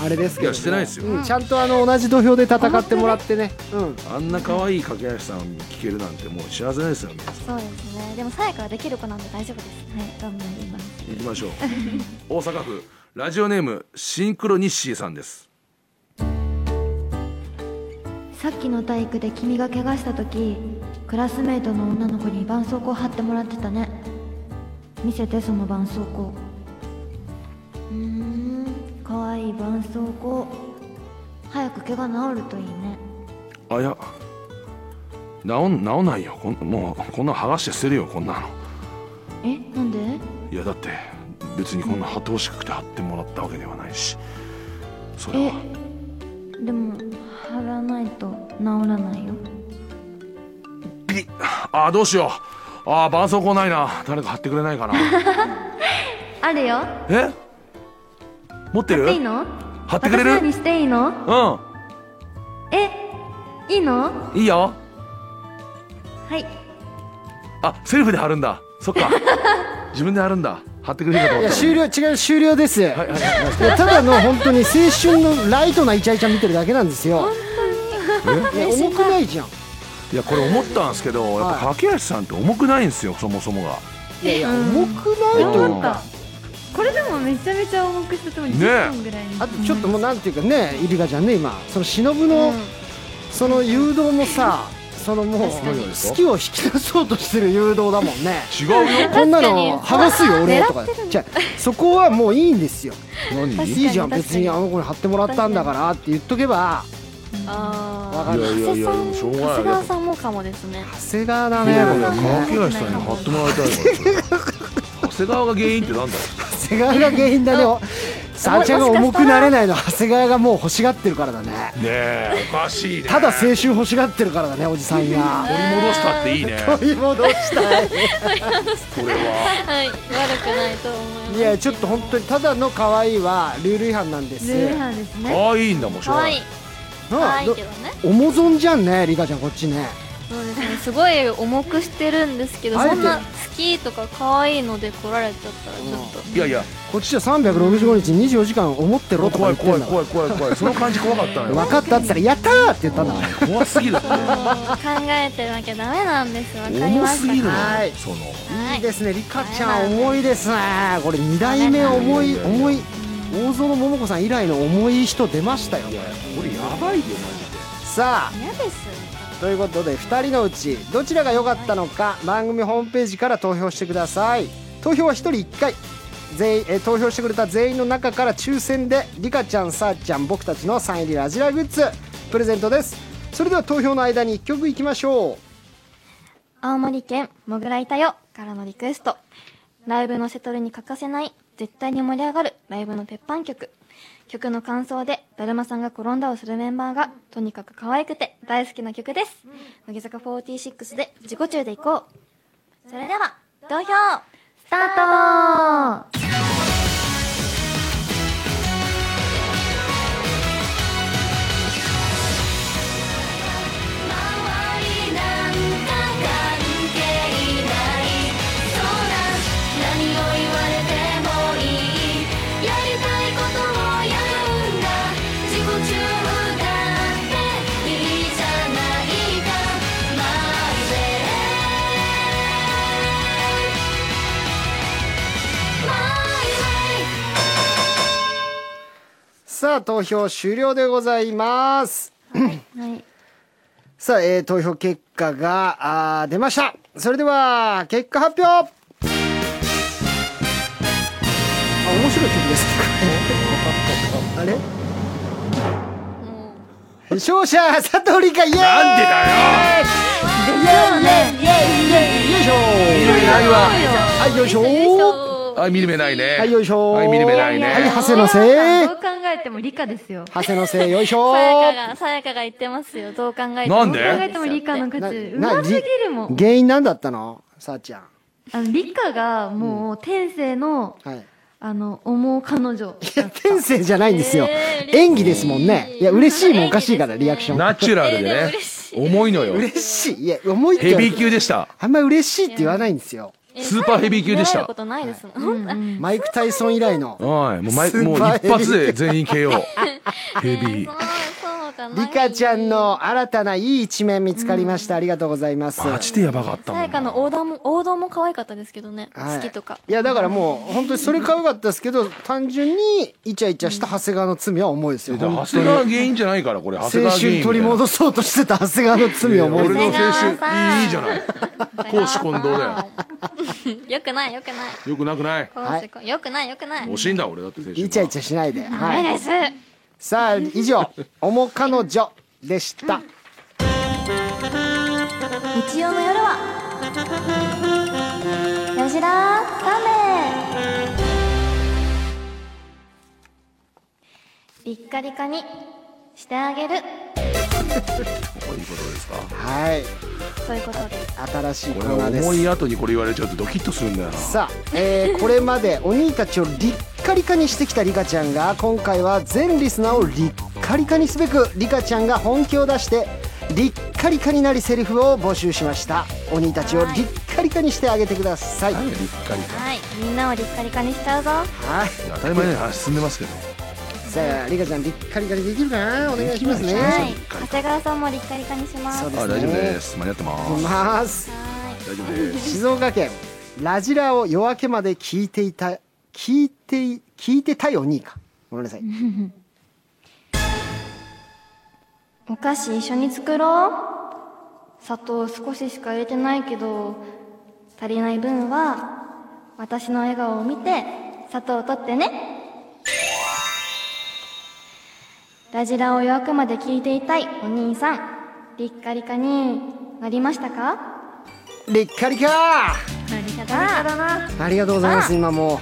あれですけどもいやしてないですようんちゃんとあの同じ土俵で戦ってもらってね、うん、あんな可愛い掛け橋さん聞けるなんてもう幸せですよ皆さんそうですねでもさやかはできる子なんで大丈夫ですはい頑張ります行きましょう大阪府ラジオネームシンクロニッシーさんですさっきの体育で君が怪我した時クラスメイトの女の子に絆創膏貼ってもらってたね見せてその絆創膏うーんかわいい絆創膏早く怪我治るといいねあいや治ん治んないよこんもうこんなの剥がして捨てるよこんなのえなんでいやだって別にこんな貼ってほしくて貼ってもらったわけではないしそれえはでも貼らないと治らないよぎあどうしようあ絆創膏ないな誰か貼ってくれないかなあるよえ持って貼っるていいの貼ってくれる私のにしていいのうえいいのんいいよはいあセルフで貼るんだそっか自分で貼るんだ貼ってくれるかとい思やった終了違う終了です、いはいはいはいやただの本当に青春のライトなイチャイチャ見てるだけなんですよいや重くないじゃんいやこれ思ったんですけどやっぱ駆け足さんって重くないんですよそもそもがいやいや重くないと思ったこれでもめちゃめちゃ重くしててもね10分ぐらいあとちょっともうなんていうかねイルカちゃんね今その忍の、その誘導もさそのもう好きを引き出そうとしてる誘導だもんね違う よこんなの剥がすよ俺とかじゃあそこはもういいんですよ何いいいじゃん別にあの子に貼ってもらったんだからって言っとけばあわやかいるやいやいやしょう長がない谷川よさんもかもですね長谷川だいねやいこやれね駆け足さんに貼ってもらいたいから長谷川が原因ってなんだよ長谷川が原因だねおさあちゃんが重くなれないのは長谷川がもう欲しがってるからだねねえおかしいねただ青春欲しがってるからだねおじさんが取り戻したっていいね取り戻したいこれははい悪くないと思いいやちょっと本当にただの可愛いはルール違反なんですルール違反ですね可愛いんだもんしょう可がな愛いい可なあ愛いけどね重損じゃんねリカちゃんこっちねそうですねすごい重くしてるんですけどあえてそんな好きとか可愛いので来られちゃったらちょっといやいやこっちじゃ365日24時間思ってろとか怖言っいてん怖だからい怖い怖い怖いその感じ怖かったのよ分かったっつったら「やったー!」って言ったんだから怖すぎるって考えてなきゃダメなんですわかり重ますしぎるのたよはいそのはいいいですねリカちゃん重いですねこれ2代目重い重い大園桃子さん以来の重い人出ましたよこいれやこれやばいよさあ嫌ですということで2人のうちどちらが良かったのか番組ホームページから投票してください投票は1人1回全員えー投票してくれた全員の中から抽選でリカちゃんさあちゃん僕たちのサイン入りラジラグッズプレゼントですそれでは投票の間に1曲いきましょう青森県もぐらいたよからのリクエストライブのセトルに欠かせない絶対に盛り上がるライブの鉄板曲曲の感想でだるまさんが転んだをするメンバーがとにかく可愛くて大好きな曲です乃木坂46で自己中でいこうそれでは投票スタート周りなんか関係ない空に何を言われてもいいやりたいことをやるんだ自己中だっていいじゃないかマイウェイマイウェイさあ投票終了でございますはいさあ、えー投票結果があー出ましたそれでは結果発表あ面白い曲ですあれ勝者佐藤理香イエーイなんでだよイエーイイエーイイエーイよいしょはいよいしょあ見る目ないねはいよいしょはい見る目ないはねい長谷のせいどう考えても理科ですよ長谷のせいよいしょさやかがさやかが言ってますよどう考えてもなんでどう考えても理科のな勝ちうなますぎるもん原因なんだったのさあちゃんあの理科がもう天性のはいあの思う彼女だった天性じゃないんですよ、えー嬉しい演技ですもんねいや嬉しいもおかしいから演技リですねアクションナチュラルでえーでもね嬉し重いのよ嬉しいいや重いってヘ言われビてー級でしたあんま嬉しいって言わないんですよスーパーヘビー級でしたえー最後に出会えることないですもん。うんうんマイク・タイソン以来のはいもう前スーパーもうヘビ一ー発で全員 KO ヘビーそうそうかな。リカちゃんの新たないい一面見つかりました、ありがとうございますマジでやばかったさもやんかの王道も王道も可愛かったですけどね。はい好きとか。いやだからもう本当にそれ可愛かったですけど単純にイチャイチャした長谷川の罪は重いですよ長本当谷に川原因じゃないからこれ長谷青川原因春取り戻そうとしてた長谷川の罪は重い俺ですのよ青春い長谷川さんいいいじゃない公私混同だよ よくないよくない。よくなくない公私混よくないよくない。惜しいんだ俺だって青春はイチャイチャしないで、はないい、です。さあ以上「おも彼女」でした日曜の夜は吉田亀リッカリカにしてあげるこういうことですかはいということで新しいコ俺ーナはーで重いす後にこれ言われちゃうとドキッとするんだよなさあ、え ーこれまでお兄たちをリッカリカにしてきたリカちゃんが今回は全リスナーをリッカリカにすべくリカちゃんが本気を出してリッカリカになりセリフを募集しましたお兄たちをリッカリカにしてあげてくださいはい何が立派にはいみんなをリッカリカにしちゃうぞ当たり前のように話進んでますけどさあリカちゃんリッカリカにできるかなお願いしますねはいリッカリカ長谷川さんもリッカリカにしますそうはですねあ大丈夫です間に合ってますますー大丈夫です静岡県ラジラを夜明けまで聞いていた聞いてい聞いてたいお兄かごめんなさいいお菓子一緒に作ろう砂糖少ししか入れてないけど足りない分は私の笑顔を見て砂糖を取ってねラジラを夜明けまで聞いていたいお兄さんリッカリカになりましたかリッカリカやだだなありがとうございます今も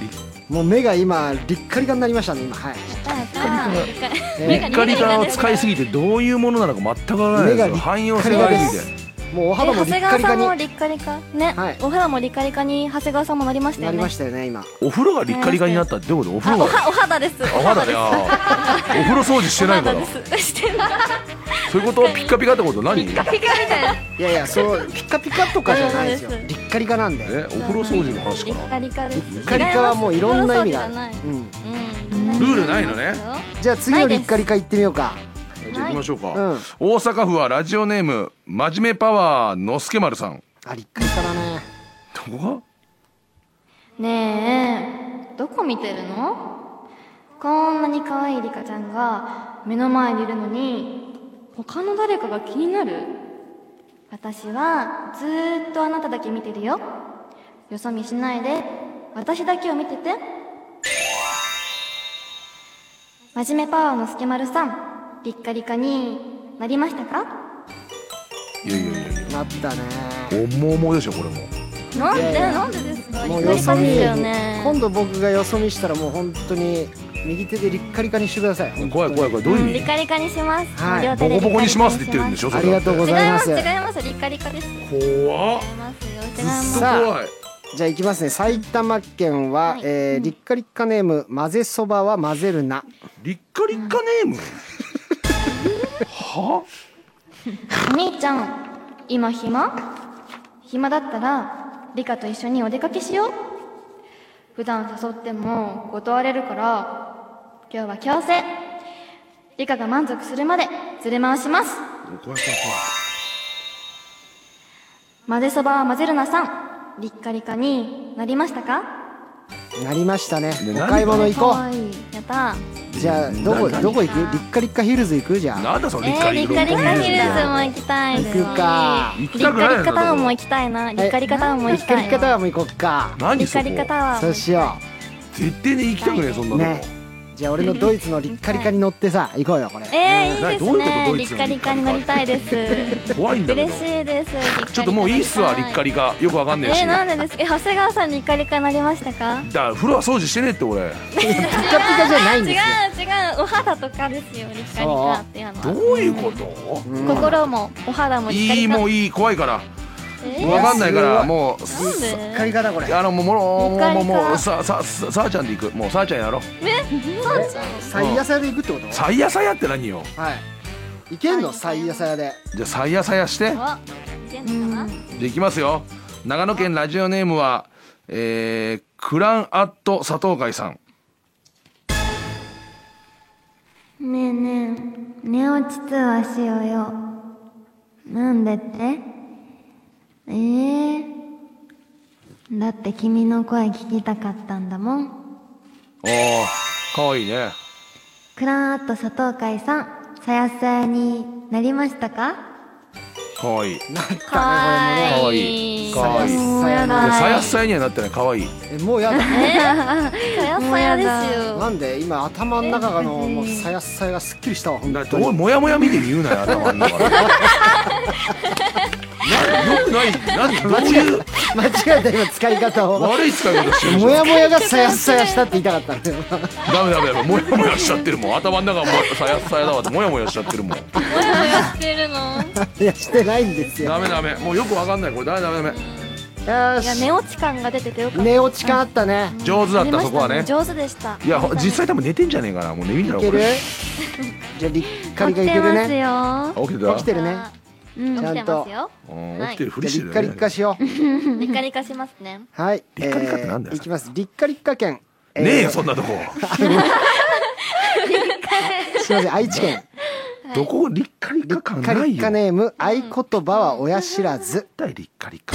リうもう目が今リッカリカになりましたね今はいリッカリカを使いすぎてどういうものなのか全くわからないです目がよリッカ汎用性がありすぎリてもうおえ肌も長リッ谷カ川リさんもカにリッカリカね、はいお肌もリッカリカに長谷川さんもなりましたなよりねましたよね今お風呂がリッカリカになったってどういうことお風あ呂おがはお肌ですおあまだだよお風呂掃除してないからお肌です してないそういうことピッカピカってこと何えピカみたいないやいやそうピカピカとかじゃないですよそうですリッカリカなんでお風呂掃除の話リかッなカリカですリッカリカはもういろんな意味があるうんうんルールないのねじゃあ次のリッカリカ行ってみようかじゃあ行きましょうか、うん大阪府はラジオネーム真面目パワーのすけ丸さんあリッカリカだねどこがねえどこ見てるのこんなに可愛いリカちゃんが目の前にいるのに他の誰かが気になる私はずーっとあなただけ見てるよよそ見しないで私だけを見てて真面目パワーのすけまるさんリッカリカになりましたかいやいやいやいやなったね重々でしょこれもなんでなんでですかリもッうカよリカそ見ですよね今度僕がよそ見したらもう本当に右手でリッカリカにしてください怖い怖い怖いどうういんう意リ味カリカにします、はい両ボ手でコリボカコリカにしますって言ってるんでしょそあれりがだっとうごてざいま違すいます違いますリカリカです違い怖っますよ違いますずっと怖いじゃあ行きますね埼玉県は、はいえー、リッカリッカネーム混ぜそばは混ぜるなリッカリッカネームはお兄ちゃん今暇暇だったらリカと一緒にお出かけしよう普段誘っても断れるから今日は強制リカが満足するまでずれ回します怖い怖い怖混ぜそばは混ぜるなさんリッカリカになりましたかなりましたねねお買い物行こかわいいやったうじゃあどこ何どこ行くリッカリッカヒルズ行くじゃいんなんだそのえリッカー、リリッッカカリカヒルズも行きたい行ですくか行きリたくッないカなリカタワーも行きたいなリッカリカタワーもリ行ッきカたリいッカタワーも行こっか何リそカこリカタワーもそうしよ絶対に行きたくねえそんなうのねじゃあ俺のドイツのリッカリカに乗ってさ行こうよこれえー、いいなですどういうことねドイリツッのカリリカカリにカなりた いです怖いんだけど嬉しいですちょっともういいっすわリリッッカカリリカよくわかんカねになえしだりたいえー、なんでですかえ長谷川さんリッカリカになりましたかから風呂は掃除してねえって俺ピカピカじゃないん違う違でうすよお肌とかですよリッカリカっていうのはどういうことうん心もお肌もリッカいリいカもういい怖いからえ分かんないからもうなんで借り方これあのもうもうもうもう二階もうかささささあちゃんで行くもうさあちゃんやろう最野菜で行くってことさやさやって何よはい行けんの最野菜でじゃあさやさやしてあ、いけんのかなでいきますよ長野県ラジオネームはえー、クランアット佐藤会さんねえねえ寝落ち通話しようよなんでってええだって君の声聞きたかったんだもんおーかわいいねクランアット佐藤会さんさやさやになりましたかかわいいかわかわいいかわいいいもうややさやさやにはなってないかわいいえもうやださやさやですよなんで今頭の中がのもうさやさやがすっきりしたわ本だ当っておいもやもや見て言うなよ頭の中 でなよくない何どういう間違えた今使い方を悪い使い方してるじゃんもやもやがさやさやしたって言いたかったんだよダメダメダメもやもやしちゃってるもん頭の中もうさやさやだわってもやもやしちゃってるももんやもやしてるのいやしてないんですよダメダメもうよくわかんないこれダメダメダメよー いやし寝落ち感が出ててよかった寝落ち感あったね上手だった寝ましそたねこはね上手でしたいやほ実際多分寝てんじゃねえかなもう寝るんだいろけこるれじゃありっかりがい起きてけるますねよ起きて起たきてるねうんちゃんと起きてますようん起きてるふりしじてゃあるりっよかりねっかしようリッカリカしますねはいりっかりっかってなんだよえーいきますりっかりっか県えーねえよそんなとこすいません愛知県どこりっかりりっか感かなりいっよか絶ネーム合言葉は親知らず対りっかりか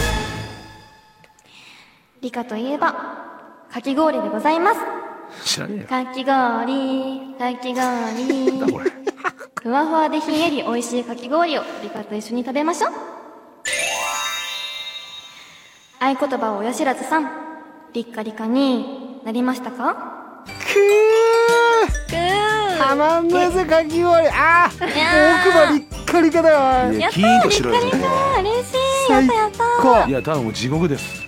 リカといえばかき氷でございます知らねえよかき氷かきなんだ氷これふわふわでひんやり美味しいかき氷をリカと一緒に食べましょう合言葉を親知らずさんリッカリカになりましたかくーたまんないぜかき氷あー奥歯りっかりかだよおいいやキーンとしろよそこは嬉しいやっ最たやった高いや多分もう地獄です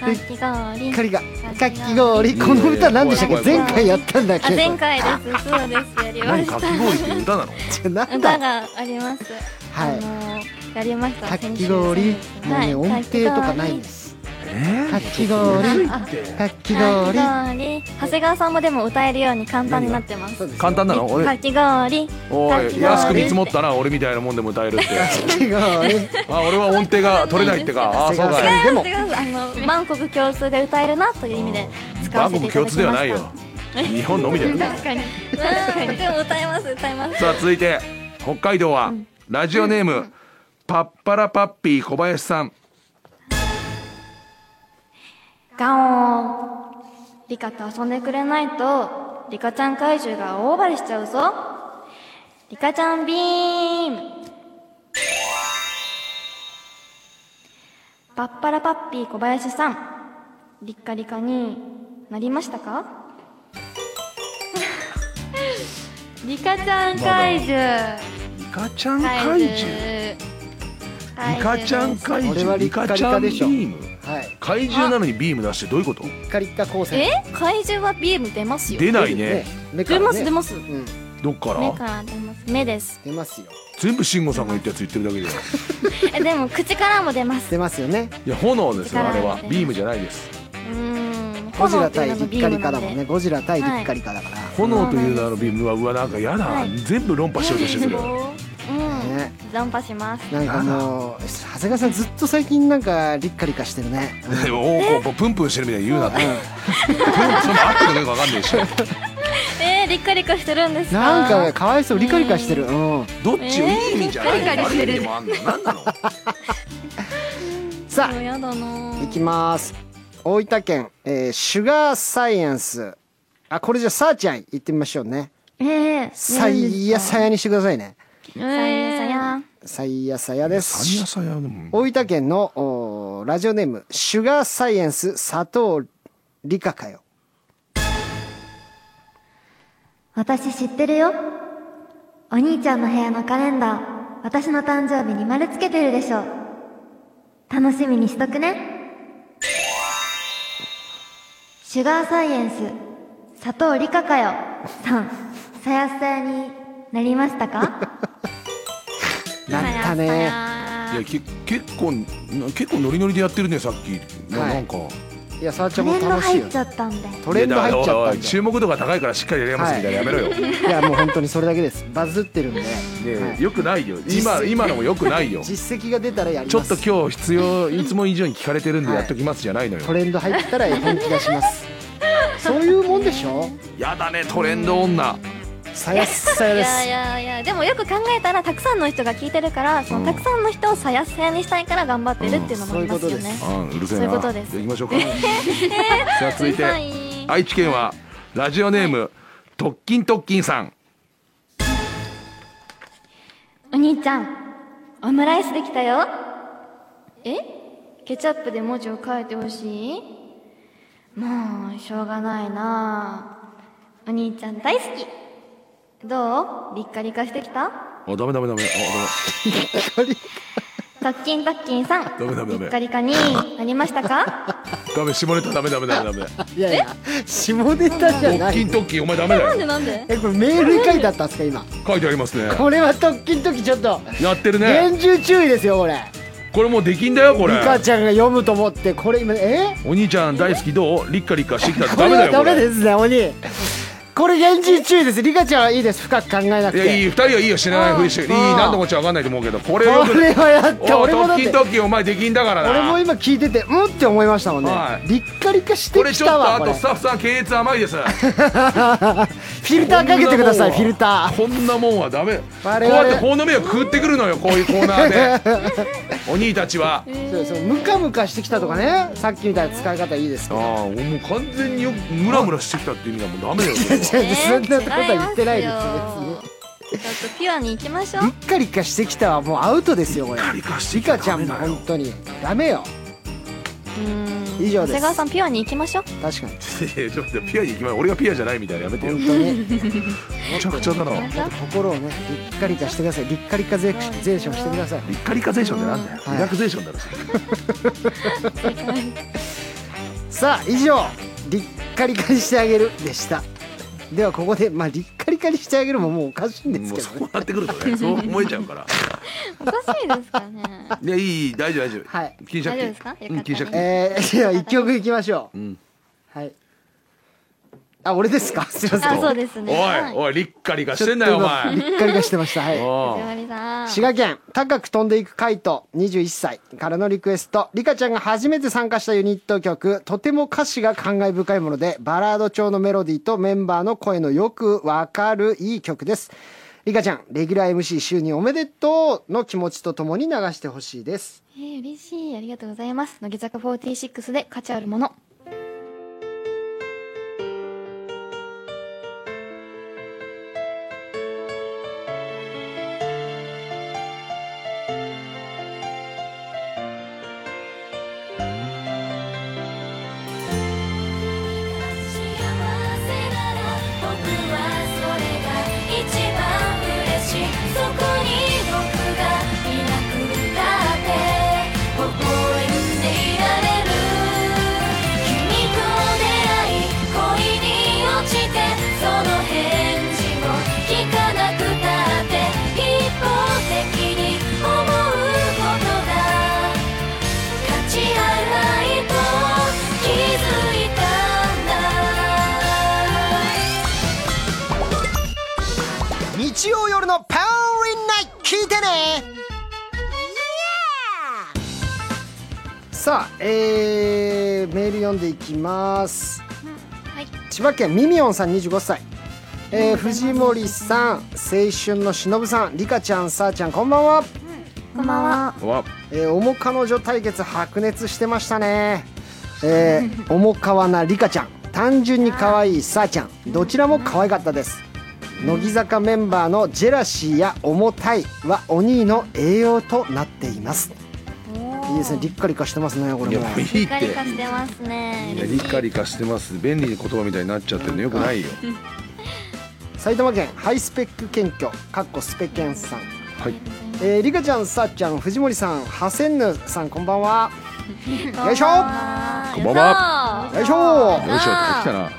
かき氷かりがかき氷この歌何でしたっけいやいや前回やったんだっあけ前ど回ですそうですやりま何しかたき氷って歌なのなん歌だがあります。はいあのやりました。かき氷先週もうね音はい程とかないんですかき氷かきかき氷。氷かき氷長谷川さんもでも歌えるように簡単になってます。そうかです簡単なの俺き氷。おかきい氷安く見積もったな俺みたいなもんでも歌えるってかき氷あ俺は音程が取れないってかあそう長谷川かいさんでも違いますあのバンコク共通で歌えるなという意味で使わ万せてい国ただき共ま通した。ではないよ日本のみだようん。でも歌えます歌えます。さあ続いて北海道はラジオネームパッパラパッピー小林さんガオーン。リカと遊んでくれないと、リカちゃん怪獣が大暴れしちゃうぞ。リカちゃんビーム。パッパラパッピー小林さん。リッカリカになりまし たかリカちゃん怪獣。リカちゃん怪獣リカちゃん怪俺は獣リリカカリちカゃんでビしょームはい怪獣なのにビーム出してどういうことかりっか光線え怪獣はビーム出ますよ。出ないね目か出らますね出ます。うんどっから目から出ます。目です。出ますよ全部慎吾さんが言ったやつ言ってるだけでえでも口からも出ます。出ますよねいや炎ですよあれはビームじゃないですうーんゴジ炎ラってい対うリのがッビーカムリなカだのでもんねゴジラ対リッカリカだから炎という名のビームはうわなんかやだはい全部論破しようと してくるうん、ね論破しますなんかもう長谷川さんずっと最近なんかリッカリカしてるねでもおうこうプンプンしてるみたいに言うなってプンプンそれも合ってるかどうかわかんないしえー、リッカリカしてるんですかなんかねかわいそうリカリカしてるうんどっちをえーいい意味じゃないガリ悪ガリいして意る味も あんの何なのさもうやだなあいきます大分県、えーシュガーサイエンスあこれじゃあさあちゃん行ってみましょうねええさいやさやにしてくださいねえさやささやいやさやでサニヤすサヤでも大分県のおーラジオネームシュガーサイエンス佐藤理香かよ私知ってるよお兄ちゃんの部屋のカレンダー私の誕生日に丸つけてるでしょ楽しみにしとくねシュガーサイエンス佐藤理香かよさんさやさやになりましたかなったねさいやけ結構な結構ノリノリでやってるねさっき、なはいなんかいやさわちゃトんもレンド楽しい入よっちゃったんでトレンド入っちゃったんいやだからおいおい注で目度が高いからしっかりやりますみたいな、やめろよ、いやもう本当にそれだけですバズってるんでね、よくないよ今実績今のもよくないよ実績が出たらやりちょまっとす今日必要いつも以上に聞かれてるんではいやっときますじゃないのよ、トレンド入ったら本気出しますそういうもんでしょやだねトレンド女さやっさやいでやいすやいやでもよく考えたらたくさんの人が聞いてるからそのたくさんの人をさやさやにしたいから頑張ってるっていうのもありますようんそうねいう、あんうるせえなそういうことですじゃあ行きましょうかさあ続いてうるさい愛知県はラジオネーム特勤特勤さんお兄ちゃんオムライスできたよえケチャップで文字を書いてほしいもうしょうがないなあお兄ちゃん大好きどうリッカリカしてきたあダメダメダメあ特勤特勤さんダメダメダメリッカリカになりまし たかダメダメ下ネタダメダメダメダメいやいや下ネタじゃ特ない勤特勤お前ダメだよなんでえこれメールに書いてあったんですか今書いてありますねこれは特勤の時ちょっとやってるね厳重注意ですよこれこれもうできんだよこリれカちゃんが読むと思ってこれ今えお兄ちゃん大好きどうリッカリッカしてきたってこダれメだはよダこメれですね鬼これ厳重注意ですリカちゃんはいいです深く考えなくいやいいて二人はいいよ知らないふりしていいうん何のこっちゃ分かんないと思うけどこれよこくれはやったお俺もだ特って勤特勤お前できんだからな俺も今聞いててうんって思いましたもんねはいリッカリカしてこれちきょったとわあことれスフタッフさん検閲甘いですィルターかけてくださいフィルターこんなもんはダメこう我々やって法の目をくぐってくるのよこういうコーナー でお兄たちはそうそうムカムカしてきたとかねさっきみたいな使い方いいですけああどもう完全によムラムラしてきたって意味だもんダメだよそれはそんなことは言ってないです違よますよちょっとピュアに行きましょうリッカリカしてきたはもうアウトですよこれリッカリカしてリきたカらちゃダんメもだよ本当にダメようん以上です長谷川さんピュアに行きま しょう確かにい やちょっとピアに行きまい俺がピアじゃないみたいなやめてよ本め当にちゃくちゃだな行きましょう心をねリッカリカしてくださいリッカリカゼーゼーションしてくださいリッカリカゼーションってなんだよはいリラクゼーションだろそれさあ以上リッカリカにしてあげるでしたではここでまあリッカリカにしてあげるももうおかしいんですもうけそどうねなってくると ねそう思えちゃうからおかしいですかねいやいいいい大丈夫大丈夫はい禁止大丈夫ですかよかったうん禁止えー、では一曲いきましょう、んはいあ俺ですかすいませんあそうですねはおいいおいリッカリカしてんなよお前リッカリカしてましたはいおう藤 森さん滋賀県高く飛んでいくカイト21歳からのリクエストリカちゃんが初めて参加したユニット曲とても歌詞が感慨深いものでバラード調のメロディーとメンバーの声のよくわかるいい曲ですリカちゃんレギュラー MC 就任おめでとうの気持ちとともに流してほしいですえー、嬉しいありがとうございます乃木坂46で価値あるもの幸せなら僕はそれが一番嬉しいそこに僕がいなくたって微笑んでいられる君と出会い恋に落ちてその返事を聞かなくたって一方的に思うことだ立ち上がりと気づいたんだ日曜夜のパウリンナイト聞いてねさあえー、メール読んでいきますはい千葉県ミミオンさん25歳、えー、藤森さん青春のしのぶさんリカちゃんさあちゃんこんばんは、こんばんはおわえー、おも彼女対決白熱してましたねえー、おもかわなリカちゃん単純に可愛いさあちゃんどちらも可愛かったです乃木坂メンバーのジェラシーや重たいはお兄の栄養となっていますいいですねリッカリカしてますねこいれやももういいってリカリカしてますねいやリカリカしてます便利な言葉みたいになっちゃってるのよくないよ埼玉県ハイスペック謙虚かっこスペケンさんはいえー、リカちゃん、さっちゃん、藤森さん、ハセンヌさん、こんばんは。よいしょ、こんばんはよいしょ、よいしょ来たな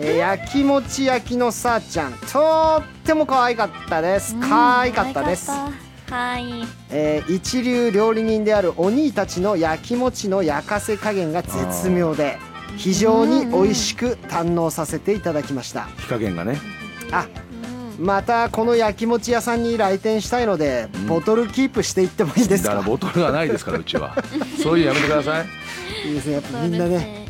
えー、焼きもち焼きのさっちゃん、とっても可愛かったです。可愛かったです。うんはいえー一流料理人であるお兄たちの焼きもちの焼かせ加減が絶妙で非常に美味しく堪能させていただきました火加減がねあまたこの焼きもち屋さんに来店したいのでうんボトルキープしていってもいいですだからかボトルがないですからうち はそういうのやめてくださいいいですねやっぱそうみんでなすね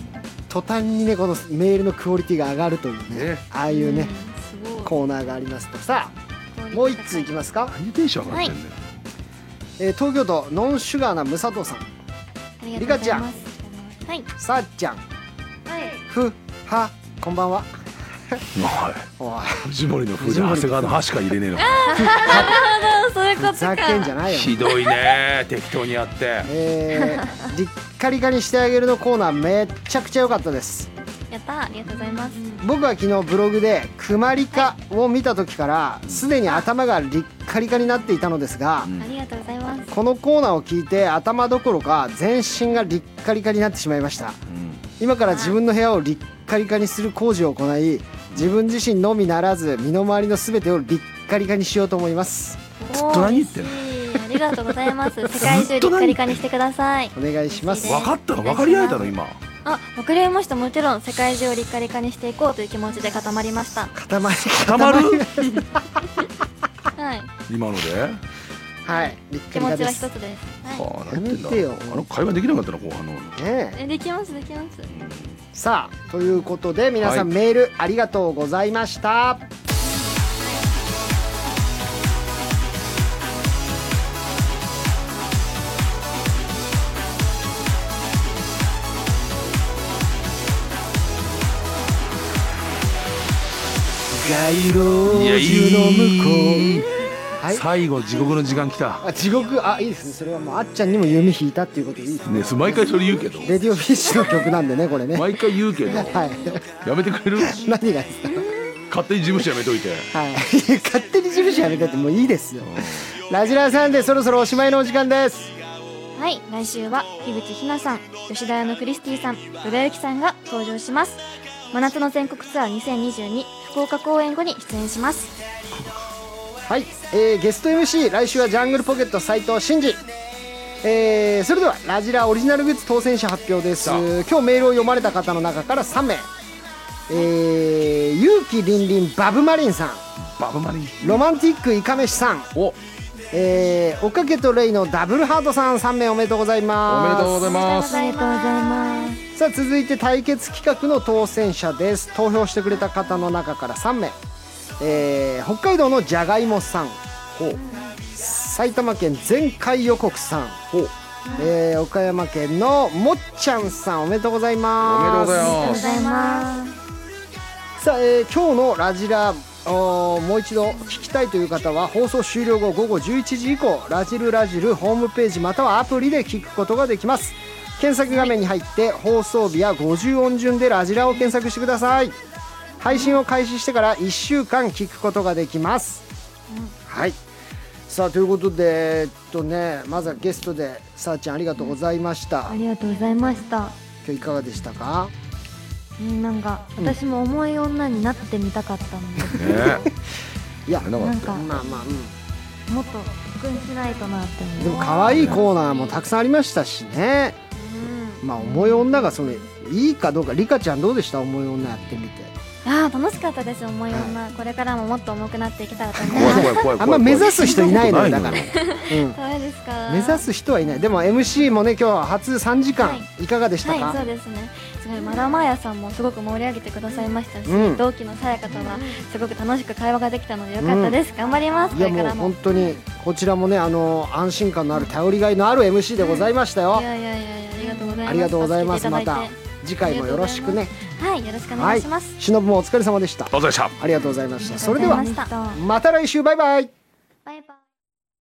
途端にねこのメールのクオリティが上がるというねねああいうねすごいコーナーがありますとさあもう一通いきますか、何でテンション上がってんだよ、えー東京都ノンシュガーなムサトさんありリがカとうごちざゃいんますはいさっちゃんはいふはこんばんははい、おい藤森の風で長谷川の歯しか入れねえのそういうことふざけんじゃないよひどいね適当にやってえー、リッカリカにしてあげるのコーナーめっちゃくちゃ良かったですやったーありがとうございます僕は昨日ブログで「クマリカ」を見た時からすでに頭がリッカリカになっていたのですが、うんありがとうございますこのコーナーを聞いて頭どころか全身がリッカリカになってしまいましたうん今から自分の部屋をリッカリカにする工事を行い自分自身のみならず身の回りの全てをリッカリカにしようと思いますずっと何言ってんの嬉しいありがとうござ います世界中リッカリカにしてくださいお願いします分かったの分かり合えたの今あ分かりましたもちろん世界中をリッカリカにしていこうという気持ちで固まりました固まりたまるはい今のではいリッカ気リ持カちでは一すつですはいああ何言ってやんだめてよあの会話できなかったな後半の方にねええできますできますさあということで皆さん、はメールありがとうございました街いやい路いの向こうはい最後地獄の時間来たあ地獄あいいですねそれはもうあっちゃんにも弓引いたっていうことでいいですねねそう毎回それ言うけどレディオフィッシュの曲なんでねこれねはい 毎回言うけどやめてくれる何がですか勝手に事務所やめといて はい、勝手に事務所やめたってもういいですよラジラーさんでそろそろおしまいのお時間ですはい来週は樋口ひなさん吉田屋のクリスティさん宇田由紀さんが登場します真夏の全国ツアー2022福岡公演後に出演しますはい、えーゲスト MC 来週はジャングルポケット斉藤真二えーそれではラジラオリジナルグッズ当選者発表ですさあ今日メールを読まれた方の中から3名えー、ゆうきりんりんバブマリンさんバブマリンロマンティックいかめしさん、おおえー、おかけとレイのダブルハートさん3名おめでとうございますめでとうございまあすりがとうございますさあ続いて対決企画の当選者です投票してくれた方の中から3名、えー北海道のじゃがいもさん埼玉県全海予告さん、えー岡山県のもっちゃんさんおめでとうございおめでとうまごすざいありがとうまごすざいますさあ、えー今日のラジラおーもう一度聞きたいという方は放送終了後午後11時以降ラジルラジルホームページまたはアプリで聞くことができます検索画面に入って放送日や50音順でラジラを検索してください配信を開始してから1週間聞くことができます、はいさあということでえっとねまずはゲストでさあちゃんありがとうございましたあ今りがとうございました日いかがでしたかうんなんか私も重い女になってみたかったので、ねいやえまななんんかかあもまあうんっと復訓しないとなってで思も可愛いコーナーもたくさんありましたしね、まあ重い女がそれいいかどうかリカちゃんどうでした重い女やってみてあー楽しかったです重い女これからももっと重くなっていけたらと思い怖まいす怖い怖い怖いあんま目指す人いないのよだから、聞いたこうん、可愛いですか目指す人はいないでも MC もね今日は初3時間はいかがでしたか、はいそうですねすごいマラマーヤさんもすごく盛り上げてくださいましたし、うん同期のさやかとはすごく楽しく会話ができたのでよかったです、頑張りますいこやれかもうらも本当にこちらもねあの安心感のある頼りがいのある MC でございましたよ、いやいやいやいやありがとうございますありがとうございます助けまていたただいて次回もよろしくねはいよろしくお願いします、しのぶもお疲れ様でしたとないのよどうぞでしたありがとうございましたそれであはりがとうございましたまた来週バイバイバイバイ